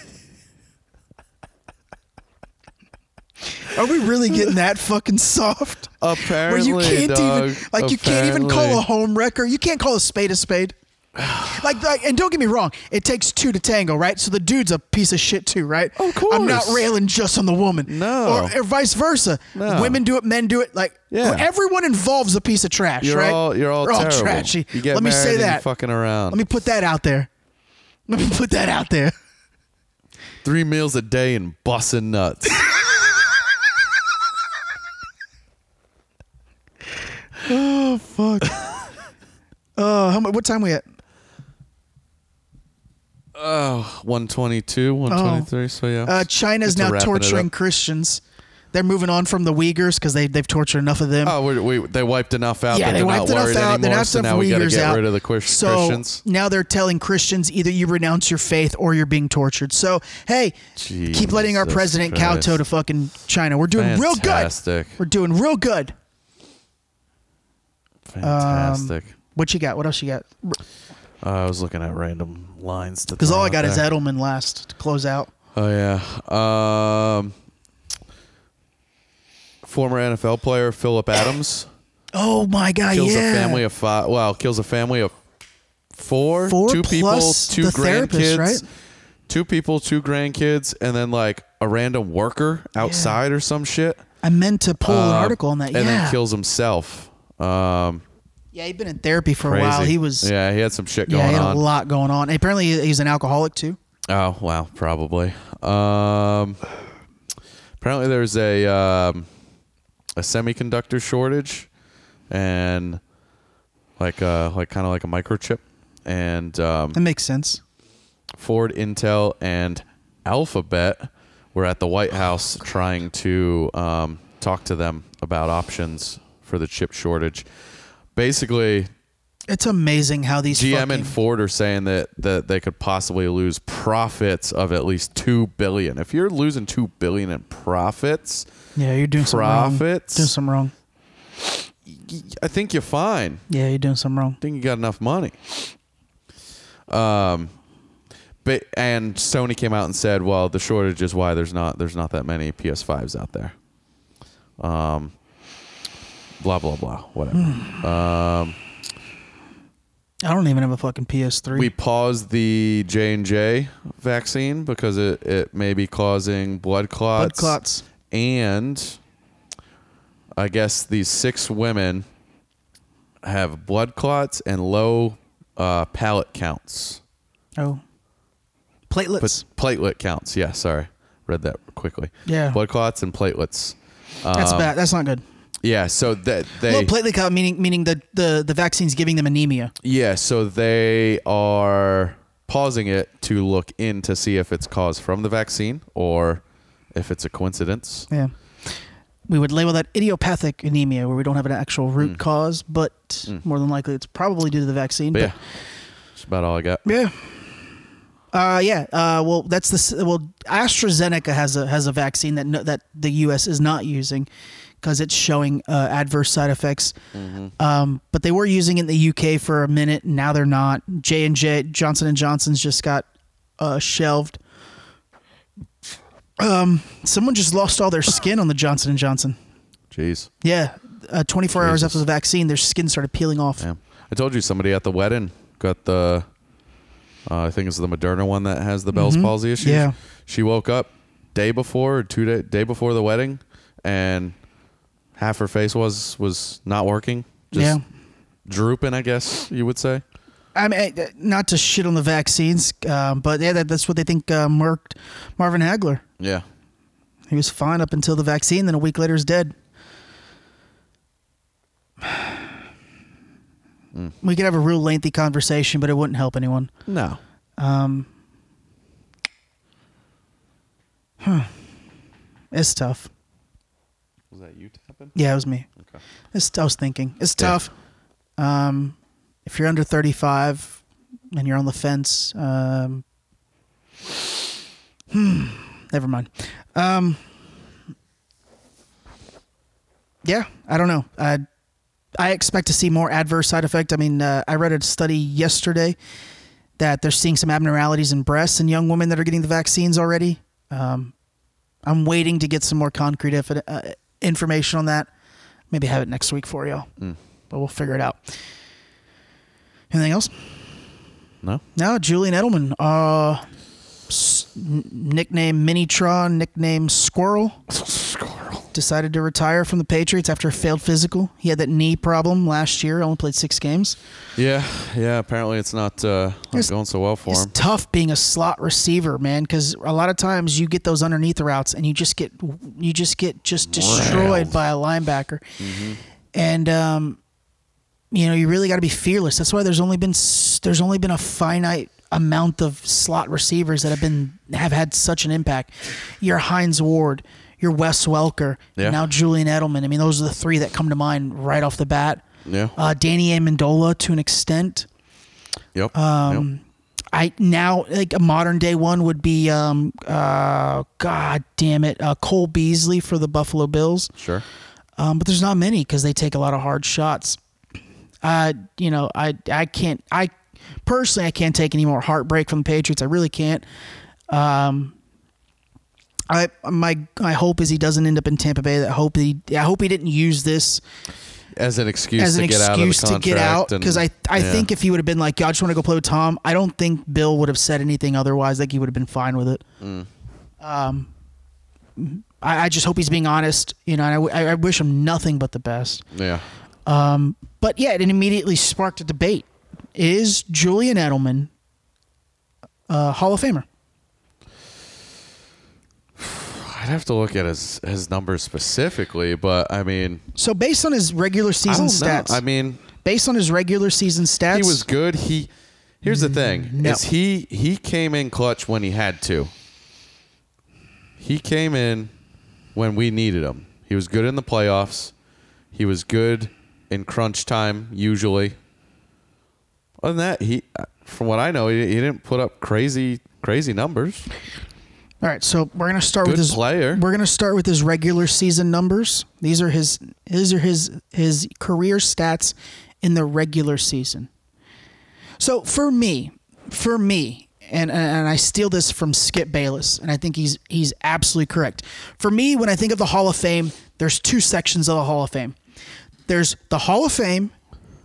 Speaker 2: Are we really getting that fucking soft? Uh, Where
Speaker 3: Apparently,
Speaker 2: you can't
Speaker 3: dog,
Speaker 2: even like you can't even call a
Speaker 3: apparently.
Speaker 2: home wrecker. You can't call a spade a spade. Like, like, and don't get me wrong, it takes two to tango, right? So the dude's a piece of shit too, right? Of
Speaker 3: course.
Speaker 2: I'm not railing just on the woman.
Speaker 3: No.
Speaker 2: Or, or vice versa.
Speaker 3: No.
Speaker 2: Women do it, men do it. Like,
Speaker 3: Yeah.
Speaker 2: everyone involves a piece of trash,
Speaker 3: You're
Speaker 2: right?
Speaker 3: all you're all
Speaker 2: We're
Speaker 3: terrible.
Speaker 2: trashy.
Speaker 3: You get
Speaker 2: Let me
Speaker 3: married
Speaker 2: say
Speaker 3: and you
Speaker 2: that.
Speaker 3: fucking around.
Speaker 2: Let me put that out there. Let me put that out there.
Speaker 3: Three meals a day and bussin' nuts.
Speaker 2: Oh fuck. uh, how much? What time we at?
Speaker 3: oh, 122, 123. So yeah.
Speaker 2: Uh, China's
Speaker 3: Just to
Speaker 2: now
Speaker 3: wrapping it up.
Speaker 2: torturing Christians. They're moving on from the Uyghurs because they they've tortured enough of them.
Speaker 3: Oh, we we, they wiped enough out.
Speaker 2: yeah,
Speaker 3: that
Speaker 2: they
Speaker 3: they're
Speaker 2: wiped
Speaker 3: not
Speaker 2: enough
Speaker 3: worried
Speaker 2: out. They're
Speaker 3: Anymore,
Speaker 2: not
Speaker 3: so now
Speaker 2: enough
Speaker 3: we gotta
Speaker 2: Uyghurs
Speaker 3: get
Speaker 2: out.
Speaker 3: rid of the Chris-
Speaker 2: so
Speaker 3: Christians.
Speaker 2: now they're telling Christians either you renounce your faith or you're being tortured. So hey, keep letting our
Speaker 3: Jesus
Speaker 2: president
Speaker 3: Christ.
Speaker 2: kowtow to fucking China. We're doing real
Speaker 3: Fantastic.
Speaker 2: good. We're doing real good. Um,
Speaker 3: Fantastic.
Speaker 2: what you got? What else you got?
Speaker 3: Uh, I was looking at random lines.
Speaker 2: Because all I got
Speaker 3: is
Speaker 2: is Edelman last to close out.
Speaker 3: Oh yeah. Um, former NFL player Philip Adams
Speaker 2: Oh my god,
Speaker 3: kills
Speaker 2: yeah.
Speaker 3: a family of five. Wow, kills a family of four,
Speaker 2: Four
Speaker 3: two people,
Speaker 2: plus
Speaker 3: two
Speaker 2: the therapist,
Speaker 3: grandkids,
Speaker 2: right?
Speaker 3: two people, two grandkids, and then like a random worker outside or some shit.
Speaker 2: I meant to pull an
Speaker 3: Uh,
Speaker 2: article on that.
Speaker 3: and
Speaker 2: yeah.
Speaker 3: then kills himself. Um,
Speaker 2: yeah, he'd been in therapy for a while.
Speaker 3: crazy.
Speaker 2: Oh, He was
Speaker 3: yeah, he had some shit
Speaker 2: yeah,
Speaker 3: going
Speaker 2: he had
Speaker 3: on.
Speaker 2: a lot going on. Apparently, he- he's an alcoholic too.
Speaker 3: Oh wow, probably. Um, apparently, there's a um, a semiconductor shortage, and like uh like kind of like a microchip, and um,
Speaker 2: That makes sense.
Speaker 3: Ford, Intel, and Alphabet were at the White House trying to um, talk to them about options for the chip shortage. Basically,
Speaker 2: It's amazing how these
Speaker 3: GM
Speaker 2: fucking,
Speaker 3: and Ford are saying that that they could possibly lose profits of at least two billion. If you're losing two billion in profits,
Speaker 2: yeah, you're doing some wrong.
Speaker 3: profits?
Speaker 2: Doing some wrong.
Speaker 3: I think you're fine.
Speaker 2: Yeah, you're doing some wrong.
Speaker 3: I think you got enough money. Um, but and Sony came out and said, "Well, the shortage is why there's not there's not that many PS5s out there." Um, blah blah blah, whatever. um,
Speaker 2: I don't even have a fucking PS3.
Speaker 3: We paused the J and J vaccine because it, it may be causing blood clots.
Speaker 2: clots.
Speaker 3: And I guess these six women have blood clots and low uh, platelet counts.
Speaker 2: oh, platelets.
Speaker 3: But platelet counts. Yeah, sorry, read that quickly.
Speaker 2: Yeah.
Speaker 3: blood clots and platelets.
Speaker 2: That's
Speaker 3: Um,
Speaker 2: bad. That's not good.
Speaker 3: Yeah, so that they
Speaker 2: Low platelet count meaning meaning the the the vaccine's giving them anemia.
Speaker 3: Yeah, so they are pausing it to look in to see if it's caused from the vaccine or if it's a coincidence.
Speaker 2: Yeah. We would label that idiopathic anemia where we don't have an actual root cause, but
Speaker 3: Mm.
Speaker 2: more than likely it's probably due to the vaccine.
Speaker 3: But yeah, that's about all I got.
Speaker 2: Yeah. Uh, yeah. Uh, well, that's the s- well. AstraZeneca has a has a vaccine that no, that the U.S. is not using because it's showing uh, adverse side effects. Um, but they were using it in the U.K. for a minute. and Now they're not. J and J Johnson and Johnson's just got uh, shelved. Um, someone just lost all their skin on the Johnson and Johnson.
Speaker 3: Jeez.
Speaker 2: Yeah, uh, 24 hours after the vaccine, their skin started peeling off.
Speaker 3: Damn. I told you somebody at the wedding got the, uh, I think it's the Moderna one that has the Bell's
Speaker 2: Mhm.
Speaker 3: palsy issue.
Speaker 2: Yeah.
Speaker 3: She woke up day before, or two day, day before the wedding, and half her face was was not working. Just
Speaker 2: Yeah.
Speaker 3: drooping, I guess you would say.
Speaker 2: I mean, uh, not to shit on the vaccines, um, but yeah, that, that's what they think um, worked. Marvin Hagler,
Speaker 3: Yeah.
Speaker 2: he was fine up until the vaccine, then a week later is dead.
Speaker 3: Mm.
Speaker 2: We could have a real lengthy conversation, but it wouldn't help anyone.
Speaker 3: No.
Speaker 2: Um, huh. It's tough.
Speaker 3: Was that you tapping?
Speaker 2: Yeah, it was me.
Speaker 3: Okay.
Speaker 2: It's, I was thinking. It's
Speaker 3: Yeah.
Speaker 2: tough. Um, if you're under 35 and you're on the fence, um, hmm, never mind. Um, yeah, I don't know. I I expect to see more adverse side effect. I mean, uh, I read a study yesterday that they're seeing some abnormalities in breasts in young women that are getting the vaccines already. Um, I'm waiting to get some more concrete if, uh, information on that. Maybe have it next week for y'all,
Speaker 3: Mm.
Speaker 2: but we'll figure it out. Anything else?
Speaker 3: No.
Speaker 2: No, Julian Edelman. Uh, s- n- nickname Minitron, nickname Squirrel. Squirrel. Decided to retire from the Patriots after a failed physical. He had that knee problem last year, only played six games.
Speaker 3: Yeah, yeah. Apparently, it's not uh, not going so well for
Speaker 2: It's
Speaker 3: him.
Speaker 2: tough being a slot receiver, man, because a lot of times you get those underneath routes and you just get you just get just destroyed
Speaker 3: Railed. Mm-hmm.
Speaker 2: by a linebacker. and um, you know you really got to be fearless. That's why there's only been s- there's only been a finite amount of slot receivers that have been have had such an impact. Your Heinz Ward, your Wes Welker,
Speaker 3: Yeah.
Speaker 2: and now Julian Edelman. I mean, those are the three that come to mind right off the bat.
Speaker 3: Yeah.
Speaker 2: Uh, Danny Amendola to an extent.
Speaker 3: Yep.
Speaker 2: Um,
Speaker 3: yep.
Speaker 2: I now like a modern day one would be um uh god damn it uh, Cole Beasley for the Buffalo Bills.
Speaker 3: Sure.
Speaker 2: Um, but there's not many because they take a lot of hard shots. Uh, you know, I I can't I personally I can't take any more heartbreak from the Patriots. I really can't. Um, I my my hope is he doesn't end up in Tampa Bay. That hope he I hope he didn't use this
Speaker 3: As an excuse
Speaker 2: as an
Speaker 3: to get out of the
Speaker 2: excuse to
Speaker 3: contract
Speaker 2: get out
Speaker 3: and-
Speaker 2: because I I
Speaker 3: yeah.
Speaker 2: think if he would have been like, "Yeah, I just want to go play with Tom," I don't think Bill would have said anything otherwise. I think he would have been fine with it.
Speaker 3: Mm.
Speaker 2: Um, I, I just hope he's being honest, you know. And I w- I, I wish him nothing but the best.
Speaker 3: Yeah.
Speaker 2: Um, but yeah, it immediately sparked a debate: Is Julian Edelman a Hall of Famer?
Speaker 3: I'd have to look at his his numbers specifically, but I mean,
Speaker 2: So based on his regular season
Speaker 3: I don't know.
Speaker 2: stats,
Speaker 3: I mean,
Speaker 2: based on his regular season stats,
Speaker 3: he was good. He here's the thing:
Speaker 2: Mm, No.
Speaker 3: is he he came in clutch when he had to. He came in when we needed him. He was good in the playoffs. He was good in crunch time usually. Other than that, he from what I know, he, he didn't put up crazy crazy numbers.
Speaker 2: All right, so we're gonna start with
Speaker 3: Good
Speaker 2: his
Speaker 3: player.
Speaker 2: We're gonna start with his regular season numbers. These are his these are his his career stats in the regular season. So for me, for me, and and- and I steal this from Skip Bayless, and I think he's he's absolutely correct. For me, when I think of the Hall of Fame, there's two sections of the Hall of Fame. There's the Hall of Fame,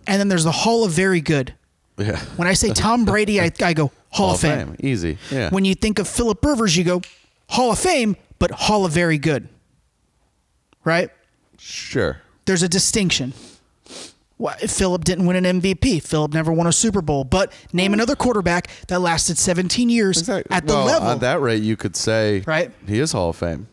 Speaker 2: and then there's the Hall of Very Good.
Speaker 3: Yeah.
Speaker 2: When I say Tom Brady, I, I go Hall, of Fame.
Speaker 3: Easy. Yeah.
Speaker 2: When you think of Philip Rivers, you go Hall of Fame, but Hall of Very Good. Right?
Speaker 3: sure.
Speaker 2: There's a distinction. Why- Philip didn't win an MVP. Philip never won a Super Bowl. But name another quarterback that lasted 17 years at the
Speaker 3: well,
Speaker 2: level
Speaker 3: at that rate, you could say
Speaker 2: Right.
Speaker 3: He is Hall of Fame.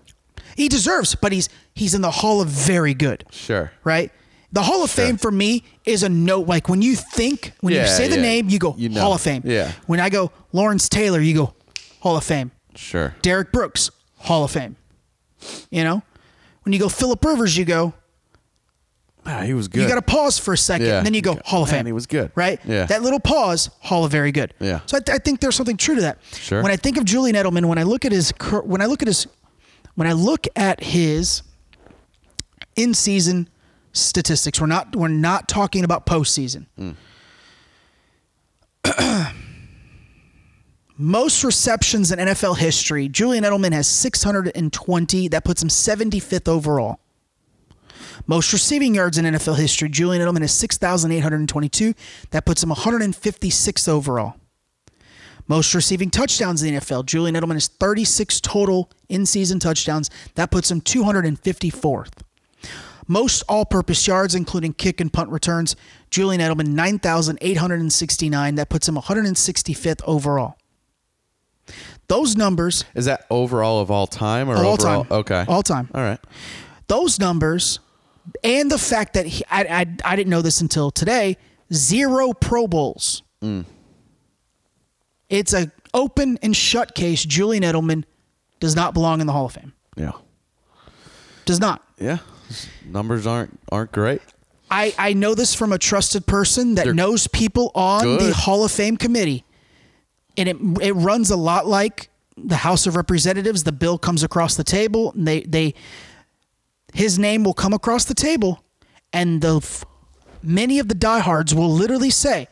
Speaker 2: he deserves. But he's he's in the Hall of Very Good.
Speaker 3: Sure.
Speaker 2: right? The Hall of Fame for me is a note. Like when you think, when you
Speaker 3: Yeah,
Speaker 2: say the
Speaker 3: yeah.
Speaker 2: name, you go
Speaker 3: You know.
Speaker 2: Hall of Fame.
Speaker 3: Yeah.
Speaker 2: When I go Lawrence Taylor, you go Hall of Fame.
Speaker 3: Sure.
Speaker 2: Derek Brooks, Hall of Fame. You know, when you go Philip Rivers, you go.
Speaker 3: Wow, he was good.
Speaker 2: You got to pause for a second,
Speaker 3: Yeah.
Speaker 2: and then you go Hall of
Speaker 3: Man,
Speaker 2: Fame.
Speaker 3: he was good.
Speaker 2: right?
Speaker 3: Yeah.
Speaker 2: That little pause, Hall of Very Good.
Speaker 3: Yeah.
Speaker 2: So I, th- I think there's something true to that.
Speaker 3: Sure.
Speaker 2: When I think of Julian Edelman, when I look at his, cur- when I look at his, when I look at his in season statistics, we're not we're not talking about postseason. Most receptions in NFL history, Julian Edelman has 620. That puts him 75th overall. Most receiving yards in NFL history, Julian Edelman is 6,822. That puts him 156th overall. Most receiving touchdowns in the NFL, Julian Edelman is 36 total in season touchdowns. That puts him 254th. Most all purpose yards, including kick and punt returns, Julian Edelman, 9,869. That puts him 165th overall. Those numbers
Speaker 3: Is that overall of all time or
Speaker 2: Of all
Speaker 3: overall?
Speaker 2: time.
Speaker 3: Okay.
Speaker 2: All time.
Speaker 3: All right.
Speaker 2: those numbers and the fact that he, I, I, I didn't know this until today zero pro bowls
Speaker 3: Mm.
Speaker 2: it's a open and shut case julian edelman does not belong in the hall of fame
Speaker 3: Yeah.
Speaker 2: does not
Speaker 3: Yeah. Numbers aren't aren't great.
Speaker 2: i, I know this from a trusted person that knows people on the
Speaker 3: good.
Speaker 2: hall of fame committee and it, it runs a lot like the house of representatives the bill comes across the table and they, they his name will come across the table and the f- many of the diehards will literally say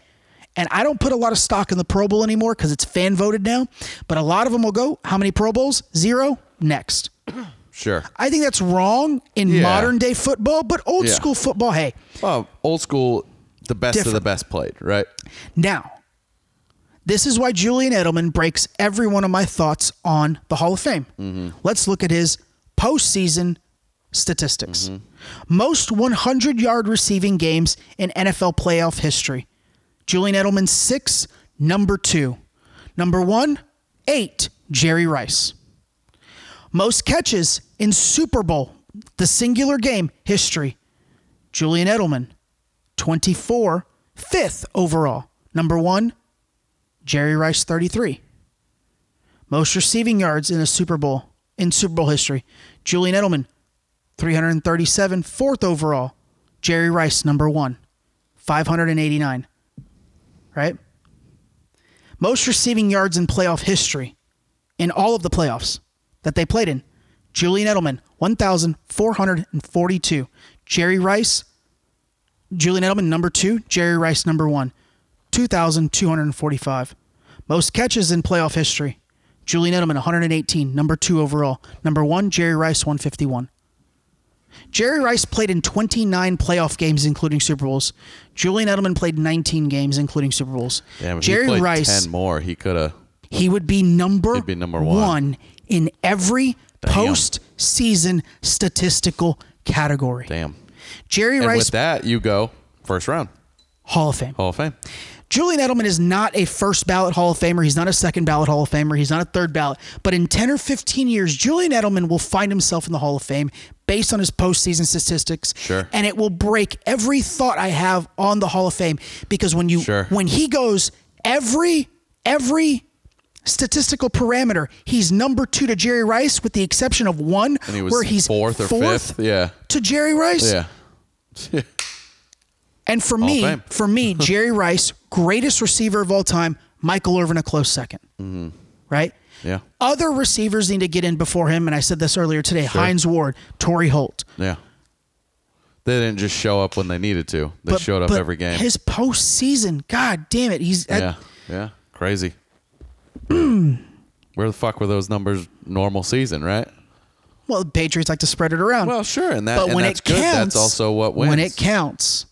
Speaker 2: and I don't put a lot of stock in the Pro Bowl anymore because it's fan voted now. But a lot of them will go, how many Pro Bowls? Zero. Next.
Speaker 3: Sure.
Speaker 2: I think that's wrong in
Speaker 3: Yeah.
Speaker 2: modern day football, but old
Speaker 3: Yeah.
Speaker 2: school football, hey.
Speaker 3: Well, old school, the best of the
Speaker 2: Different.
Speaker 3: best played, right?
Speaker 2: Now, this is why Julian Edelman breaks every one of my thoughts on the Hall of Fame. Let's look at his postseason statistics. Most 100 yard receiving games in NFL playoff history. Julian Edelman, six, number two. Number one, eight, Jerry Rice. Most catches in Super Bowl, the singular game history. Julian Edelman, 24, fifth overall. Number one, Jerry Rice, 33. Most receiving yards in a Super Bowl, in Super Bowl history. Julian Edelman, 337, fourth overall. Jerry Rice, number one, 589. Right? Most receiving yards in playoff history, in all of the playoffs that they played in. Julian Edelman, 1,442. Jerry Rice, Julian Edelman number two, Jerry Rice number one, 2,245. Most catches in playoff history. Julian Edelman 118, number two overall. Number one, Jerry Rice 151. Jerry Rice played in 29 playoff games, including Super Bowls. Julian Edelman played 19 games, including Super Bowls.
Speaker 3: Damn, if
Speaker 2: Jerry
Speaker 3: he played
Speaker 2: Rice,
Speaker 3: ten more, he could have.
Speaker 2: he would be number,
Speaker 3: He'd be number one.
Speaker 2: in every
Speaker 3: Damn.
Speaker 2: postseason statistical category.
Speaker 3: Damn.
Speaker 2: Jerry
Speaker 3: and
Speaker 2: Rice,
Speaker 3: with that, you go first round,
Speaker 2: Hall of Fame.
Speaker 3: Hall of Fame.
Speaker 2: Julian Edelman is not a first ballot Hall of Famer. He's not a second ballot Hall of Famer. He's not a third ballot. But in 10 or 15 years, Julian Edelman will find himself in the Hall of Fame based on his postseason statistics.
Speaker 3: Sure.
Speaker 2: And it will break every thought I have on the Hall of Fame because when you
Speaker 3: Sure.
Speaker 2: when he goes every every statistical parameter, he's number 2 to Jerry Rice with the exception of one
Speaker 3: And he was
Speaker 2: where he's
Speaker 3: fourth or fifth. Yeah.
Speaker 2: to Jerry Rice.
Speaker 3: Yeah.
Speaker 2: And for
Speaker 3: Hall of
Speaker 2: me,
Speaker 3: Fame.
Speaker 2: for me, Jerry Rice, greatest receiver of all time, Michael Irvin a close 2nd Right?
Speaker 3: Mm-hmm. Yeah.
Speaker 2: Other receivers need to get in before him, and I said this earlier today.
Speaker 3: Sure.
Speaker 2: Heinz Ward, Torrey Holt.
Speaker 3: Yeah. They didn't just show up when they needed to. They showed up every game.
Speaker 2: His postseason, god damn it. He's
Speaker 3: yeah. Yeah. Crazy. Where the fuck were those numbers normal season, right?
Speaker 2: well, the Patriots like to spread it around.
Speaker 3: Well, sure, and that
Speaker 2: but
Speaker 3: and
Speaker 2: when
Speaker 3: that's
Speaker 2: it
Speaker 3: good.
Speaker 2: counts,
Speaker 3: that's also what wins.
Speaker 2: When it counts.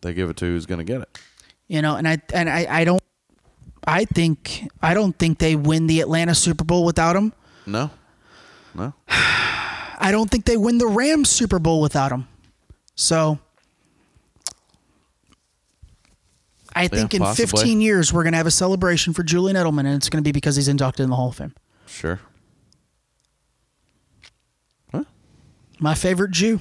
Speaker 3: they give it to who's going to get it.
Speaker 2: You know, and I and I, I don't I think I don't think they win the Atlanta Super Bowl without him.
Speaker 3: No. No.
Speaker 2: I don't think they win the Rams Super Bowl without him. So I think in
Speaker 3: possibly.
Speaker 2: 15 years we're going to have a celebration for Julian Edelman and it's going to be because he's inducted in the Hall of Fame.
Speaker 3: Sure.
Speaker 2: My favorite Jew.